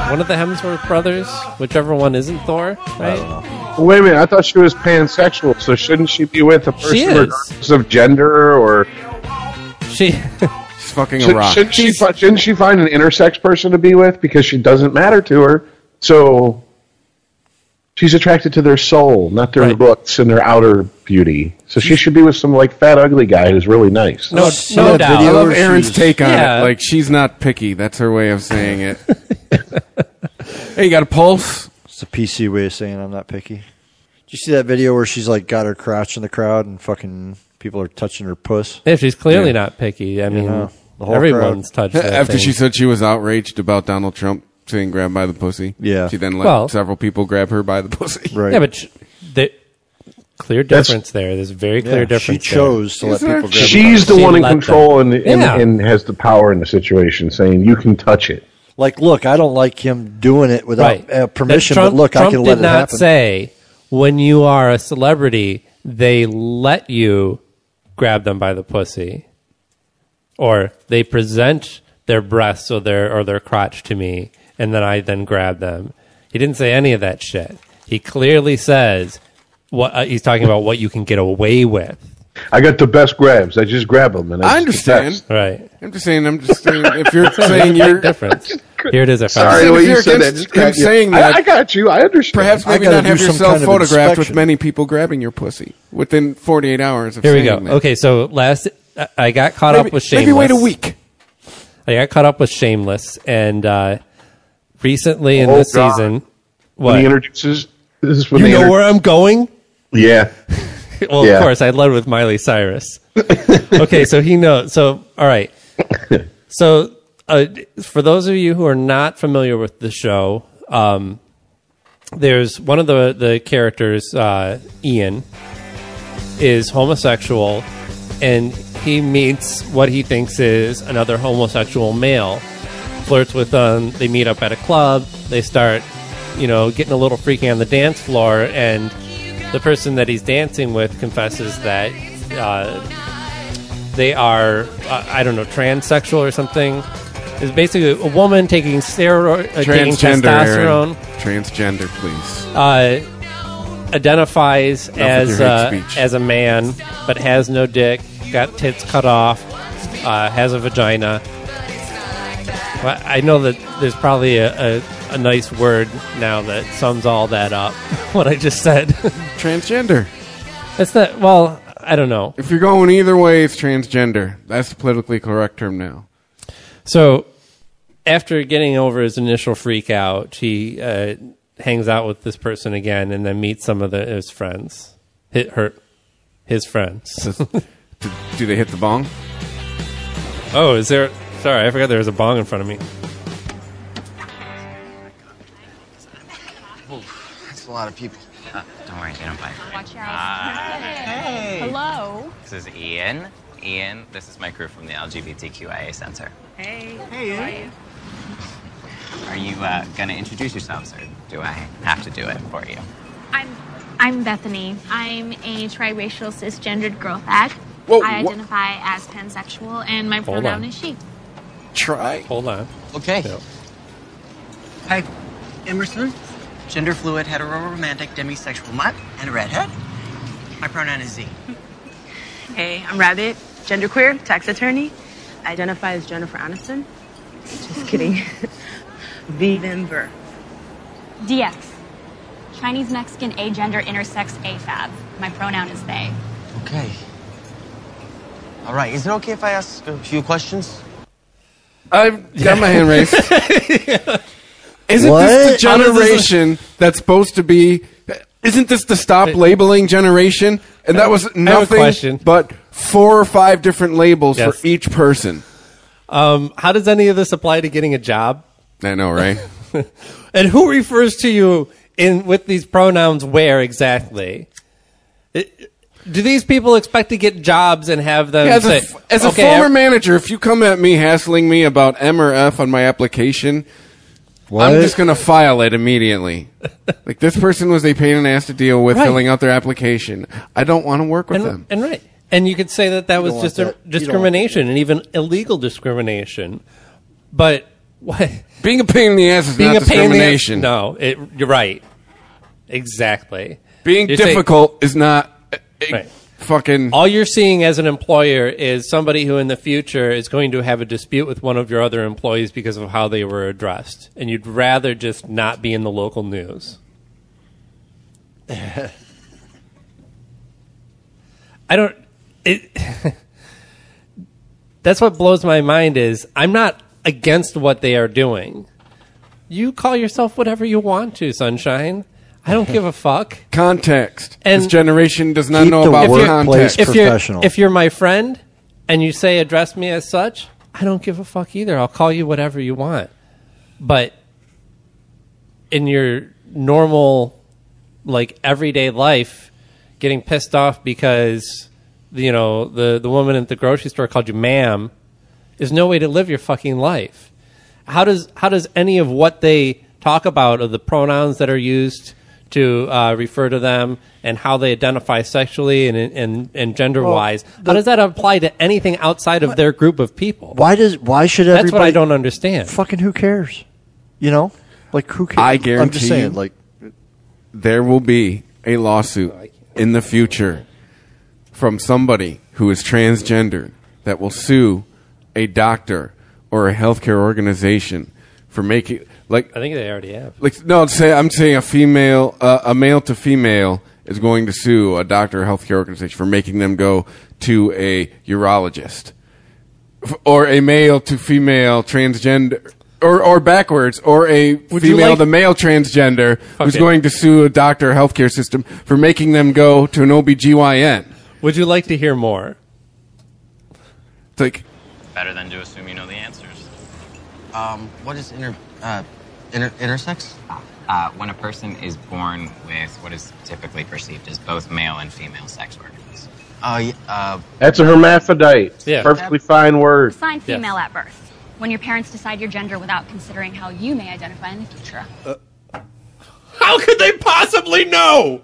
[SPEAKER 5] one of the Hemsworth brothers, whichever one isn't Thor, right?
[SPEAKER 2] Wait a minute, I thought she was pansexual, so shouldn't she be with a person
[SPEAKER 5] She is.
[SPEAKER 2] regardless of gender or
[SPEAKER 5] She
[SPEAKER 3] She's fucking
[SPEAKER 2] should, Shouldn't she, fi- shouldn't she find an intersex person to be with because she doesn't matter to her? So she's attracted to their soul, not their looks and their outer beauty. So she should be with some like fat ugly guy who's really nice.
[SPEAKER 5] No,
[SPEAKER 3] no doubt. I love
[SPEAKER 2] where
[SPEAKER 3] Aaron's
[SPEAKER 2] she's-
[SPEAKER 3] take on
[SPEAKER 2] Yeah.
[SPEAKER 3] it. Like she's not picky. That's her way of saying it. hey, you got a pulse?
[SPEAKER 6] It's a PC way of saying I'm not picky. Did you see that video where she's like got her crotch in the crowd and fucking people are touching her puss?
[SPEAKER 5] If she's clearly not picky, I mean,
[SPEAKER 6] the whole
[SPEAKER 5] everyone's
[SPEAKER 6] crowd.
[SPEAKER 5] touched that
[SPEAKER 3] After
[SPEAKER 5] thing.
[SPEAKER 3] she said she was outraged about Donald Trump saying "grab by the pussy,"
[SPEAKER 6] Yeah.
[SPEAKER 3] she then let
[SPEAKER 5] Well-
[SPEAKER 3] several people grab her by the pussy.
[SPEAKER 6] Right.
[SPEAKER 5] Yeah, but sh- the clear
[SPEAKER 3] That's-
[SPEAKER 5] difference there. There's a very clear
[SPEAKER 6] Yeah, she
[SPEAKER 5] difference.
[SPEAKER 6] chose
[SPEAKER 5] there.
[SPEAKER 6] to let Isn't people
[SPEAKER 2] She's the
[SPEAKER 5] She
[SPEAKER 2] one in
[SPEAKER 5] let them.
[SPEAKER 2] control and, and,
[SPEAKER 5] Yeah.
[SPEAKER 2] and has the power in the situation, saying you can touch it.
[SPEAKER 6] Like, look, I don't like him doing it without uh, permission,
[SPEAKER 5] That Trump,
[SPEAKER 6] but look,
[SPEAKER 5] Trump
[SPEAKER 6] I can
[SPEAKER 5] did
[SPEAKER 6] let it
[SPEAKER 5] not
[SPEAKER 6] happen.
[SPEAKER 5] say when you are a celebrity, they let you grab them by the pussy, or they present their breasts or their or their crotch to me, and then I then grab them. He didn't say any of that shit. He clearly says what uh, he's talking about. What you can get away with.
[SPEAKER 2] I got the best grabs. I just grab them and I,
[SPEAKER 3] I
[SPEAKER 2] just
[SPEAKER 3] understand.
[SPEAKER 5] Right.
[SPEAKER 3] I'm just saying. I'm just saying. If you're
[SPEAKER 5] There's a
[SPEAKER 3] saying
[SPEAKER 5] big
[SPEAKER 3] you're
[SPEAKER 5] difference. Here it is. I found
[SPEAKER 2] Sorry,
[SPEAKER 5] it.
[SPEAKER 2] the way
[SPEAKER 3] If
[SPEAKER 2] you
[SPEAKER 3] you're
[SPEAKER 2] said that
[SPEAKER 3] against
[SPEAKER 2] just
[SPEAKER 3] him
[SPEAKER 2] cracked me up.
[SPEAKER 3] saying
[SPEAKER 2] I-
[SPEAKER 3] that,
[SPEAKER 2] I got you. I understand.
[SPEAKER 3] Perhaps
[SPEAKER 2] I
[SPEAKER 3] maybe
[SPEAKER 2] gotta
[SPEAKER 3] not
[SPEAKER 2] do
[SPEAKER 3] have
[SPEAKER 2] some
[SPEAKER 3] yourself
[SPEAKER 2] kind of
[SPEAKER 3] photographed with
[SPEAKER 2] inspection.
[SPEAKER 3] many people grabbing your pussy within 48 hours of
[SPEAKER 5] Here we
[SPEAKER 3] saying
[SPEAKER 5] go.
[SPEAKER 3] that.
[SPEAKER 5] Okay, so last I- I got caught
[SPEAKER 3] Maybe-
[SPEAKER 5] up with Shameless.
[SPEAKER 3] maybe wait a week.
[SPEAKER 5] I got caught up with Shameless, and uh, recently in
[SPEAKER 2] Oh,
[SPEAKER 5] this
[SPEAKER 2] God.
[SPEAKER 5] season,
[SPEAKER 2] When
[SPEAKER 5] what
[SPEAKER 2] he introduces, this is when
[SPEAKER 5] you
[SPEAKER 2] they
[SPEAKER 5] know
[SPEAKER 2] inter-
[SPEAKER 5] where I'm going.
[SPEAKER 2] Yeah.
[SPEAKER 5] Well,
[SPEAKER 2] Yeah.
[SPEAKER 5] of course, I led with Miley Cyrus. okay, so he knows. So all right. So uh, for those of you who are not familiar with the show, um, there's one of the the characters, uh, Ian, is homosexual, and he meets what he thinks is another homosexual male. Flirts with them. They meet up at a club. They start, you know, getting a little freaky on the dance floor, and the person that he's dancing with confesses that uh, they are, uh, I don't know, transsexual or something. It's basically a woman taking steroid, uh, taking
[SPEAKER 3] Transgender. Aaron.
[SPEAKER 5] testosterone
[SPEAKER 3] Transgender, please.
[SPEAKER 5] uh, identifies
[SPEAKER 3] with
[SPEAKER 5] as
[SPEAKER 3] your hate
[SPEAKER 5] uh,
[SPEAKER 3] speech.
[SPEAKER 5] as a man, but has no dick, got tits cut off, uh, has a vagina. Well, I know that there's probably a, a, a nice word now that sums all that up. What I just said.
[SPEAKER 3] Transgender.
[SPEAKER 5] That's not. Well, I don't know.
[SPEAKER 3] If you're going either way, it's transgender. That's the politically correct term now.
[SPEAKER 5] So after getting over his initial freak out, he uh, hangs out with this person again and then meets some of the, his friends. Hit her, his friends.
[SPEAKER 3] Do they hit the bong?
[SPEAKER 5] oh, is there? Sorry, I forgot there was a bong in front of me.
[SPEAKER 19] That's a lot of people. don't worry, they don't bite.
[SPEAKER 20] Watch out. Hey. Hello.
[SPEAKER 19] Ah. This is Ian. Ian, this is my crew from the LGBTQIA Center.
[SPEAKER 20] Hey. Hey.
[SPEAKER 19] Are you uh, going to introduce yourselves, or do I have to do it for you?
[SPEAKER 20] I'm I'm Bethany. I'm a triracial cisgendered girl fag.
[SPEAKER 19] Whoa,
[SPEAKER 20] I
[SPEAKER 19] wha-
[SPEAKER 20] identify as pansexual, and my
[SPEAKER 5] Hold
[SPEAKER 20] pronoun
[SPEAKER 5] on.
[SPEAKER 20] is she.
[SPEAKER 19] Try.
[SPEAKER 5] Hold on.
[SPEAKER 19] Okay.
[SPEAKER 5] Yeah.
[SPEAKER 19] Hi, Emerson. Gender fluid, heteroromantic, demisexual mutt, and a redhead. My pronoun is Z.
[SPEAKER 21] Hey, I'm Rabbit, genderqueer, tax attorney. I identify as Jennifer Aniston. Just kidding.
[SPEAKER 19] The member.
[SPEAKER 4] DX. Chinese, Mexican, agender, intersex, AFAB. My pronoun is they.
[SPEAKER 19] Okay. All right. Is it okay if I ask a few questions?
[SPEAKER 3] I've got my hand raised. Isn't this the
[SPEAKER 19] What? How does this-
[SPEAKER 3] generation that's supposed to be? Isn't this the stop labeling generation? And that was
[SPEAKER 5] I have a
[SPEAKER 3] nothing
[SPEAKER 5] question.
[SPEAKER 3] but four or five different labels
[SPEAKER 5] Yes.
[SPEAKER 3] for each person.
[SPEAKER 5] Um, how does any of this apply to getting a job?
[SPEAKER 3] I know, right?
[SPEAKER 5] and who refers to you in with these pronouns where exactly? It- do these people expect to get jobs and have them
[SPEAKER 3] Yeah, as,
[SPEAKER 5] say,
[SPEAKER 3] a, f- as a
[SPEAKER 5] "Okay,
[SPEAKER 3] former
[SPEAKER 5] I-
[SPEAKER 3] manager, if you come at me hassling me about M or F on my application, I'm
[SPEAKER 5] What?
[SPEAKER 3] just going to file it immediately. like this person was a pain in the ass to deal with
[SPEAKER 5] Right.
[SPEAKER 3] filling out their application. I don't want to work with
[SPEAKER 5] and,
[SPEAKER 3] them.
[SPEAKER 5] and right. And you could say that that
[SPEAKER 3] You
[SPEAKER 5] was
[SPEAKER 3] don't
[SPEAKER 5] just
[SPEAKER 3] want
[SPEAKER 5] a
[SPEAKER 3] that. You don't want
[SPEAKER 5] discrimination and even illegal discrimination. But what?
[SPEAKER 3] Being a pain in the ass is not
[SPEAKER 5] pain in the ass-
[SPEAKER 3] discrimination.
[SPEAKER 5] no, it, you're right. Exactly.
[SPEAKER 3] Being
[SPEAKER 5] You're saying-
[SPEAKER 3] difficult is not uh, uh, fucking.
[SPEAKER 5] All you're seeing as an employer is somebody who in the future is going to have a dispute with one of your other employees because of how they were addressed. And you'd rather just not be in the local news. I don't. It, that's what blows my mind is I'm not against what they are doing. You call yourself whatever you want to, sunshine. I don't give a fuck.
[SPEAKER 3] Context.
[SPEAKER 5] And-
[SPEAKER 3] this generation does not
[SPEAKER 5] Keep
[SPEAKER 3] know
[SPEAKER 5] the
[SPEAKER 3] about
[SPEAKER 5] workplace
[SPEAKER 3] context.
[SPEAKER 5] If you're, if you're my friend and you say address me as such, I don't give a fuck either. I'll call you whatever you want. But in your normal, like everyday life, getting pissed off because you know the the woman at the grocery store called you ma'am is no way to live your fucking life. How does how does any of what they talk about of the pronouns that are used to uh, refer to them and how they identify sexually and and, and gender wise? how does that apply to anything outside of their group of people?
[SPEAKER 6] Why does why should
[SPEAKER 5] That's
[SPEAKER 6] everybody?
[SPEAKER 5] what I don't understand.
[SPEAKER 6] Fucking who cares? You know, like who cares?
[SPEAKER 3] I guarantee
[SPEAKER 6] I'm just saying,
[SPEAKER 3] you,
[SPEAKER 6] like
[SPEAKER 3] there will be a lawsuit in the future from somebody who is transgender that will sue a doctor or a healthcare organization for making like
[SPEAKER 5] I think they already have.
[SPEAKER 3] like no say I'm saying a female uh, a male to female is going to sue a doctor or healthcare organization for making them go to a urologist F- or a male to female transgender or or backwards or a
[SPEAKER 5] you
[SPEAKER 3] female
[SPEAKER 5] like-
[SPEAKER 3] to male transgender who's
[SPEAKER 5] it.
[SPEAKER 3] going to sue a doctor or healthcare system for making them go to an OBGYN.
[SPEAKER 5] Would you like to hear more?
[SPEAKER 3] It's like
[SPEAKER 19] Better than to assume you know the answers. Um, what is inter uh, inter intersex?
[SPEAKER 22] Uh, when a person is born with what is typically perceived as both male and female sex organs.
[SPEAKER 19] Uh, y- uh,
[SPEAKER 2] That's a hermaphrodite.
[SPEAKER 22] Yeah.
[SPEAKER 2] Perfectly fine word.
[SPEAKER 4] Assigned female at birth. When your parents decide your gender without considering how you may identify in the future.
[SPEAKER 5] How could they possibly know?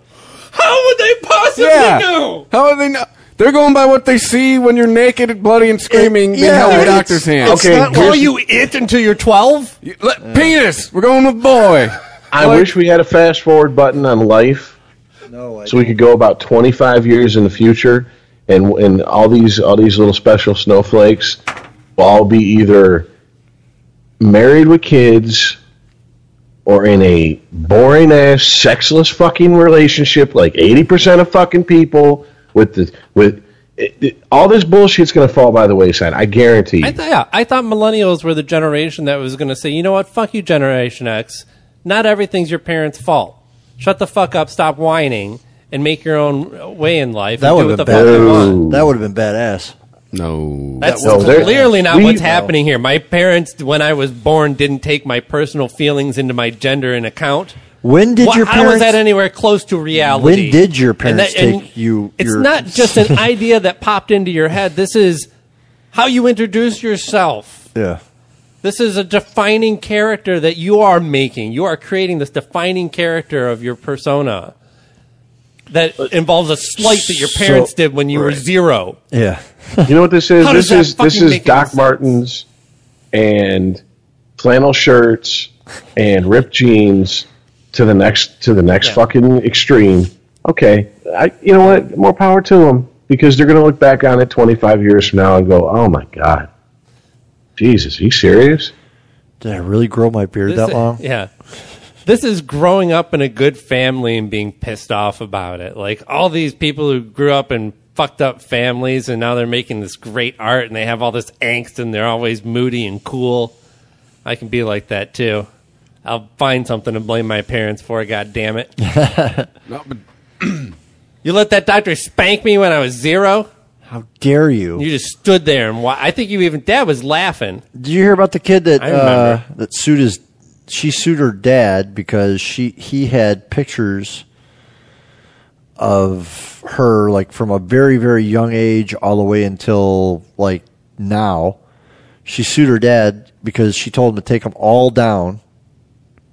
[SPEAKER 5] How would they possibly
[SPEAKER 3] yeah.
[SPEAKER 5] know?
[SPEAKER 3] How are they know? They're going by what they see when you're naked, and bloody, and screaming.
[SPEAKER 5] yeah,
[SPEAKER 3] they held the
[SPEAKER 5] it's-
[SPEAKER 3] doctor's hand.
[SPEAKER 5] it's Okay, not- here's- Call you it until you're 12?
[SPEAKER 3] penis. We're going with boy.
[SPEAKER 2] I wish we had a fast forward button on life, no, so we could go about twenty five years in the future, and and all these all these little special snowflakes will all be either married with kids or in a boring ass sexless fucking relationship like 80% of fucking people with the with it, it- all this bullshit's going to fall by the wayside i guarantee
[SPEAKER 5] I th- yeah, I thought millennials were the generation that was going to say, you know what, fuck you, Generation X. Not everything's your parents' fault. Shut the fuck up, stop whining, and make your own way in life.
[SPEAKER 6] that
[SPEAKER 5] and
[SPEAKER 6] would
[SPEAKER 5] do what
[SPEAKER 6] have
[SPEAKER 5] the
[SPEAKER 6] been
[SPEAKER 5] fuck you want.
[SPEAKER 6] badass. That would have been badass.
[SPEAKER 3] No,
[SPEAKER 5] That's
[SPEAKER 6] No, there-
[SPEAKER 5] clearly not
[SPEAKER 6] we-
[SPEAKER 5] what's happening here. My parents, when I was born, didn't take my personal feelings into my gender and account.
[SPEAKER 6] When did
[SPEAKER 5] Wha-
[SPEAKER 6] your
[SPEAKER 5] How is
[SPEAKER 6] parents-
[SPEAKER 5] that anywhere close to reality?
[SPEAKER 6] When did your
[SPEAKER 5] And
[SPEAKER 6] parents
[SPEAKER 5] that- and
[SPEAKER 6] take you?
[SPEAKER 5] It's
[SPEAKER 6] your-
[SPEAKER 5] not just an idea that popped into your head. This is how you introduce yourself.
[SPEAKER 6] yeah.
[SPEAKER 5] This is a defining character that you are making. You are creating this defining character of your persona that involves a slight that your parents
[SPEAKER 6] So-
[SPEAKER 5] did when you were
[SPEAKER 6] right.
[SPEAKER 5] zero.
[SPEAKER 6] Yeah.
[SPEAKER 2] you know what this is?
[SPEAKER 5] How
[SPEAKER 2] This
[SPEAKER 5] does that
[SPEAKER 2] is this
[SPEAKER 5] fucking
[SPEAKER 2] is
[SPEAKER 5] make
[SPEAKER 2] Doc Martens and flannel shirts and ripped jeans to the next to the next fucking extreme. Okay, I you know what? More power to them because they're going to look back on it 25 years from now and go, "Oh my god, Jesus, are you serious?"
[SPEAKER 6] Did I really grow my beard
[SPEAKER 5] This
[SPEAKER 6] that
[SPEAKER 5] is-
[SPEAKER 6] long?
[SPEAKER 5] Yeah. This is growing up in a good family and being pissed off about it. Like all these people who grew up in fucked up families and now they're making this great art and they have all this angst and they're always moody and cool. I can be like that too. I'll find something to blame my parents for, god damn it.
[SPEAKER 3] No, but
[SPEAKER 5] you let that doctor spank me when I was zero?
[SPEAKER 6] How dare you?
[SPEAKER 5] You just stood there and wa- I think you even dad was laughing.
[SPEAKER 6] Did you hear about the kid that
[SPEAKER 5] I remember.
[SPEAKER 6] uh, that sued his? She sued her dad because she he had pictures of her like from a very very young age all the way until like now. She sued her dad because she told him to take them all down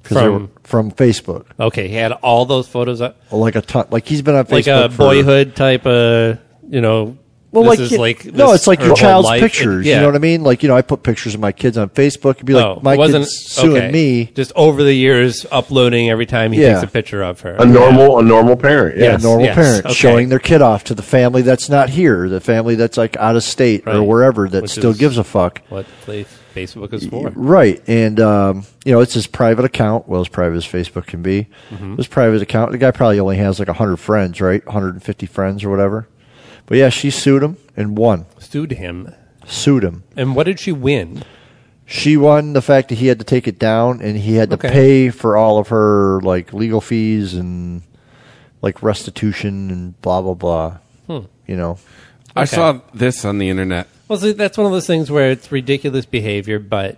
[SPEAKER 6] 'cause they
[SPEAKER 5] From-
[SPEAKER 6] were from Facebook.
[SPEAKER 5] Okay, he had all those photos up.
[SPEAKER 6] Like a ton, like he's been on Facebook
[SPEAKER 5] like a
[SPEAKER 6] for-
[SPEAKER 5] boyhood type of you know
[SPEAKER 6] Well,
[SPEAKER 5] this
[SPEAKER 6] like,
[SPEAKER 5] is
[SPEAKER 6] you-
[SPEAKER 5] like
[SPEAKER 6] no,
[SPEAKER 5] this
[SPEAKER 6] it's like
[SPEAKER 5] her
[SPEAKER 6] your
[SPEAKER 5] whole
[SPEAKER 6] child's
[SPEAKER 5] life.
[SPEAKER 6] pictures.
[SPEAKER 5] yeah.
[SPEAKER 6] You know what I mean? Like you know, I put pictures of my kids on Facebook. It'd be like
[SPEAKER 5] Oh,
[SPEAKER 6] my
[SPEAKER 5] wasn't-
[SPEAKER 6] kids suing
[SPEAKER 5] okay.
[SPEAKER 6] me.
[SPEAKER 5] Just over the years, uploading every time he
[SPEAKER 6] Yeah.
[SPEAKER 5] takes a picture of her.
[SPEAKER 2] A normal, a normal parent.
[SPEAKER 6] Yeah,
[SPEAKER 2] Yeah.
[SPEAKER 6] normal
[SPEAKER 5] yes,
[SPEAKER 6] parent
[SPEAKER 5] okay.
[SPEAKER 6] showing their kid off to the family that's not here, the family that's like out of state or
[SPEAKER 5] Right.
[SPEAKER 6] wherever that
[SPEAKER 5] Which
[SPEAKER 6] still
[SPEAKER 5] is
[SPEAKER 6] gives a fuck.
[SPEAKER 5] What they- Facebook is for?
[SPEAKER 6] Right, and um, you know it's his private account. Well, as private as Facebook can be,
[SPEAKER 5] Mhm.
[SPEAKER 6] his private account. The guy probably only has like hundred friends, right? Hundred and fifty friends or whatever. But yeah, she sued him and won.
[SPEAKER 5] Sued him.
[SPEAKER 6] Sued him.
[SPEAKER 5] And what did she win?
[SPEAKER 6] She won the fact that he had to take it down and he had to
[SPEAKER 5] Okay.
[SPEAKER 6] pay for all of her like legal fees and like restitution and blah blah blah.
[SPEAKER 5] Hmm.
[SPEAKER 6] You know.
[SPEAKER 3] I
[SPEAKER 5] Okay.
[SPEAKER 3] saw this on the internet.
[SPEAKER 5] Well, see, that's one of those things where it's ridiculous behavior, but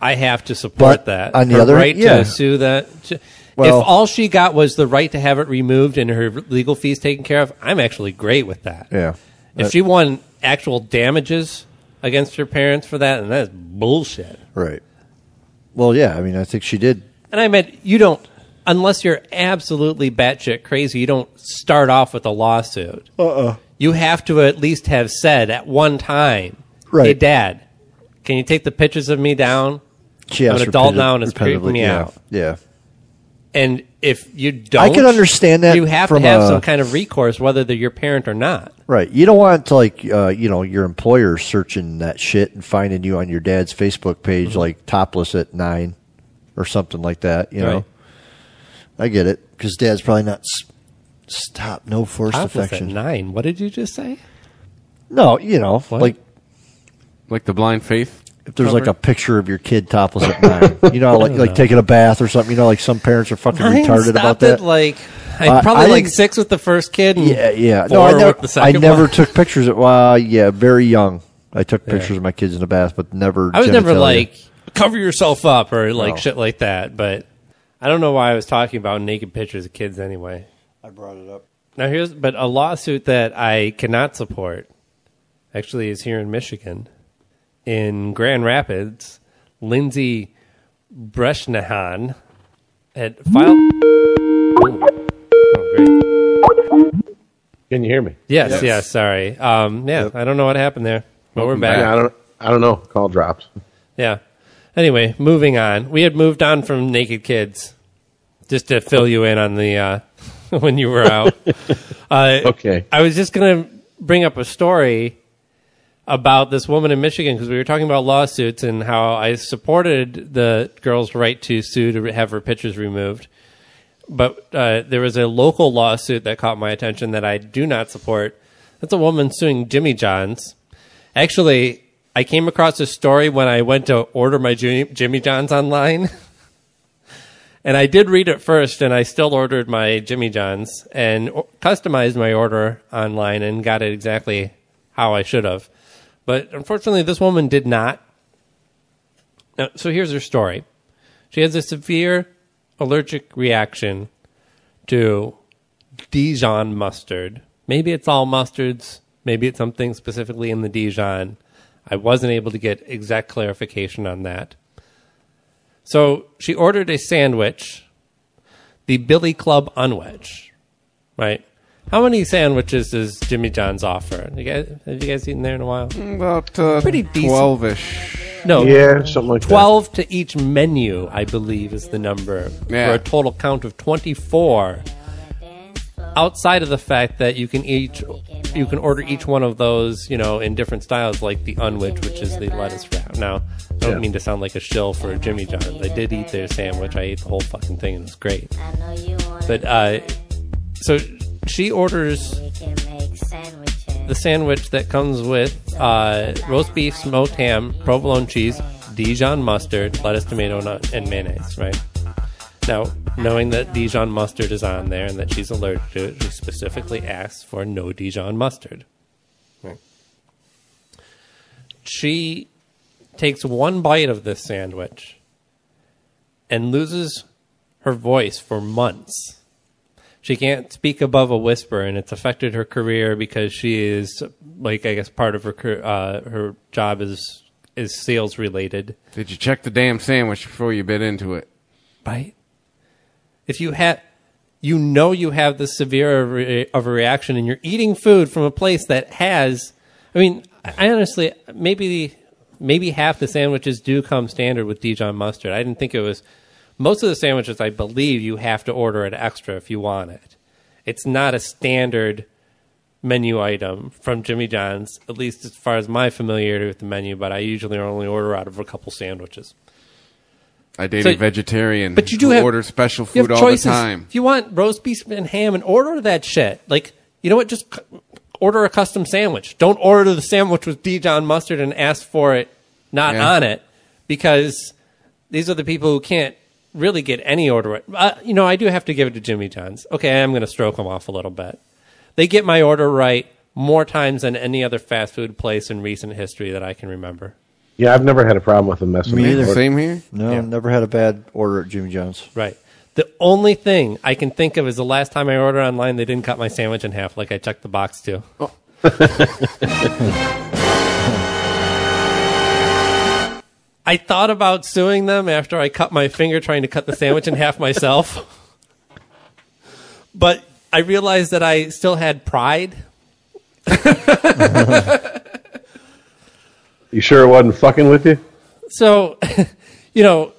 [SPEAKER 5] I have to support
[SPEAKER 6] But
[SPEAKER 5] that.
[SPEAKER 6] on the
[SPEAKER 5] her
[SPEAKER 6] other-
[SPEAKER 5] right
[SPEAKER 6] yeah.
[SPEAKER 5] to sue that. to-
[SPEAKER 6] Well-
[SPEAKER 5] if all she got was the right to have it removed and her legal fees taken care of, I'm actually great with that.
[SPEAKER 6] Yeah.
[SPEAKER 5] If
[SPEAKER 6] That-
[SPEAKER 5] she won actual damages against her parents for that, and that's bullshit.
[SPEAKER 6] Right. Well, yeah. I mean, I think she did.
[SPEAKER 5] And I meant you don't, unless you're absolutely batshit crazy, you don't start off with a lawsuit.
[SPEAKER 6] Uh-uh.
[SPEAKER 5] You have to at least have said at one time,
[SPEAKER 6] Right.
[SPEAKER 5] "Hey, Dad, can you take the pictures of me down?
[SPEAKER 6] She
[SPEAKER 5] I'm
[SPEAKER 6] asked
[SPEAKER 5] an adult now, and
[SPEAKER 6] repetitive-
[SPEAKER 5] it's creeping
[SPEAKER 6] repetitively,
[SPEAKER 5] me
[SPEAKER 6] yeah,
[SPEAKER 5] out."
[SPEAKER 6] Yeah.
[SPEAKER 5] And if you don't,
[SPEAKER 6] can understand that
[SPEAKER 5] You have
[SPEAKER 6] from
[SPEAKER 5] to have
[SPEAKER 6] a-
[SPEAKER 5] some kind of recourse, whether they're your parent or not.
[SPEAKER 6] Right. You don't want to like uh, you know your employer searching that shit and finding you on your dad's Facebook page
[SPEAKER 5] Mm-hmm.
[SPEAKER 6] like topless at nine or something like that. You
[SPEAKER 5] Right.
[SPEAKER 6] know. I get it because dad's probably not. s- Stop. No forced
[SPEAKER 5] Topless at
[SPEAKER 6] affection.
[SPEAKER 5] nine. What did you just say?
[SPEAKER 6] No, you know, like
[SPEAKER 3] Like the blind faith.
[SPEAKER 6] if there's like a picture of your kid topless at nine, you know, like
[SPEAKER 5] I don't
[SPEAKER 6] like
[SPEAKER 5] know.
[SPEAKER 6] taking a bath or something. You know, like some parents are fucking
[SPEAKER 5] Mine
[SPEAKER 6] retarded
[SPEAKER 5] stopped
[SPEAKER 6] about that.
[SPEAKER 5] at, like I
[SPEAKER 6] Uh,
[SPEAKER 5] probably
[SPEAKER 6] I
[SPEAKER 5] like
[SPEAKER 6] didn't-
[SPEAKER 5] six with the first kid. And
[SPEAKER 6] Yeah, yeah.
[SPEAKER 5] Four
[SPEAKER 6] No, I
[SPEAKER 5] with
[SPEAKER 6] never,
[SPEAKER 5] the
[SPEAKER 6] I
[SPEAKER 5] second
[SPEAKER 6] never
[SPEAKER 5] one.
[SPEAKER 6] took pictures. Of, well, yeah, very young. I took pictures of my kids in the bath, but never.
[SPEAKER 5] I was never
[SPEAKER 6] genitalia.
[SPEAKER 5] like cover yourself up or like
[SPEAKER 6] No.
[SPEAKER 5] shit like that. But I don't know why I was talking about naked pictures of kids anyway.
[SPEAKER 6] I brought it up.
[SPEAKER 5] Now here's but a lawsuit that I cannot support actually is here in Michigan in Grand Rapids. Lindsay Breshnahan had filed. Oh, great.
[SPEAKER 2] Can you hear me?
[SPEAKER 5] Yes,
[SPEAKER 2] Yes.
[SPEAKER 5] yes. sorry. Um, yeah, I don't know what happened there, but we're back.
[SPEAKER 2] Yeah, I don't. I don't know. Call drops.
[SPEAKER 5] Yeah. Anyway, moving on. We had moved on from Naked Kids, just to fill you in on the uh, when you were out. uh,
[SPEAKER 2] Okay.
[SPEAKER 5] I was just gonna bring up a story about this woman in Michigan because we were talking about lawsuits and how I supported the girl's right to sue to have her pictures removed. But uh, there was a local lawsuit that caught my attention that I do not support. That's a woman suing Jimmy John's. Actually, I came across this story when I went to order my Jimmy Jimmy John's online. And I did read it first, and I still ordered my Jimmy John's and o- customized my order online and got it exactly how I should have. But unfortunately, this woman did not. Now, so here's her story she has a severe allergic reaction to Dijon mustard. Maybe it's all mustards, maybe it's something specifically in the Dijon. I wasn't able to get exact clarification on that. So she ordered a sandwich, the Billy Club Unwedge, right? How many sandwiches does Jimmy John's offer? You guys, have you guys eaten there in a while?
[SPEAKER 3] About uh,
[SPEAKER 5] Pretty decent.
[SPEAKER 3] 12 ish.
[SPEAKER 5] No,
[SPEAKER 2] Yeah, something like that.
[SPEAKER 5] twelve to each menu, I believe, is the number
[SPEAKER 3] Yeah.
[SPEAKER 5] for a total count of twenty-four. Outside of the fact that you can each each you can order each one of those, you know, in different styles, like the unwich, which is the lettuce wrap. Now, I don't
[SPEAKER 1] Yeah.
[SPEAKER 5] mean to sound like a shill for Jimmy John's. I did eat their sandwich. I ate the whole fucking thing, and it was great. But uh, so she orders the sandwich that comes with uh, roast beef, smoked ham, provolone cheese, Dijon mustard, lettuce, tomato, nut, and mayonnaise. Right now, knowing that Dijon mustard is on there and that she's allergic to it, she specifically asks for no Dijon mustard. Right. She takes one bite of this sandwich and loses her voice for months. She can't speak above a whisper, and it's affected her career because she is like I guess part of her car- uh, her job is is sales related.
[SPEAKER 3] Did you check the damn sandwich before you bit into it?
[SPEAKER 5] Right. If you have, you know, you have this severe of, re- of a reaction, and you're eating food from a place that has. I mean, I I honestly maybe maybe half the sandwiches do come standard with Dijon mustard. I didn't think it was. Most of the sandwiches, I believe, you have to order it extra if you want it. It's not a standard menu item from Jimmy John's, at least as far as my familiarity with the menu. But I usually only order out of a couple sandwiches.
[SPEAKER 3] I date a
[SPEAKER 5] So-
[SPEAKER 3] vegetarian.
[SPEAKER 5] But you do
[SPEAKER 3] who
[SPEAKER 5] have
[SPEAKER 3] order special
[SPEAKER 5] you have
[SPEAKER 3] food all the
[SPEAKER 5] choices.
[SPEAKER 3] time.
[SPEAKER 5] If you want roast beef and ham, and order that shit. Like you know what? Just c- order a custom sandwich. Don't order the sandwich with Dijon mustard and ask for it not
[SPEAKER 3] Yeah.
[SPEAKER 5] on it because these are the people who can't really get any order. Uh, you know, I do have to give it to Jimmy John's. Okay, I'm going to stroke them off a little bit. They get my order right more times than any other fast food place in recent history that I can remember.
[SPEAKER 2] Yeah, I've never had a problem with them messing with order.
[SPEAKER 6] No, never had a bad order at Jimmy John's.
[SPEAKER 5] Right. The only thing I can think of is the last time I ordered online, they didn't cut my sandwich in half like I checked the box to. I thought about suing them after I cut my finger trying to cut the sandwich in half myself. But I realized that I still had pride.
[SPEAKER 2] You sure it wasn't fucking with you?
[SPEAKER 5] So, you know,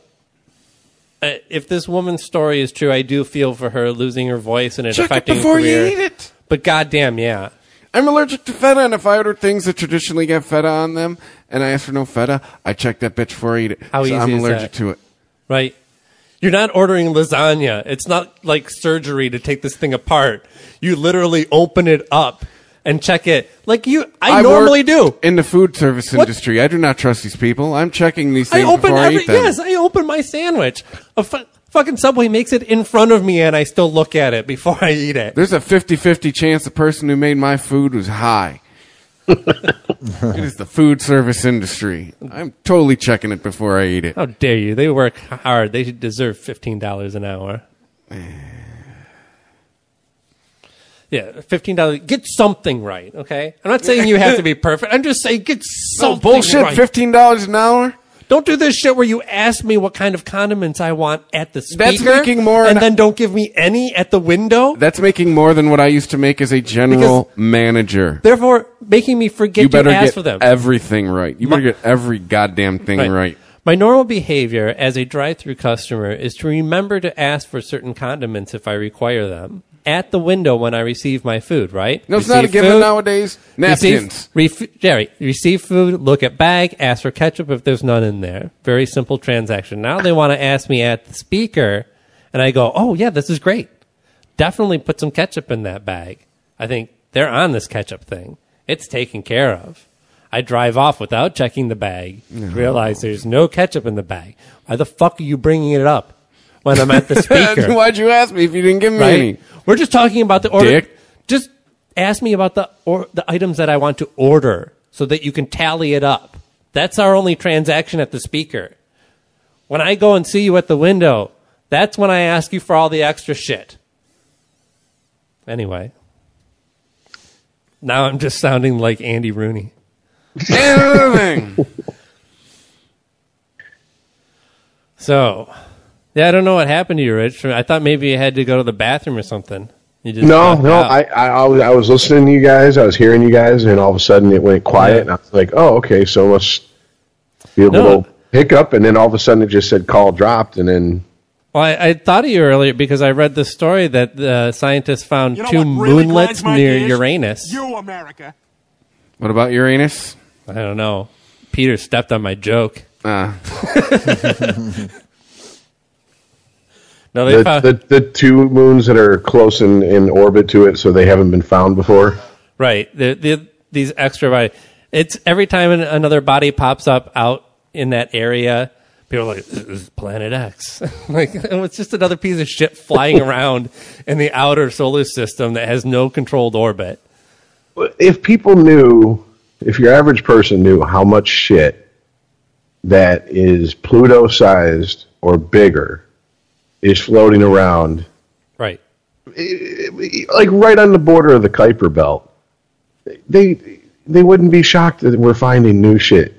[SPEAKER 5] uh, if this woman's story is true, I do feel for her losing her voice and it
[SPEAKER 3] Check it
[SPEAKER 5] affecting
[SPEAKER 3] before
[SPEAKER 5] her
[SPEAKER 3] you
[SPEAKER 5] career.
[SPEAKER 3] eat it.
[SPEAKER 5] But goddamn, yeah.
[SPEAKER 3] I'm allergic to feta, and if I order things that traditionally get feta on them, and I ask for no feta, I check that bitch before I eat it.
[SPEAKER 5] How
[SPEAKER 3] so
[SPEAKER 5] easy
[SPEAKER 3] I'm
[SPEAKER 5] is
[SPEAKER 3] allergic
[SPEAKER 5] that?
[SPEAKER 3] to it.
[SPEAKER 5] Right. You're not ordering lasagna. It's not like surgery to take this thing apart. You literally open it up and check it. Like you I
[SPEAKER 3] I've
[SPEAKER 5] normally
[SPEAKER 3] worked
[SPEAKER 5] do.
[SPEAKER 3] in the food service
[SPEAKER 5] What?
[SPEAKER 3] industry. I do not trust these people. I'm checking these
[SPEAKER 5] I
[SPEAKER 3] things
[SPEAKER 5] open
[SPEAKER 3] before I
[SPEAKER 5] every
[SPEAKER 3] eat them.
[SPEAKER 5] yes, I open my sandwich. A fu- fucking Subway makes it in front of me and I still look at it before I eat it.
[SPEAKER 3] There's a 50-50 chance the person who made my food was high. it is the food service industry. I'm totally checking it before I eat it.
[SPEAKER 5] How dare you? They work hard. They should deserve fifteen dollars an hour. Yeah, fifteen dollars. Get something right, okay? I'm not saying you have to be perfect. I'm just saying get
[SPEAKER 3] No
[SPEAKER 5] something
[SPEAKER 3] bullshit.
[SPEAKER 5] right.
[SPEAKER 3] Fifteen dollars an hour.
[SPEAKER 5] Don't do this shit where you ask me what kind of condiments I want at the speaker.
[SPEAKER 3] That's making more
[SPEAKER 5] and
[SPEAKER 3] an-
[SPEAKER 5] then don't give me any at the window.
[SPEAKER 3] That's making more than what I used to make as a general manager.
[SPEAKER 5] Therefore, making me forget
[SPEAKER 3] you better
[SPEAKER 5] to ask
[SPEAKER 3] get
[SPEAKER 5] for them.
[SPEAKER 3] everything right. You better get every goddamn thing right.
[SPEAKER 5] My normal behavior as a drive-through customer is to remember to ask for certain condiments if I require them at the window when I receive my food. Right?
[SPEAKER 3] No, it's not a
[SPEAKER 5] Receive
[SPEAKER 3] given
[SPEAKER 5] food,
[SPEAKER 3] nowadays. Napkins.
[SPEAKER 5] Receive, ref- Jerry, receive food, look at bag, ask for ketchup if there's none in there. Very simple transaction. Now they want to ask me at the speaker, and I go, oh, yeah, this is great. Definitely put some ketchup in that bag. I think they're on this ketchup thing. It's taken care of. I drive off without checking the bag, realize there's no ketchup in the bag. Why the fuck are you bringing it up when I'm at the speaker?
[SPEAKER 3] Why'd you ask me if you didn't give me
[SPEAKER 5] right?
[SPEAKER 3] any?
[SPEAKER 5] We're just talking about the order.
[SPEAKER 3] Dick.
[SPEAKER 5] Just ask me about the or, the items that I want to order, so that you can tally it up. That's our only transaction at the speaker. When I go and see you at the window, that's when I ask you for all the extra shit. Anyway, now I'm just sounding like Andy Rooney.
[SPEAKER 3] Everything.
[SPEAKER 5] so, yeah, I don't know what happened to you, Rich. I thought maybe you had to go to the bathroom or something. You just
[SPEAKER 2] No,
[SPEAKER 5] knocked
[SPEAKER 2] no,
[SPEAKER 5] out.
[SPEAKER 2] I, I, I was- I was listening to you guys, I was hearing you guys, and all of a sudden it went quiet, and I was like, oh, okay, so let's be a
[SPEAKER 5] No.
[SPEAKER 2] little hiccup, and then all of a sudden it just said call dropped, and then
[SPEAKER 5] Well, I, I thought of you earlier because I read the story that the scientists found
[SPEAKER 1] You know
[SPEAKER 5] two
[SPEAKER 1] what really
[SPEAKER 5] moonlets
[SPEAKER 1] grinds my
[SPEAKER 5] near
[SPEAKER 1] gears?
[SPEAKER 5] Uranus.
[SPEAKER 1] You, America.
[SPEAKER 5] What about Uranus? I don't know. Peter stepped on my joke.
[SPEAKER 3] Uh,
[SPEAKER 5] Ah. no, they
[SPEAKER 2] the,
[SPEAKER 5] found
[SPEAKER 2] the, the two moons that are close in, in orbit to it, so they haven't been found before.
[SPEAKER 5] right. The, the, these extra body. It's every time an- another body pops up out in that area. People are like, "This is Planet X." like, oh, it's just another piece of shit flying around in the outer solar system that has no controlled orbit.
[SPEAKER 2] If people knew, if your average person knew how much shit that is Pluto sized or bigger is floating around,
[SPEAKER 5] Right.
[SPEAKER 2] like right on the border of the Kuiper Belt, they they wouldn't be shocked that we're finding new shit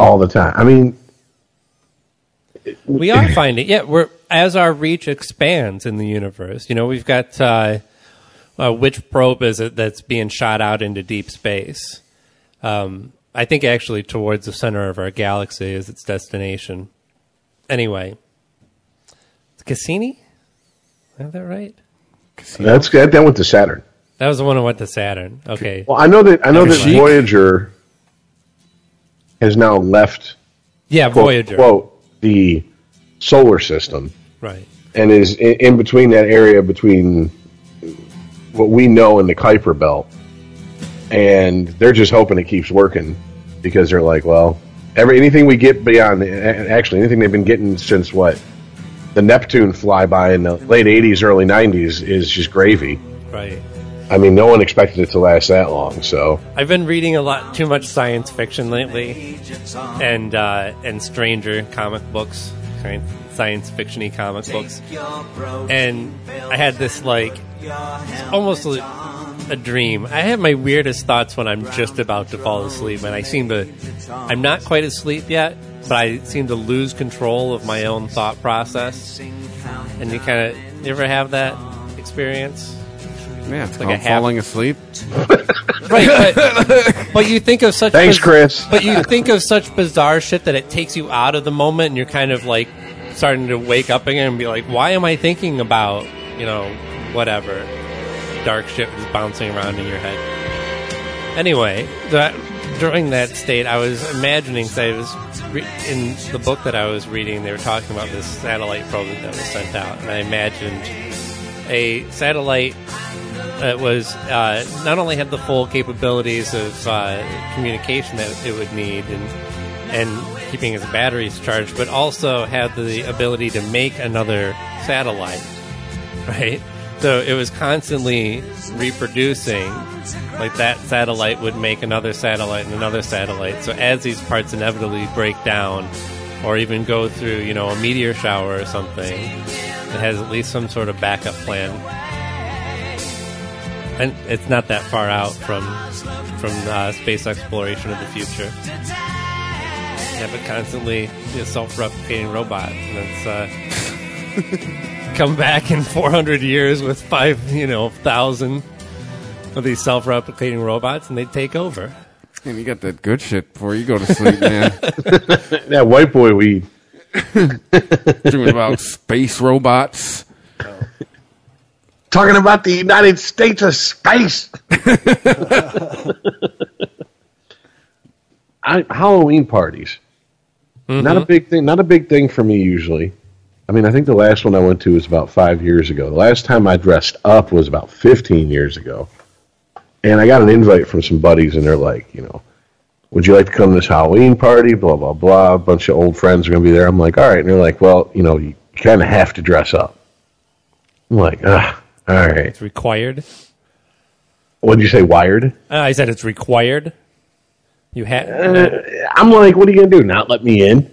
[SPEAKER 2] all the time. I mean,
[SPEAKER 5] we are finding yeah we're as our reach expands in the universe you know we've got uh, uh which probe is it that's being shot out into deep space um i think actually towards the center of our galaxy is its destination anyway cassini is that right
[SPEAKER 2] that's that, that went to Saturn.
[SPEAKER 5] that was the one that went to saturn okay
[SPEAKER 2] Well, I know that I know that
[SPEAKER 5] Chic?
[SPEAKER 2] Voyager has now left.
[SPEAKER 5] Yeah,
[SPEAKER 2] quote,
[SPEAKER 5] Voyager.
[SPEAKER 2] Quote the solar system
[SPEAKER 5] right
[SPEAKER 2] and is in, in between that area between what we know in the Kuiper Belt, and they're just hoping it keeps working because they're like, well, every anything we get beyond, a- a- actually anything they've been getting since what the Neptune flyby in the late '80s, early '90s is just gravy.
[SPEAKER 5] right
[SPEAKER 2] I mean, no one expected it to last that long, so.
[SPEAKER 5] I've been reading a lot too much science fiction lately, and uh, and stranger comic books, science, science fictiony comic books, and I had this like it's almost a, a dream. I have my weirdest thoughts when I'm just about to fall asleep, and I seem to I'm not quite asleep yet, but I seem to lose control of my own thought process. And you kind of you ever have that experience?
[SPEAKER 3] Yeah, it's
[SPEAKER 5] Like
[SPEAKER 3] called
[SPEAKER 5] a half-
[SPEAKER 3] falling asleep.
[SPEAKER 5] right, but, but you think of such
[SPEAKER 3] Thanks, Chris.
[SPEAKER 5] But you think of such bizarre shit that it takes you out of the moment, and you're kind of like starting to wake up again and be like, "Why am I thinking about you know whatever dark shit was bouncing around in your head?" Anyway, that during that state, I was imagining. 'cause I was re- in the book that I was reading. They were talking about this satellite probe that was sent out, and I imagined a satellite it was uh, not only had the full capabilities of uh, communication that it would need and and keeping its batteries charged, but also had the ability to make another satellite, right? So it was constantly reproducing. Like that satellite would make another satellite and another satellite. So as these parts inevitably break down, or even go through, you know, a meteor shower or something, it has at least some sort of backup plan and it's not that far out from from uh, space exploration of the future. You have a constantly you know, self-replicating robot, and it's uh, come back in 400 years with five, you know, thousand of these self-replicating robots, and they take over.
[SPEAKER 3] Man, you got that good shit before you go to sleep, man.
[SPEAKER 2] that white boy weed.
[SPEAKER 3] Dreaming about space robots.
[SPEAKER 2] Talking about the United States of space. I, Halloween parties. Not a big thing. Not a big thing for me usually. I mean, I think the last one I went to was about five years ago. The last time I dressed up was about fifteen years ago, and I got an invite from some buddies, and they're like, you know, would you like to come to this Halloween party? Blah blah blah. A bunch of old friends are going to be there. I'm like, all right, and they're like, well, you know, you kind of have to dress up. I'm like, ah, all right.
[SPEAKER 5] It's required.
[SPEAKER 2] What did you say? Wired.
[SPEAKER 5] Uh, I said it's required. You had.
[SPEAKER 2] Uh, I'm like, what are you going to do? Not let me in?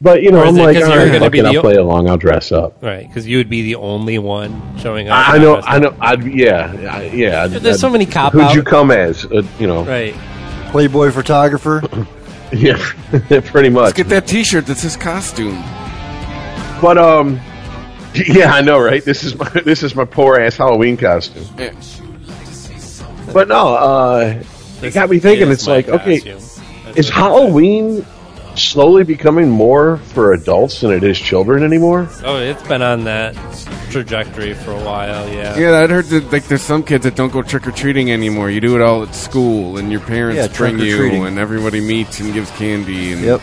[SPEAKER 2] But you know,
[SPEAKER 5] Or is
[SPEAKER 2] I'm
[SPEAKER 5] it
[SPEAKER 2] like,
[SPEAKER 5] 'cause
[SPEAKER 2] all
[SPEAKER 5] you're
[SPEAKER 2] right,
[SPEAKER 5] gonna
[SPEAKER 2] fuck
[SPEAKER 5] be
[SPEAKER 2] it,
[SPEAKER 5] the
[SPEAKER 2] I'll
[SPEAKER 5] o-
[SPEAKER 2] play along. I'll dress up.
[SPEAKER 5] Right, because you would be the only one showing up.
[SPEAKER 2] I, I know, I know, I'd yeah, I, yeah. I'd-
[SPEAKER 5] Ah, There's so
[SPEAKER 2] I'd-
[SPEAKER 5] many cop
[SPEAKER 2] Who'd
[SPEAKER 5] out-
[SPEAKER 2] you come as? Uh, you know,
[SPEAKER 5] Right.
[SPEAKER 6] Playboy photographer.
[SPEAKER 2] yeah, pretty much.
[SPEAKER 3] Get that T-shirt that says costume.
[SPEAKER 2] But um, yeah, I know, right? This is my this is my poor ass Halloween costume.
[SPEAKER 3] Yeah.
[SPEAKER 2] But no, uh, it got me thinking.
[SPEAKER 5] is
[SPEAKER 2] It's
[SPEAKER 5] my
[SPEAKER 2] like, okay,
[SPEAKER 5] costume. That's
[SPEAKER 2] is Halloween slowly becoming more for adults than it is children anymore?
[SPEAKER 5] Oh, it's been on that trajectory for a while. Yeah.
[SPEAKER 3] Yeah, I'd heard that like there's some kids that don't go trick or treating anymore. You do it all at school, and your parents
[SPEAKER 2] Yeah,
[SPEAKER 3] bring you,
[SPEAKER 2] trick-or-treating.
[SPEAKER 3] and everybody meets and gives candy. And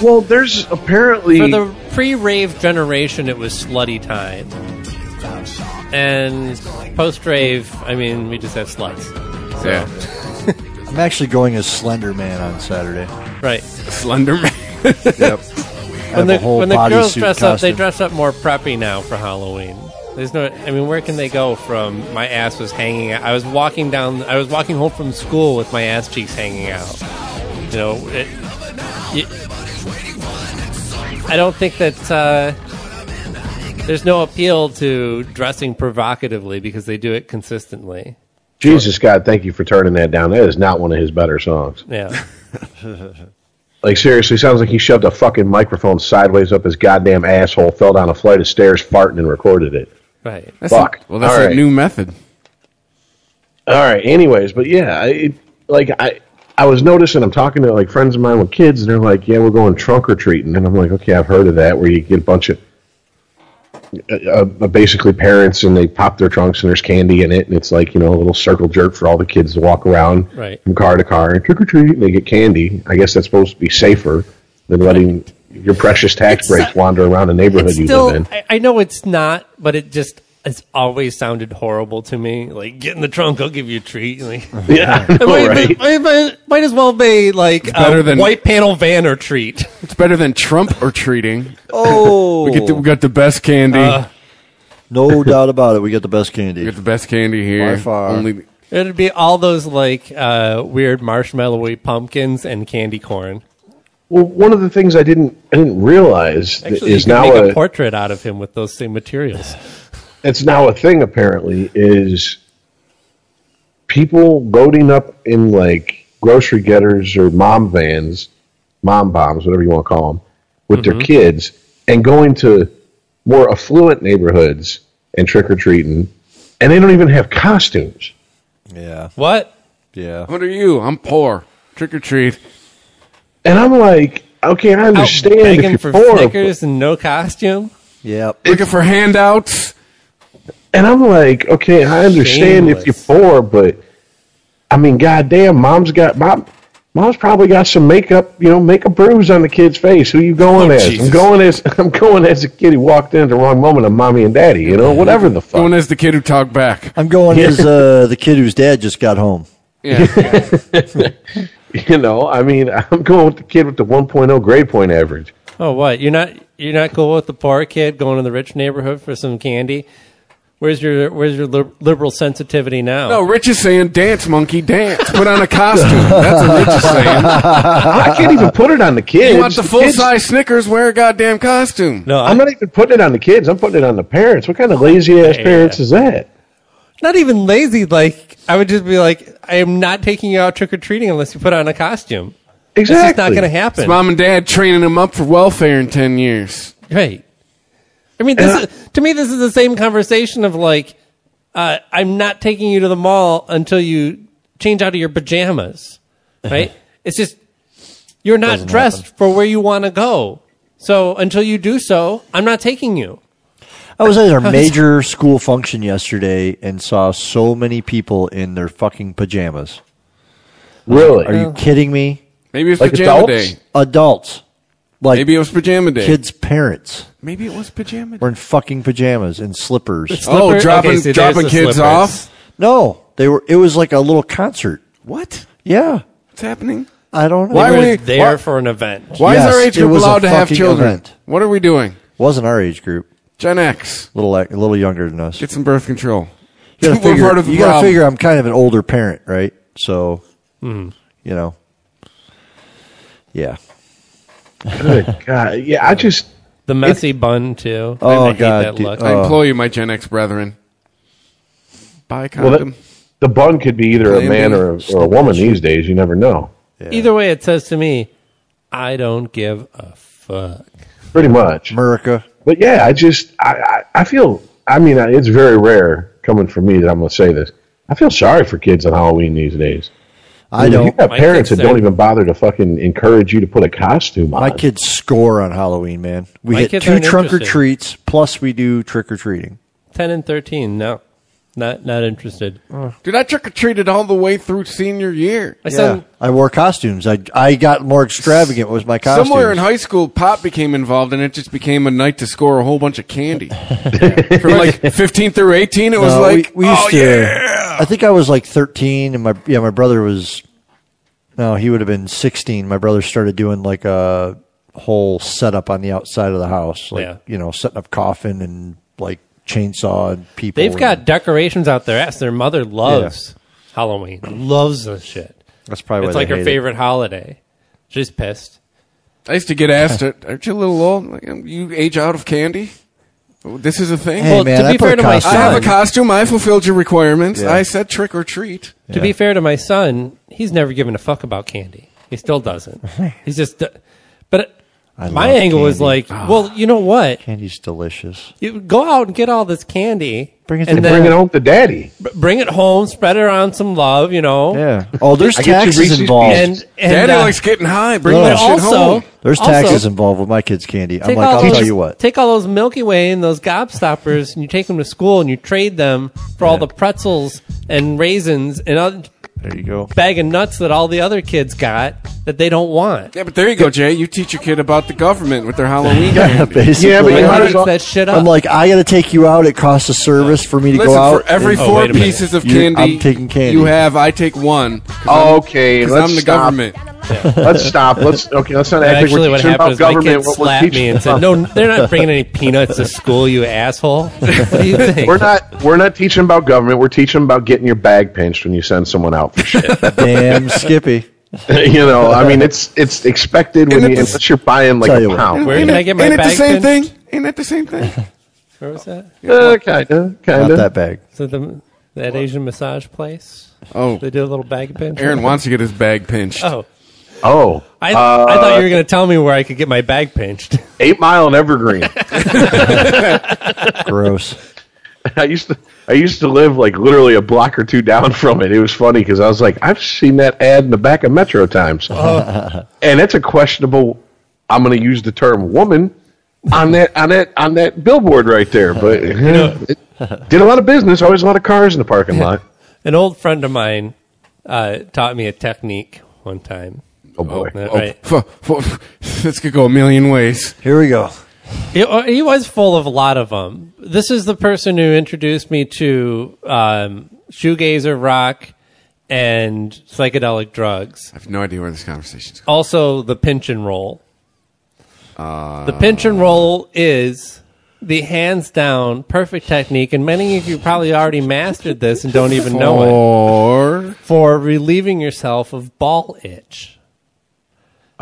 [SPEAKER 2] Well, there's apparently
[SPEAKER 5] for the pre-rave generation, it was slutty time, and post-rave, I mean, we just have sluts. So,
[SPEAKER 6] I'm actually going as Slender Man on Saturday.
[SPEAKER 5] Right.
[SPEAKER 3] Slender Man.
[SPEAKER 6] yep.
[SPEAKER 5] When the,
[SPEAKER 6] a whole
[SPEAKER 5] when the girls
[SPEAKER 6] bodysuit
[SPEAKER 5] dress up, they
[SPEAKER 6] costume.
[SPEAKER 5] dress up more preppy now for Halloween. There's no, I mean, where can they go from? My ass was hanging. out. I was walking down. I was walking home from school with my ass cheeks hanging out. You know, it, you- I don't think that uh, there's no appeal to dressing provocatively because they do it consistently.
[SPEAKER 2] Jesus God, thank you for turning that down. That is not one of his better songs.
[SPEAKER 5] Yeah.
[SPEAKER 2] Like seriously, sounds like he shoved a fucking microphone sideways up his goddamn asshole, fell down a flight of stairs, farting, and recorded it.
[SPEAKER 5] Right.
[SPEAKER 3] That's
[SPEAKER 2] Fuck.
[SPEAKER 3] A, well, that's
[SPEAKER 2] All
[SPEAKER 3] a
[SPEAKER 2] right.
[SPEAKER 3] new method.
[SPEAKER 2] All right. Anyways, but yeah, I- it, like I, I was noticing. I'm talking to like friends of mine with kids, and they're like, "Yeah, we're going trunk or treating," and I'm like, "Okay, I've heard of that, where you get a bunch of." Uh, uh, basically, parents and they pop their trunks and there's candy in it, and it's like you know a little circle jerk for all the kids to walk around
[SPEAKER 5] Right.
[SPEAKER 2] from car to car and trick or treat, and they get candy. I guess that's supposed to be safer than letting your precious tax breaks wander around the neighborhood you
[SPEAKER 5] still,
[SPEAKER 2] live in.
[SPEAKER 5] I, I know it's not, but it just it's always sounded horrible to me. Like, get in the trunk, I'll give you a treat. Like,
[SPEAKER 2] Yeah, I know,
[SPEAKER 5] might,
[SPEAKER 2] right?
[SPEAKER 5] might- might- might as well be like a
[SPEAKER 3] better than-
[SPEAKER 5] white panel van or treat.
[SPEAKER 3] It's better than Trump or treating.
[SPEAKER 5] Oh.
[SPEAKER 3] we, get the, we got the best candy.
[SPEAKER 5] Uh,
[SPEAKER 6] No doubt about it. We get the best candy. We get
[SPEAKER 3] the best candy here.
[SPEAKER 6] By far.
[SPEAKER 3] Only
[SPEAKER 5] It'd be all those like uh, weird marshmallowy pumpkins and candy corn.
[SPEAKER 2] Well, one of the things I didn't I didn't realize that
[SPEAKER 5] Actually, you
[SPEAKER 2] is
[SPEAKER 5] could
[SPEAKER 2] now
[SPEAKER 5] make a,
[SPEAKER 2] a
[SPEAKER 5] portrait out of him with those same materials.
[SPEAKER 2] it's now a thing apparently is people loading up in like grocery getters or mom vans, mom bombs, whatever you want to call them, with
[SPEAKER 5] Mhm.
[SPEAKER 2] their kids and going to more affluent neighborhoods and trick or treating, and they don't even have costumes.
[SPEAKER 6] Yeah.
[SPEAKER 5] What?
[SPEAKER 6] Yeah.
[SPEAKER 3] What are you? I'm poor. Trick or treat.
[SPEAKER 2] And I'm like, okay, I understand
[SPEAKER 5] Begging
[SPEAKER 2] if
[SPEAKER 5] for
[SPEAKER 2] you're poor, but-
[SPEAKER 5] Snickers and no costume.
[SPEAKER 6] Yeah.
[SPEAKER 3] Looking for handouts.
[SPEAKER 2] And I'm like, okay, I understand if you're poor, but I mean, goddamn, mom's got mom, mom's probably got some makeup, you know, make a bruise on the kid's face. Who you going
[SPEAKER 3] Oh,
[SPEAKER 2] as?
[SPEAKER 3] Jesus.
[SPEAKER 2] I'm going as I'm going as a kid who walked in at the wrong moment of mommy and daddy, you know, whatever the fuck.
[SPEAKER 3] Known as the kid who talked back.
[SPEAKER 6] I'm going as uh, the kid whose dad just got home.
[SPEAKER 2] you know, I mean, I'm going with the kid with the 1.0 grade point average.
[SPEAKER 5] Oh, what? You're not you're not cool with the poor kid going to the rich neighborhood for some candy? Where's your where's your lib- liberal sensitivity now?
[SPEAKER 3] No, Rich is saying, dance, monkey, dance. Put on a costume. That's what Rich is saying.
[SPEAKER 2] I can't even put it on the kids.
[SPEAKER 3] You want the
[SPEAKER 2] kids-
[SPEAKER 3] full size Snickers? Wear a goddamn costume.
[SPEAKER 5] No,
[SPEAKER 2] I'm not even putting it on the kids. I'm putting it on the parents. What kind of lazy ass
[SPEAKER 5] Yeah.
[SPEAKER 2] parents is that?
[SPEAKER 5] Not even lazy. Like I would just be like, I am not taking you out trick or treating unless you put on a costume. It's just not
[SPEAKER 3] Exactly.
[SPEAKER 5] going to happen.
[SPEAKER 3] It's mom and dad training him up for welfare in ten years.
[SPEAKER 5] Right. I mean, this is, to me, this is the same conversation of like, uh, I'm not taking you to the mall until you change out of your pajamas. Right? it's just you're not
[SPEAKER 6] Uh-huh. Doesn't
[SPEAKER 5] dressed for where you want to go. So until you do so, I'm not taking you.
[SPEAKER 6] I was at a
[SPEAKER 5] How's-
[SPEAKER 6] major school function yesterday and saw so many people in their fucking pajamas.
[SPEAKER 2] Really?
[SPEAKER 6] Are you kidding me?
[SPEAKER 3] Maybe it's Like pajama adults? day.
[SPEAKER 6] Adults. Like
[SPEAKER 3] Maybe it was pajama day.
[SPEAKER 6] Kids' parents
[SPEAKER 3] Maybe it was pajama.
[SPEAKER 6] were in fucking pajamas and slippers.
[SPEAKER 3] Oh, dropping
[SPEAKER 5] okay, see, there's
[SPEAKER 3] dropping
[SPEAKER 5] the
[SPEAKER 3] kids
[SPEAKER 5] slippers.
[SPEAKER 3] off.
[SPEAKER 6] No, they were. It was like a little concert.
[SPEAKER 3] What?
[SPEAKER 6] Yeah,
[SPEAKER 3] What's happening?
[SPEAKER 6] I don't know.
[SPEAKER 3] Why
[SPEAKER 5] They
[SPEAKER 3] are
[SPEAKER 5] were
[SPEAKER 3] we
[SPEAKER 5] there
[SPEAKER 3] why-
[SPEAKER 5] for an event.
[SPEAKER 3] Why
[SPEAKER 6] Yes,
[SPEAKER 3] is our age
[SPEAKER 6] it
[SPEAKER 3] group
[SPEAKER 6] was a
[SPEAKER 3] allowed to have
[SPEAKER 6] fucking
[SPEAKER 3] children?
[SPEAKER 6] event.
[SPEAKER 3] What are we doing?
[SPEAKER 6] Wasn't our age group.
[SPEAKER 3] Gen X.
[SPEAKER 6] Little a little younger than us.
[SPEAKER 3] Get some birth control.
[SPEAKER 6] You gotta,
[SPEAKER 3] We're
[SPEAKER 6] figure,
[SPEAKER 3] part of the
[SPEAKER 6] you gotta
[SPEAKER 3] problem.
[SPEAKER 6] figure I'm kind of an older parent, right? So, you know, yeah.
[SPEAKER 2] Good God. Yeah, I just.
[SPEAKER 5] The messy bun too.
[SPEAKER 6] Oh,
[SPEAKER 5] I hate
[SPEAKER 6] God,
[SPEAKER 5] that
[SPEAKER 6] dude.
[SPEAKER 5] look.
[SPEAKER 3] I implore you, my Gen X brethren. Buy a
[SPEAKER 2] Well,
[SPEAKER 3] condom.
[SPEAKER 2] that, the bun could be either a
[SPEAKER 3] Plan
[SPEAKER 2] man
[SPEAKER 3] B.
[SPEAKER 2] or, a- or a woman these days. You never know.
[SPEAKER 5] Either way, it says to me, I don't give a fuck.
[SPEAKER 2] Pretty much.
[SPEAKER 6] America.
[SPEAKER 2] But yeah, I just I, I, I feel. I mean, I- it's very rare coming from me that I'm going to say this. I feel sorry for kids on Halloween these days.
[SPEAKER 6] I
[SPEAKER 2] mean,
[SPEAKER 6] don't.
[SPEAKER 2] You got parents that don't even bother to fucking encourage you to put a costume on.
[SPEAKER 6] My kids score on Halloween, man. We
[SPEAKER 5] Uh, My
[SPEAKER 6] hit
[SPEAKER 5] kids
[SPEAKER 6] two
[SPEAKER 5] aren't
[SPEAKER 6] trunk or
[SPEAKER 5] interested.
[SPEAKER 6] treats, plus we do trick or treating.
[SPEAKER 5] Ten and thirteen. No, not not interested.
[SPEAKER 3] Dude, I trick or treated all the way through senior year.
[SPEAKER 5] My son-
[SPEAKER 6] I wore costumes. I I got more extravagant with my costumes.
[SPEAKER 3] Somewhere in high school, pop became involved, and it just became a night to score a whole bunch of candy. From like 15 through 18, it was
[SPEAKER 6] No,
[SPEAKER 3] like,
[SPEAKER 6] we, we used
[SPEAKER 3] oh,
[SPEAKER 6] to.
[SPEAKER 3] yeah.
[SPEAKER 6] I think I was like 13, and my yeah, my brother was. No, he would have been 16. My brother started doing like a whole setup on the outside of the house, like
[SPEAKER 5] Yeah.
[SPEAKER 6] you know, setting up coffin and like chainsaw and people.
[SPEAKER 5] They've
[SPEAKER 6] and-
[SPEAKER 5] got decorations out their ass. Their mother loves Halloween. Loves this shit.
[SPEAKER 6] That's probably why
[SPEAKER 5] it's
[SPEAKER 6] they
[SPEAKER 5] like her
[SPEAKER 6] hate it.
[SPEAKER 5] favorite holiday. She's pissed.
[SPEAKER 3] I used to get asked, aren't you a little old? Like, um, you age out of candy? Oh, This is a thing?
[SPEAKER 5] Hey, Well, man, to I be put fair a to my costume
[SPEAKER 3] I have
[SPEAKER 5] on.
[SPEAKER 3] a costume. I fulfilled your requirements.
[SPEAKER 5] Yeah.
[SPEAKER 3] I said trick or treat.
[SPEAKER 5] To be fair to my son, he's never given a fuck about candy. He still doesn't. he's just. uh, But my
[SPEAKER 6] love
[SPEAKER 5] angle was
[SPEAKER 6] candy. Ah.
[SPEAKER 5] like, well, you know what?
[SPEAKER 6] Candy's delicious.
[SPEAKER 5] You go out and get all this candy. Bring
[SPEAKER 6] it
[SPEAKER 2] and bring it home to daddy.
[SPEAKER 5] B- bring it home, spread it around some love, you know.
[SPEAKER 6] Yeah. Oh, there's I get you taxes Reese's involved. Pieces.
[SPEAKER 5] And, and
[SPEAKER 3] Daddy
[SPEAKER 5] uh,
[SPEAKER 3] likes getting high. Bring
[SPEAKER 5] but
[SPEAKER 3] that shit
[SPEAKER 5] also,
[SPEAKER 3] home.
[SPEAKER 6] There's
[SPEAKER 5] also,
[SPEAKER 6] taxes involved with my kids' candy. I'm
[SPEAKER 5] take
[SPEAKER 6] like,
[SPEAKER 5] all
[SPEAKER 6] I'll
[SPEAKER 5] those-
[SPEAKER 6] tell you what.
[SPEAKER 5] Take all those Milky Way and those Gobstoppers, and you take them to school, and you trade them for all the pretzels and raisins and other
[SPEAKER 6] there you go
[SPEAKER 5] bag of nuts that all the other kids got that they don't want.
[SPEAKER 3] Yeah, but there you go, Jay. You teach your kid about the government with their Halloween. candy.
[SPEAKER 6] Basically,
[SPEAKER 5] might as well- that shit up.
[SPEAKER 6] I'm like, I got to take you out. It costs a service for me to
[SPEAKER 3] Listen,
[SPEAKER 6] go out.
[SPEAKER 3] for every
[SPEAKER 5] Oh,
[SPEAKER 6] and-
[SPEAKER 3] four pieces of
[SPEAKER 6] You're-
[SPEAKER 3] candy,
[SPEAKER 6] I'm taking candy.
[SPEAKER 3] You have, I take one. 'Cause I'm-
[SPEAKER 2] Okay,
[SPEAKER 3] 'cause
[SPEAKER 2] let's
[SPEAKER 3] I'm the
[SPEAKER 2] stop.
[SPEAKER 3] government.
[SPEAKER 2] Let's stop. Let's okay. Let's not
[SPEAKER 5] But
[SPEAKER 2] act like
[SPEAKER 5] actually,
[SPEAKER 2] we're
[SPEAKER 5] what
[SPEAKER 2] teaching about
[SPEAKER 5] happened is my kid
[SPEAKER 2] government. What we're
[SPEAKER 5] slapped
[SPEAKER 2] teaching
[SPEAKER 5] me and said,
[SPEAKER 2] about-
[SPEAKER 5] "No, they're not bringing any peanuts to school, you asshole." What do you think?
[SPEAKER 2] We're not. We're not teaching about government. We're teaching about getting your bag pinched when you send someone out for shit.
[SPEAKER 6] Damn, Skippy.
[SPEAKER 2] you know, I mean, it's it's expected when
[SPEAKER 3] And
[SPEAKER 2] you,
[SPEAKER 3] it's-
[SPEAKER 2] unless you're buying like
[SPEAKER 6] Tell you
[SPEAKER 2] a
[SPEAKER 6] what.
[SPEAKER 2] pound.
[SPEAKER 5] Where can I get my
[SPEAKER 3] Ain't it the
[SPEAKER 5] bag
[SPEAKER 3] same
[SPEAKER 5] pinched?
[SPEAKER 3] thing? Ain't that the same thing?
[SPEAKER 5] Where was that?
[SPEAKER 2] Uh, kinda,
[SPEAKER 6] Not
[SPEAKER 2] kinda.
[SPEAKER 6] that bag.
[SPEAKER 5] So the that Asian massage place.
[SPEAKER 3] Oh.
[SPEAKER 5] they did a little bag pinch.
[SPEAKER 3] Aaron wants to get his bag pinched.
[SPEAKER 5] Oh,
[SPEAKER 2] Oh,
[SPEAKER 5] I,
[SPEAKER 2] uh,
[SPEAKER 5] I thought you were going to tell me where I could get my bag pinched.
[SPEAKER 2] Eight Mile and Evergreen.
[SPEAKER 6] Gross.
[SPEAKER 2] I used to I used to live like literally a block or two down from it. It was funny because I was like, I've seen that ad in the back of Metro Times, and it's a questionable. I'm going to use the term woman on that on that on that billboard right there, but it did a lot of business. Always a lot of cars in the parking lot.
[SPEAKER 5] An old friend of mine uh, taught me a technique one time.
[SPEAKER 2] Oh boy.
[SPEAKER 5] That-
[SPEAKER 3] Oh,
[SPEAKER 5] right.
[SPEAKER 3] f- f- f- this could go a million ways.
[SPEAKER 6] Here we go.
[SPEAKER 5] He, uh, he was full of a lot of them. This is the person who introduced me to um, shoegazer rock and psychedelic drugs.
[SPEAKER 3] I have no idea where this conversation's going.
[SPEAKER 5] Also, the pinch and roll. the pinch and roll is the hands down perfect technique, and many of you probably already mastered this and don't even
[SPEAKER 3] Oh.
[SPEAKER 5] know it
[SPEAKER 3] Or
[SPEAKER 5] for relieving yourself of ball itch.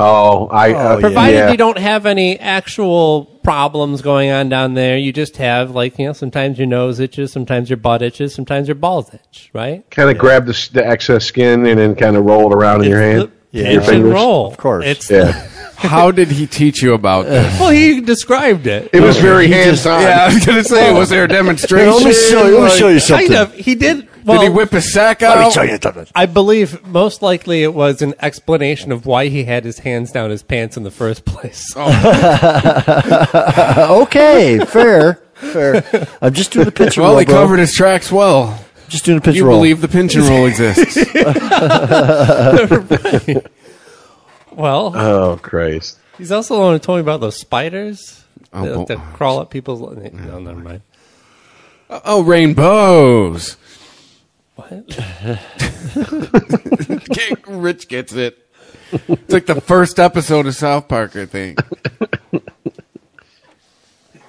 [SPEAKER 2] Oh, I uh,
[SPEAKER 5] Provided
[SPEAKER 2] yeah.
[SPEAKER 5] you don't have any actual problems going on down there, you just have like you know sometimes your nose itches, sometimes your butt itches, sometimes your balls itch, right?
[SPEAKER 2] kind of grab the, s- the excess skin and then kind of roll it around in your hand.
[SPEAKER 5] The
[SPEAKER 2] your
[SPEAKER 5] pinch and roll,
[SPEAKER 6] Of course.
[SPEAKER 5] It's
[SPEAKER 2] Yeah,
[SPEAKER 3] how did he teach you about this?
[SPEAKER 5] well, he described it.
[SPEAKER 2] it was very hands on.
[SPEAKER 3] yeah, I was gonna say, was there a demonstration?
[SPEAKER 6] Here, let me show you. Let me show you something.
[SPEAKER 5] Kind of. He did. Well,
[SPEAKER 3] did he whip his sack out?
[SPEAKER 6] Let me show you something.
[SPEAKER 5] I believe most likely it was an explanation of why he had his hands down his pants in the first place.
[SPEAKER 6] Oh. Uh, okay, fair, fair. I'm just doing the pitch and
[SPEAKER 3] Well,
[SPEAKER 6] roll,
[SPEAKER 3] he
[SPEAKER 6] bro.
[SPEAKER 3] covered his tracks well.
[SPEAKER 6] Just doing the pitch
[SPEAKER 3] you
[SPEAKER 6] roll.
[SPEAKER 3] believe the pinch and roll exists?
[SPEAKER 5] well,
[SPEAKER 2] Oh Christ!
[SPEAKER 5] he's also the one who told me about those spiders
[SPEAKER 3] Oh,
[SPEAKER 5] that,
[SPEAKER 3] bo-
[SPEAKER 5] that crawl up people's. No, never mind.
[SPEAKER 3] oh, rainbows.
[SPEAKER 5] What?
[SPEAKER 3] Rich gets it. It's like the first episode of South Park, I think.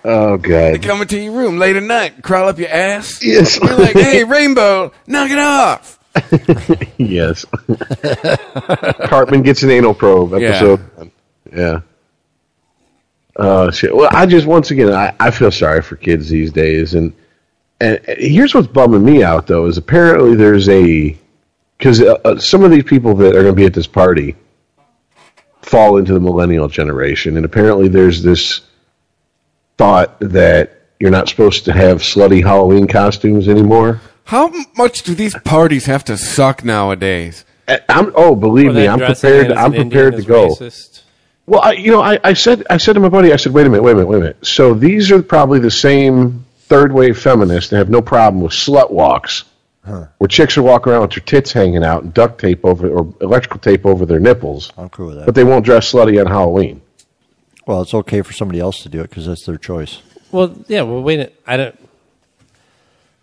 [SPEAKER 2] Oh God!
[SPEAKER 3] Coming to your room late at night, crawl up your ass.
[SPEAKER 2] Yes.
[SPEAKER 3] You're like, hey, rainbow, knock it off.
[SPEAKER 2] Yes. Cartman gets an anal probe episode. Yeah. Oh shit! Well, I just once again, I, I feel sorry for kids these days, and and and here's what's bumming me out though is apparently there's a because uh, uh, some of these people that are going to be at this party fall into the millennial generation, and apparently there's this thought that you're not supposed to have slutty Halloween costumes anymore.
[SPEAKER 3] How m- much do these parties have to suck nowadays?
[SPEAKER 2] I'm, oh, believe
[SPEAKER 5] Or
[SPEAKER 2] me,
[SPEAKER 5] that
[SPEAKER 2] I'm
[SPEAKER 5] dressing
[SPEAKER 2] prepared.
[SPEAKER 5] it as
[SPEAKER 2] I'm
[SPEAKER 5] an Indian
[SPEAKER 2] prepared to
[SPEAKER 5] is
[SPEAKER 2] go.
[SPEAKER 5] racist.
[SPEAKER 2] Well, I, you know, I, I said I said to my buddy, I said, wait a minute, wait a minute, wait a minute. So these are probably the same third wave feminists that have no problem with slut walks, where chicks are walking around with their tits hanging out and duct tape over or electrical tape over their nipples.
[SPEAKER 6] I'm cool with that.
[SPEAKER 2] But they won't dress slutty on Halloween.
[SPEAKER 6] Well, it's okay for somebody else to do it because that's their choice.
[SPEAKER 5] Well, yeah. Well, wait. a- I don't.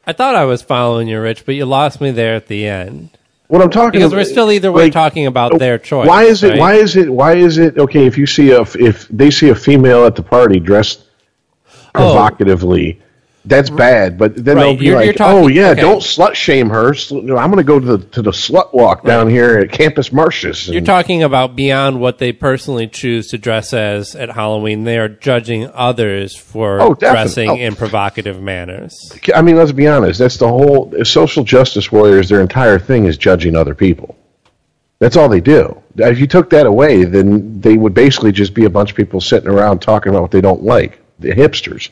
[SPEAKER 5] I thought I was following you, Rich, but you lost me there at the end.
[SPEAKER 2] What I'm talking
[SPEAKER 5] because
[SPEAKER 2] about-
[SPEAKER 5] we're still either way
[SPEAKER 2] like, uh,
[SPEAKER 5] talking about their choice.
[SPEAKER 2] Why is it?
[SPEAKER 5] right?
[SPEAKER 2] Why is it? Why is it? Okay, if you see a if they see a female at the party dressed provocatively, that's bad. But then
[SPEAKER 5] Oh. Right,
[SPEAKER 2] they'll be
[SPEAKER 5] you're-
[SPEAKER 2] like,
[SPEAKER 5] you're talking-
[SPEAKER 2] "Oh yeah,
[SPEAKER 5] okay.
[SPEAKER 2] don't slut shame her. Sl- no, I'm going to go to the to the slut walk down here at Campus Martius."
[SPEAKER 5] You're
[SPEAKER 2] and-
[SPEAKER 5] talking about beyond what they personally choose to dress as at Halloween. They are judging others for
[SPEAKER 2] Oh, definitely.
[SPEAKER 5] dressing
[SPEAKER 2] Oh.
[SPEAKER 5] in provocative manners.
[SPEAKER 2] I mean, let's be honest. That's the whole social justice warriors. Their entire thing is judging other people. That's all they do. If you took that away, then they would basically just be a bunch of people sitting around talking about what they don't like, the hipsters.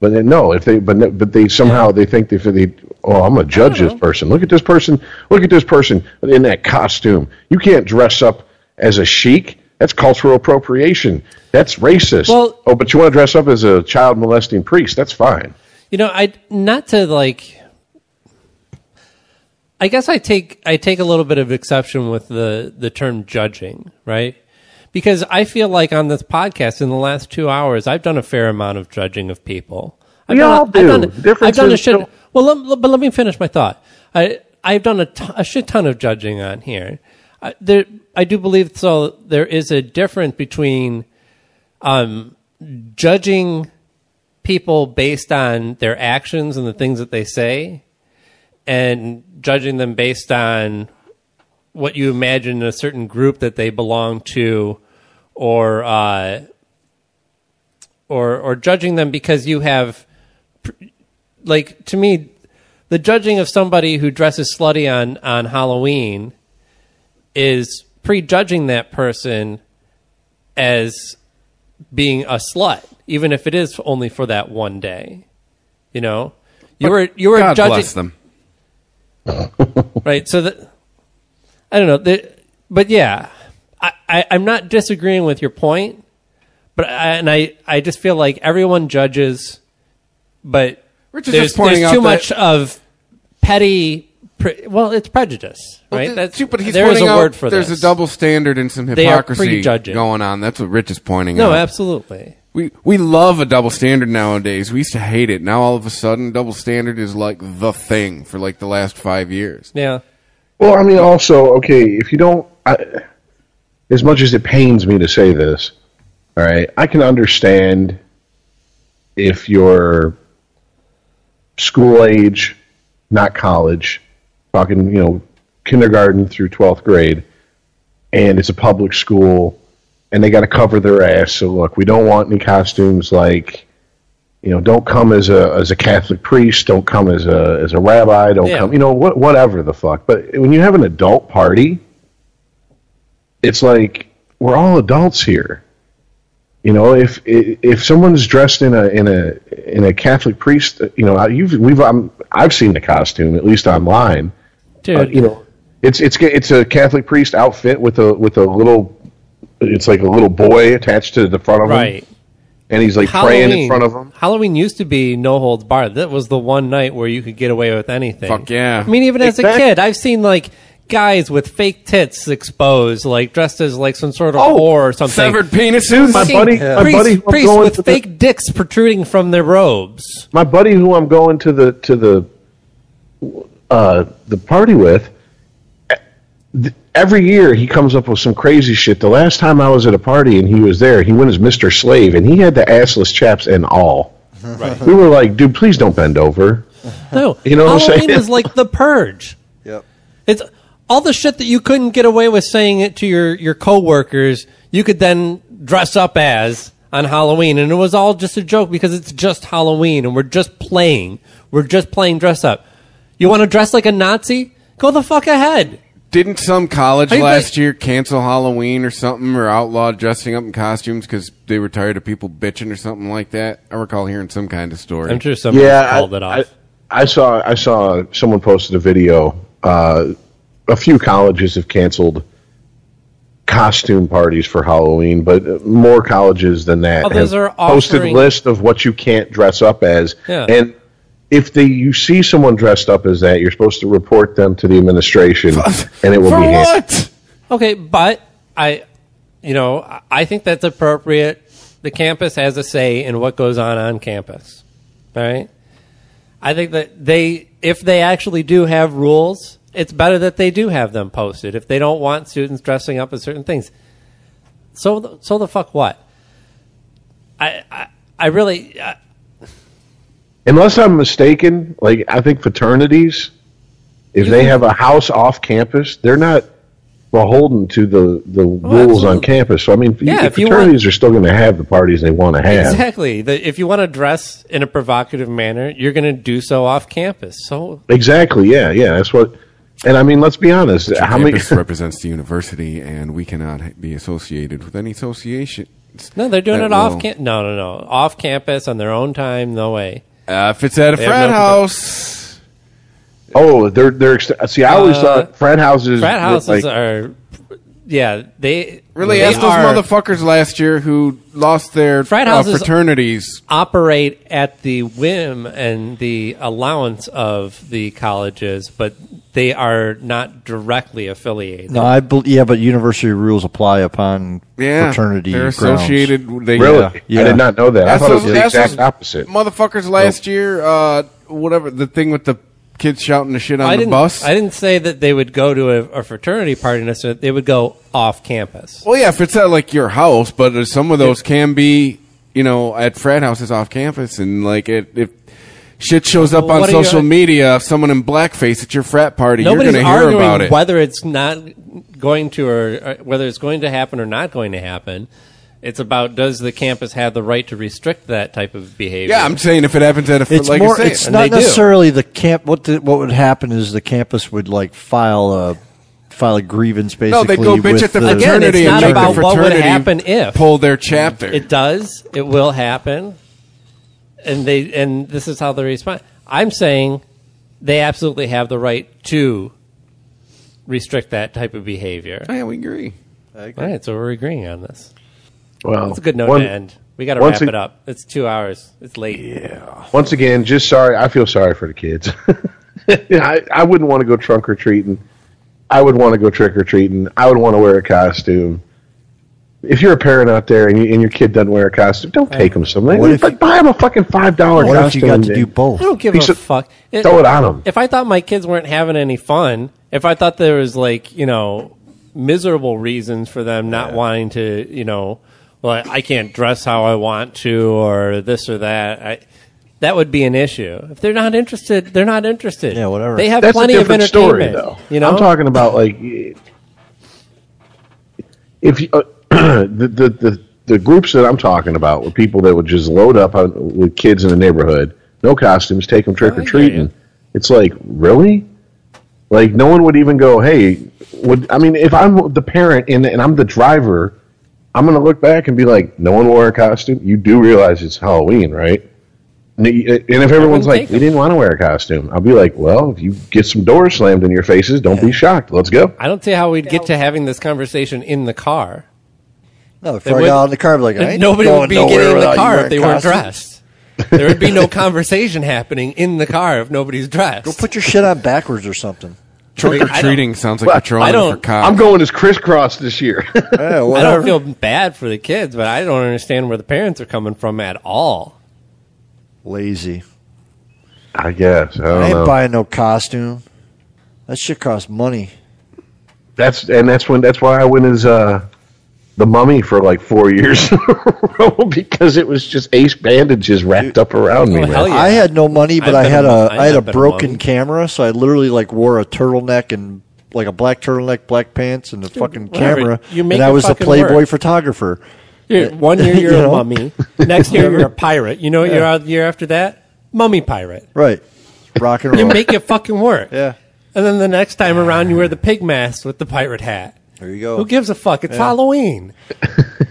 [SPEAKER 2] But then, no, if they but but they somehow they think they, they oh I'm gonna judge this person. Look at this person. Look at this person in that costume. You can't dress up as a chic. That's cultural appropriation. That's racist.
[SPEAKER 5] Well-
[SPEAKER 2] oh, but you want to dress up as a child molesting priest? That's fine.
[SPEAKER 5] You know, I not to like. I guess I take I take a little bit of exception with the the term judging, right? Because I feel like on this podcast in the last two hours, I've done a fair amount of judging of people. I've
[SPEAKER 2] We
[SPEAKER 5] done a-
[SPEAKER 2] all do.
[SPEAKER 5] I've done, I've done a
[SPEAKER 2] Differences
[SPEAKER 5] shit.
[SPEAKER 2] don't-
[SPEAKER 5] Well, let, let- but let me finish my thought. I I've done a, t- a shit ton of judging on here. I, there, I do believe so. There is a difference between um, judging people based on their actions and the things that they say and judging them based on what you imagine a certain group that they belong to or uh, or or judging them because you have pr- like to me the judging of somebody who dresses slutty on on Halloween is prejudging that person as being a slut, even if it is only for that one day. You know, you
[SPEAKER 3] But
[SPEAKER 5] were you were
[SPEAKER 3] God
[SPEAKER 5] judging
[SPEAKER 3] bless them.
[SPEAKER 5] right? So that I don't know, the, but yeah, I, I I'm not disagreeing with your point, but I, and I I just feel like everyone judges, but
[SPEAKER 3] Rich is
[SPEAKER 5] there's,
[SPEAKER 3] just pointing
[SPEAKER 5] there's
[SPEAKER 3] out
[SPEAKER 5] too
[SPEAKER 3] that-
[SPEAKER 5] much of petty. Pre, well, it's prejudice, right? That's
[SPEAKER 3] but he's
[SPEAKER 5] there is
[SPEAKER 3] pointing
[SPEAKER 5] a
[SPEAKER 3] out
[SPEAKER 5] word for
[SPEAKER 3] there's
[SPEAKER 5] this.
[SPEAKER 3] a double standard and some
[SPEAKER 5] They are
[SPEAKER 3] hypocrisy
[SPEAKER 5] prejudging.
[SPEAKER 3] going on. That's what Rich is pointing out.
[SPEAKER 5] no, absolutely.
[SPEAKER 3] We we love a double standard nowadays. We used to hate it. Now all of a sudden, double standard is like the thing for like the last five years.
[SPEAKER 5] Yeah.
[SPEAKER 2] Well, I mean, also, okay, if you don't, I, as much as it pains me to say this, all right, I can understand if you're school age, not college, talking, you know, kindergarten through 12th grade, and it's a public school, and they got to cover their ass. So, look, we don't want any costumes like. You know, don't come as a as a Catholic priest. Don't come as a as a rabbi. Don't
[SPEAKER 5] Yeah.
[SPEAKER 2] come. You know, what whatever the fuck. But when you have an adult party, it's like we're all adults here. You know, if if someone's dressed in a in a in a Catholic priest, you know, you've we've i I've seen the costume at least online.
[SPEAKER 5] Dude.
[SPEAKER 2] Uh, you know, it's it's it's a Catholic priest outfit with a with a little, it's like a little boy attached to the front of
[SPEAKER 5] Right.
[SPEAKER 2] him, and he's like praying in front of him.
[SPEAKER 5] Halloween used to be no holds barred. That was the one night where you could get away with anything.
[SPEAKER 3] Fuck yeah.
[SPEAKER 5] I mean, even as
[SPEAKER 3] Exactly.
[SPEAKER 5] a kid, I've seen like guys with fake tits exposed, like dressed as like some sort of whore or something.
[SPEAKER 3] severed penises?
[SPEAKER 2] Oh, My
[SPEAKER 5] Fucking
[SPEAKER 2] buddy- my
[SPEAKER 5] priests-
[SPEAKER 2] buddy who I'm
[SPEAKER 5] priests
[SPEAKER 2] going
[SPEAKER 5] with
[SPEAKER 2] to the-
[SPEAKER 5] fake dicks protruding from their robes.
[SPEAKER 2] My buddy, who I'm going to the to the uh, the party with, e- th- every year he comes up with some crazy shit. The last time I was at a party and he was there, he went as Mister Slave, and he had the assless chaps and all.
[SPEAKER 5] Right.
[SPEAKER 2] We were like, dude, please don't bend over.
[SPEAKER 5] No,
[SPEAKER 2] You know what I'm
[SPEAKER 5] Halloween
[SPEAKER 2] saying?
[SPEAKER 5] was like the purge.
[SPEAKER 6] Yep.
[SPEAKER 5] It's all the shit that you couldn't get away with saying it to your your coworkers. You could then dress up as on Halloween, and it was all just a joke because it's just Halloween, and we're just playing. We're just playing dress up. You want to dress like a Nazi? Go the fuck ahead.
[SPEAKER 3] Didn't some college
[SPEAKER 5] Are you
[SPEAKER 3] last year cancel Halloween or something, or outlaw dressing up in costumes because they were tired of people bitching or something like that? I recall hearing some kind of story.
[SPEAKER 5] I'm sure
[SPEAKER 2] yeah, I, I, I saw I saw someone posted a video uh, a few colleges have canceled costume parties for Halloween, but more colleges than that
[SPEAKER 5] Oh, those
[SPEAKER 2] have
[SPEAKER 5] are
[SPEAKER 2] posted
[SPEAKER 5] offering-
[SPEAKER 2] list of what you can't dress up as.
[SPEAKER 5] Yeah.
[SPEAKER 2] And if they you see someone dressed up as that, you're supposed to report them to the administration, and it will be handled.
[SPEAKER 5] Okay, but I, you know, I- I think that's appropriate. The campus has a say in what goes on on campus. All right. I think that they, if they actually do have rules, it's better that they do have them posted. If they don't want students dressing up as certain things, so the, so the fuck what? I I, I really I,
[SPEAKER 2] Unless I'm mistaken, like I think fraternities, if they have a house off campus, they're not beholden to the, the rules on campus. So I mean,
[SPEAKER 5] Yeah, if you want-
[SPEAKER 2] fraternities are still going to have the parties they want to have.
[SPEAKER 5] exactly. The, if you want to dress in a provocative manner, you're going to do so off campus. So
[SPEAKER 2] Exactly. Yeah. Yeah. That's what. And I mean, let's be honest. How many?
[SPEAKER 3] campus represents the university, and we cannot be associated with any association.
[SPEAKER 5] No, they're doing
[SPEAKER 3] that
[SPEAKER 5] it off
[SPEAKER 3] will-
[SPEAKER 5] campus. No, no, no. Off campus on their own time. No way.
[SPEAKER 3] Uh, if it's at a
[SPEAKER 5] They have
[SPEAKER 3] frat
[SPEAKER 5] no-
[SPEAKER 3] house,
[SPEAKER 2] oh, they're they're. ext- See, I always
[SPEAKER 5] Uh,
[SPEAKER 2] thought frat houses.
[SPEAKER 5] Frat
[SPEAKER 2] were, like-
[SPEAKER 5] houses are. Yeah, they
[SPEAKER 3] really
[SPEAKER 5] they
[SPEAKER 3] ask those
[SPEAKER 5] are-
[SPEAKER 3] motherfuckers last year who lost their
[SPEAKER 5] Frat
[SPEAKER 3] uh,
[SPEAKER 5] houses
[SPEAKER 3] fraternities.
[SPEAKER 5] operate at the whim and the allowance of the colleges, but they are not directly affiliated.
[SPEAKER 6] No, I bel yeah, but university rules apply upon fraternity.
[SPEAKER 3] They're
[SPEAKER 6] grounds.
[SPEAKER 3] associated. They,
[SPEAKER 6] Yeah.
[SPEAKER 3] Ask those- ask those Motherfuckers last year, uh, whatever the thing with the kids shouting the shit on
[SPEAKER 5] I
[SPEAKER 3] the
[SPEAKER 5] didn't.
[SPEAKER 3] bus.
[SPEAKER 5] I didn't say that they would go to a, a fraternity party necessarily. They would go off campus.
[SPEAKER 3] well, yeah, if it's at like your house, but uh, some of those can be, you know, at frat houses off campus, and like it, if shit shows up
[SPEAKER 5] Well,
[SPEAKER 3] on
[SPEAKER 5] what are your-
[SPEAKER 3] social media, if someone in blackface at your frat party,
[SPEAKER 5] Nobody's
[SPEAKER 3] you're going to hear
[SPEAKER 5] arguing
[SPEAKER 3] about it.
[SPEAKER 5] whether it's not going to or or whether it's going to happen or not going to happen. It's about does the campus have the right to restrict that type of behavior?
[SPEAKER 3] Yeah, I'm saying if it happens at a fr-
[SPEAKER 6] It's
[SPEAKER 3] like
[SPEAKER 6] more.
[SPEAKER 3] you say,
[SPEAKER 6] It's not necessarily the camp. What the, what would happen is the campus would like file a file a grievance basically.
[SPEAKER 3] No, they go bitch
[SPEAKER 6] with
[SPEAKER 3] at the
[SPEAKER 5] Again,
[SPEAKER 3] fraternity
[SPEAKER 5] it's
[SPEAKER 3] and
[SPEAKER 5] not
[SPEAKER 3] make
[SPEAKER 5] about
[SPEAKER 3] the
[SPEAKER 5] what would
[SPEAKER 3] fraternity
[SPEAKER 5] happen if.
[SPEAKER 3] pull their chapter.
[SPEAKER 5] It does. It will happen. And they and this is how they respond. I'm saying they absolutely have the right to restrict that type of behavior.
[SPEAKER 3] yeah, we agree.
[SPEAKER 5] All right, so we're agreeing on this.
[SPEAKER 2] Well,
[SPEAKER 5] that's a good note
[SPEAKER 2] one-
[SPEAKER 5] to end. We got to
[SPEAKER 2] once
[SPEAKER 5] wrap
[SPEAKER 2] ag-
[SPEAKER 5] it up. It's two hours. It's late. Yeah.
[SPEAKER 2] Once again, just sorry. I feel sorry for the kids. I, I wouldn't want to go trunk or treating. I would want to go trick or treating. I would want to wear a costume. If you're a parent out there and, you, and your kid doesn't wear a costume, don't take them somewhere.
[SPEAKER 6] What if
[SPEAKER 2] But buy them a fucking five dollar
[SPEAKER 6] What
[SPEAKER 2] costume.
[SPEAKER 6] if you got to do both?
[SPEAKER 5] I don't give
[SPEAKER 2] Piece
[SPEAKER 5] a
[SPEAKER 2] of-
[SPEAKER 5] fuck.
[SPEAKER 2] throw it on 'em.
[SPEAKER 5] If I thought my kids weren't having any fun, if I thought there was like you know miserable reasons for them not wanting to, you know, well I can't dress how I want to or this or that, I, that would be an issue. If they're not interested, they're not interested. Yeah, whatever. They have
[SPEAKER 2] That's
[SPEAKER 5] plenty
[SPEAKER 2] a
[SPEAKER 5] of
[SPEAKER 2] different
[SPEAKER 5] entertainment.
[SPEAKER 2] story, though.
[SPEAKER 5] You know,
[SPEAKER 2] I'm talking about like if you, uh, the, the the the groups that I'm talking about were people that would just load up on, with kids in the neighborhood, no costumes, take them
[SPEAKER 5] Oh,
[SPEAKER 2] trick or treating. It's like really, like no one would even go. Hey, would I mean if I'm the parent and and I'm the driver, I'm gonna look back and be like, no one wore a costume. You do realize it's Halloween, right? And and if everyone's like,
[SPEAKER 5] take
[SPEAKER 2] we didn't want to wear a costume, I'll be like, well, if you get some doors slammed in your faces, don't be shocked. Let's go.
[SPEAKER 5] I don't see how we'd get to having this conversation in the car.
[SPEAKER 6] No, if
[SPEAKER 5] They
[SPEAKER 6] I
[SPEAKER 5] wouldn't-
[SPEAKER 6] got out in the car, I'd be like, I ain't
[SPEAKER 5] nobody
[SPEAKER 6] going
[SPEAKER 5] would be
[SPEAKER 6] nowhere
[SPEAKER 5] getting in the
[SPEAKER 6] without you
[SPEAKER 5] car
[SPEAKER 6] wearing
[SPEAKER 5] if they weren't
[SPEAKER 6] costumes.
[SPEAKER 5] dressed. There would be no conversation happening in the car if nobody's dressed. Go
[SPEAKER 6] Put your shit on backwards or something.
[SPEAKER 3] Trick or treating sounds like you're
[SPEAKER 5] I
[SPEAKER 3] trolling
[SPEAKER 5] don't-
[SPEAKER 3] for cops.
[SPEAKER 2] I'm going as crisscross this year.
[SPEAKER 5] I don't feel bad for the kids, but I don't understand where the parents are coming from at all.
[SPEAKER 6] Lazy.
[SPEAKER 2] I guess. I don't
[SPEAKER 6] I ain't
[SPEAKER 2] know.
[SPEAKER 6] buying no costume. That shit costs money.
[SPEAKER 2] That's and that's when that's why I went as uh, the mummy for like four years in a row because it was just ace bandages wrapped up around me. man.
[SPEAKER 6] I had no money, but
[SPEAKER 2] Oh, I've
[SPEAKER 6] I had
[SPEAKER 2] been-
[SPEAKER 6] a
[SPEAKER 2] I've
[SPEAKER 6] I had a
[SPEAKER 2] been
[SPEAKER 6] broken
[SPEAKER 2] alone.
[SPEAKER 6] camera, so I literally like wore a turtleneck and like a black turtleneck, black pants, and a fucking
[SPEAKER 5] whatever.
[SPEAKER 6] camera.
[SPEAKER 5] You make
[SPEAKER 6] and I
[SPEAKER 5] it
[SPEAKER 6] was a
[SPEAKER 5] fucking
[SPEAKER 6] Playboy
[SPEAKER 5] work.
[SPEAKER 6] photographer.
[SPEAKER 5] You're- one year you're
[SPEAKER 6] You
[SPEAKER 5] a
[SPEAKER 6] know?
[SPEAKER 5] mummy. Next year you're a pirate. You know what
[SPEAKER 6] Yeah.
[SPEAKER 5] you're out year after that? Mummy pirate.
[SPEAKER 6] Right. Rock and
[SPEAKER 5] You
[SPEAKER 6] roll.
[SPEAKER 5] make it fucking work.
[SPEAKER 6] Yeah.
[SPEAKER 5] And then the next time around you wear the pig mask with the pirate hat.
[SPEAKER 6] there you go.
[SPEAKER 5] Who gives a fuck? It's
[SPEAKER 6] Yeah.
[SPEAKER 5] Halloween.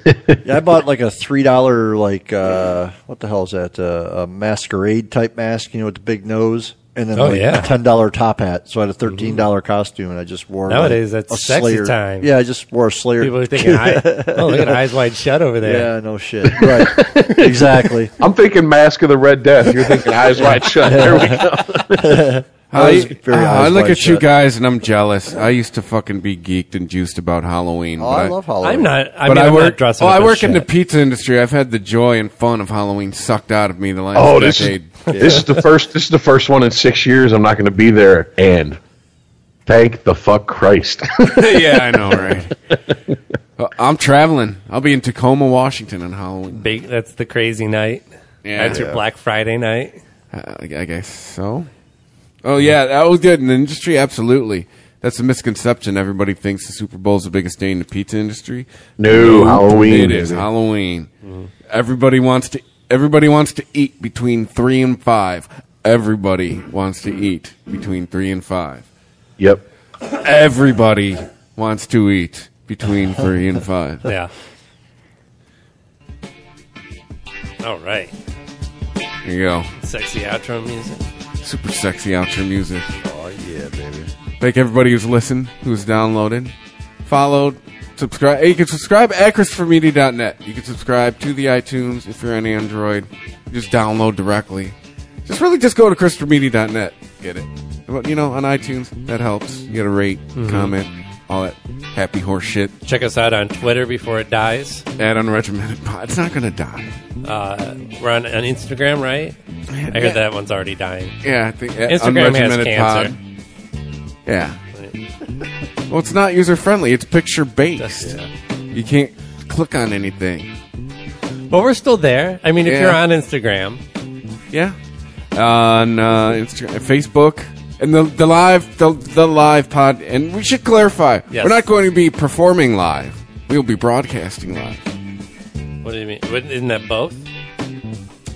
[SPEAKER 6] Yeah, I bought like a three dollar like uh, what the hell is that? Uh, a masquerade type mask, you know, with the big nose. and then
[SPEAKER 5] Oh,
[SPEAKER 6] like
[SPEAKER 5] yeah. Mm-hmm.
[SPEAKER 6] a ten dollar top hat. So I had a thirteen costume, and I just wore like,
[SPEAKER 5] Nowadays, that's
[SPEAKER 6] a
[SPEAKER 5] sexy
[SPEAKER 6] Slayer-
[SPEAKER 5] time.
[SPEAKER 6] Yeah, I just wore a Slayer.
[SPEAKER 5] People are thinking, I- oh, look at Eyes Wide Shut over there.
[SPEAKER 6] Yeah, no shit. Right, exactly.
[SPEAKER 2] I'm thinking Mask of the Red Death. You're thinking Eyes Wide Shut. There we go.
[SPEAKER 3] I, ah, I look at you guys and I'm jealous. I used to fucking be geeked and juiced about Halloween.
[SPEAKER 6] Oh,
[SPEAKER 3] but
[SPEAKER 6] I love Halloween.
[SPEAKER 5] I'm not- I
[SPEAKER 3] but
[SPEAKER 5] mean, I'm not
[SPEAKER 3] work,
[SPEAKER 5] dressing
[SPEAKER 3] Oh,
[SPEAKER 5] up
[SPEAKER 3] I
[SPEAKER 5] as
[SPEAKER 3] work in the
[SPEAKER 5] shit.
[SPEAKER 3] pizza industry. I've had the joy and fun of Halloween sucked out of me the last
[SPEAKER 2] Oh, this is,
[SPEAKER 3] decade.
[SPEAKER 2] this is the first. This is the first one in six years. I'm not going to be there. And thank the fuck Christ.
[SPEAKER 3] yeah, I know, right? Uh, I'm traveling. I'll be in Tacoma, Washington on Halloween.
[SPEAKER 5] Big, that's the crazy night.
[SPEAKER 3] Yeah.
[SPEAKER 5] That's your
[SPEAKER 3] Yeah.
[SPEAKER 5] Black Friday night.
[SPEAKER 3] Uh, I, I guess so. Oh yeah, that was good in the industry. Absolutely, that's a misconception. Everybody thinks the Super Bowl is the biggest day in the pizza industry.
[SPEAKER 2] No, Halloween
[SPEAKER 3] It is
[SPEAKER 2] is it.
[SPEAKER 3] Halloween. Everybody wants to. Everybody wants to eat between three and five. Everybody wants to eat between three and five.
[SPEAKER 2] Yep.
[SPEAKER 3] Everybody wants to eat between three and five.
[SPEAKER 5] Yeah. All right.
[SPEAKER 3] There you go.
[SPEAKER 5] Sexy outro music.
[SPEAKER 3] Super sexy outro music.
[SPEAKER 5] Oh, yeah, baby.
[SPEAKER 3] Thank everybody who's listened, who's downloaded, followed, subscribe. You can subscribe at ChristopherMedia.net. You can subscribe to the iTunes if you're on Android. Just download directly. Just really just go to ChristopherMedia.net. Get it. But, You know, on iTunes, that helps. You got to rate,
[SPEAKER 5] Mhm.
[SPEAKER 3] comment, all that happy horse shit.
[SPEAKER 5] Check us out on Twitter before it dies.
[SPEAKER 3] Add unregimented pod. It's not going to die.
[SPEAKER 5] Uh, we're on, on Instagram, right? I heard that one's already dying.
[SPEAKER 3] Yeah, I think uh,
[SPEAKER 5] Instagram has
[SPEAKER 3] unregimented
[SPEAKER 5] cancer.
[SPEAKER 3] pod. Yeah. Well, it's not user friendly. It's picture based. You can't click on anything.
[SPEAKER 5] But we're still there. I mean, if
[SPEAKER 3] Yeah.
[SPEAKER 5] you're on Instagram,
[SPEAKER 3] Yeah. On uh, Instagram, Facebook, and the the live the, the live pod. And we should clarify,
[SPEAKER 5] Yes.
[SPEAKER 3] we're not going to be performing live. We will be broadcasting live.
[SPEAKER 5] what do you mean? What- Isn't that both?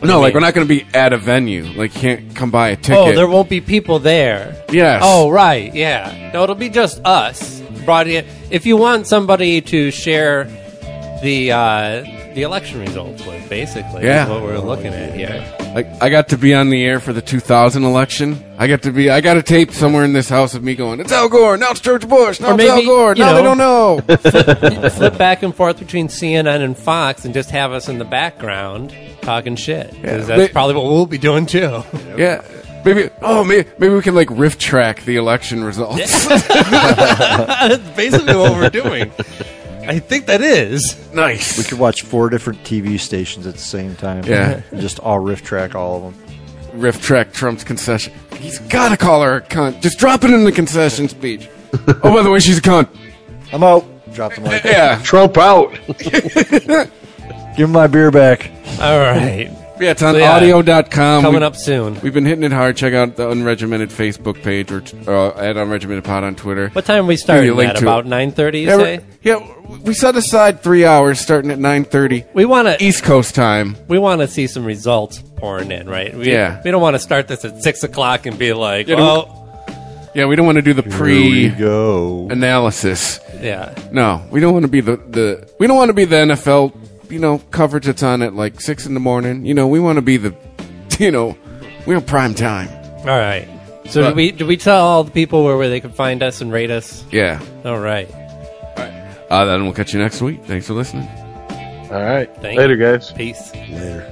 [SPEAKER 3] no, like we're not going to be at a venue. Like you can't come buy a ticket.
[SPEAKER 5] Oh, there won't be people there.
[SPEAKER 3] Yes.
[SPEAKER 5] Oh, right. Yeah. No, it'll be just us. Brought in. If you want somebody to share the uh, the election results with, basically, is
[SPEAKER 3] Yeah.
[SPEAKER 5] what we're looking at here.
[SPEAKER 3] Like I got to be on the air for the 2000 election. I got to be. I got a tape somewhere in this house of me going. It's Al Gore. Now it's George Bush. Now
[SPEAKER 5] Or
[SPEAKER 3] it's
[SPEAKER 5] maybe,
[SPEAKER 3] Al Gore.
[SPEAKER 5] you
[SPEAKER 3] Now they
[SPEAKER 5] know-
[SPEAKER 3] don't know.
[SPEAKER 5] Flip back and forth between CNN and Fox, and just have us in the background talking shit. 'Cause that's
[SPEAKER 3] They-
[SPEAKER 5] probably what we'll be doing too.
[SPEAKER 3] Yeah. Maybe. Oh, maybe, maybe we can like riff track the election results.
[SPEAKER 5] That's basically what we're doing. I think that is.
[SPEAKER 3] Nice.
[SPEAKER 6] We could watch four different TV stations at the same time.
[SPEAKER 3] Yeah.
[SPEAKER 6] And just all riff track all of them.
[SPEAKER 3] Riff track Trump's concession. He's gotta call her a cunt. Just drop it in the concession speech. oh, by the way, she's a cunt.
[SPEAKER 6] I'm out. Drop the mic.
[SPEAKER 3] Yeah.
[SPEAKER 2] Trump out.
[SPEAKER 6] Give him my beer back.
[SPEAKER 5] All right.
[SPEAKER 3] Yeah, it's on
[SPEAKER 5] So, yeah,
[SPEAKER 3] audio.com.
[SPEAKER 5] Coming
[SPEAKER 3] We've-
[SPEAKER 5] up soon.
[SPEAKER 3] We've been hitting it hard. Check out the Unregimented Facebook page or t- uh, at Unregimented Pod on Twitter.
[SPEAKER 5] What time we
[SPEAKER 3] Give you
[SPEAKER 5] starting
[SPEAKER 3] a link
[SPEAKER 5] at?
[SPEAKER 3] to
[SPEAKER 5] About
[SPEAKER 3] it.
[SPEAKER 5] 9.30, you
[SPEAKER 3] yeah,
[SPEAKER 5] say?
[SPEAKER 3] we- yeah, w- we set aside three hours starting at 9.30
[SPEAKER 5] We want to
[SPEAKER 3] East Coast time.
[SPEAKER 5] we want to see some results pouring in, right? We,
[SPEAKER 3] Yeah.
[SPEAKER 5] We don't want to start this at six o'clock and be like,
[SPEAKER 3] Yeah,
[SPEAKER 5] well,
[SPEAKER 3] Yeah, we don't want to do the pre
[SPEAKER 6] go
[SPEAKER 3] analysis.
[SPEAKER 5] yeah,
[SPEAKER 3] No, we don't want to be the, the we don't want to be the NFL you know coverage that's on at like six in the morning. You know, we want to be the you know we're on prime time.
[SPEAKER 5] all right. So
[SPEAKER 3] But-
[SPEAKER 5] do we do we tell all the people where, where they can find us and rate us?
[SPEAKER 3] Yeah.
[SPEAKER 5] All right.
[SPEAKER 3] Uh, then we'll catch you next week. Thanks for listening.
[SPEAKER 2] All right.
[SPEAKER 5] Thank
[SPEAKER 2] Later, guys.
[SPEAKER 5] Peace.
[SPEAKER 6] Later.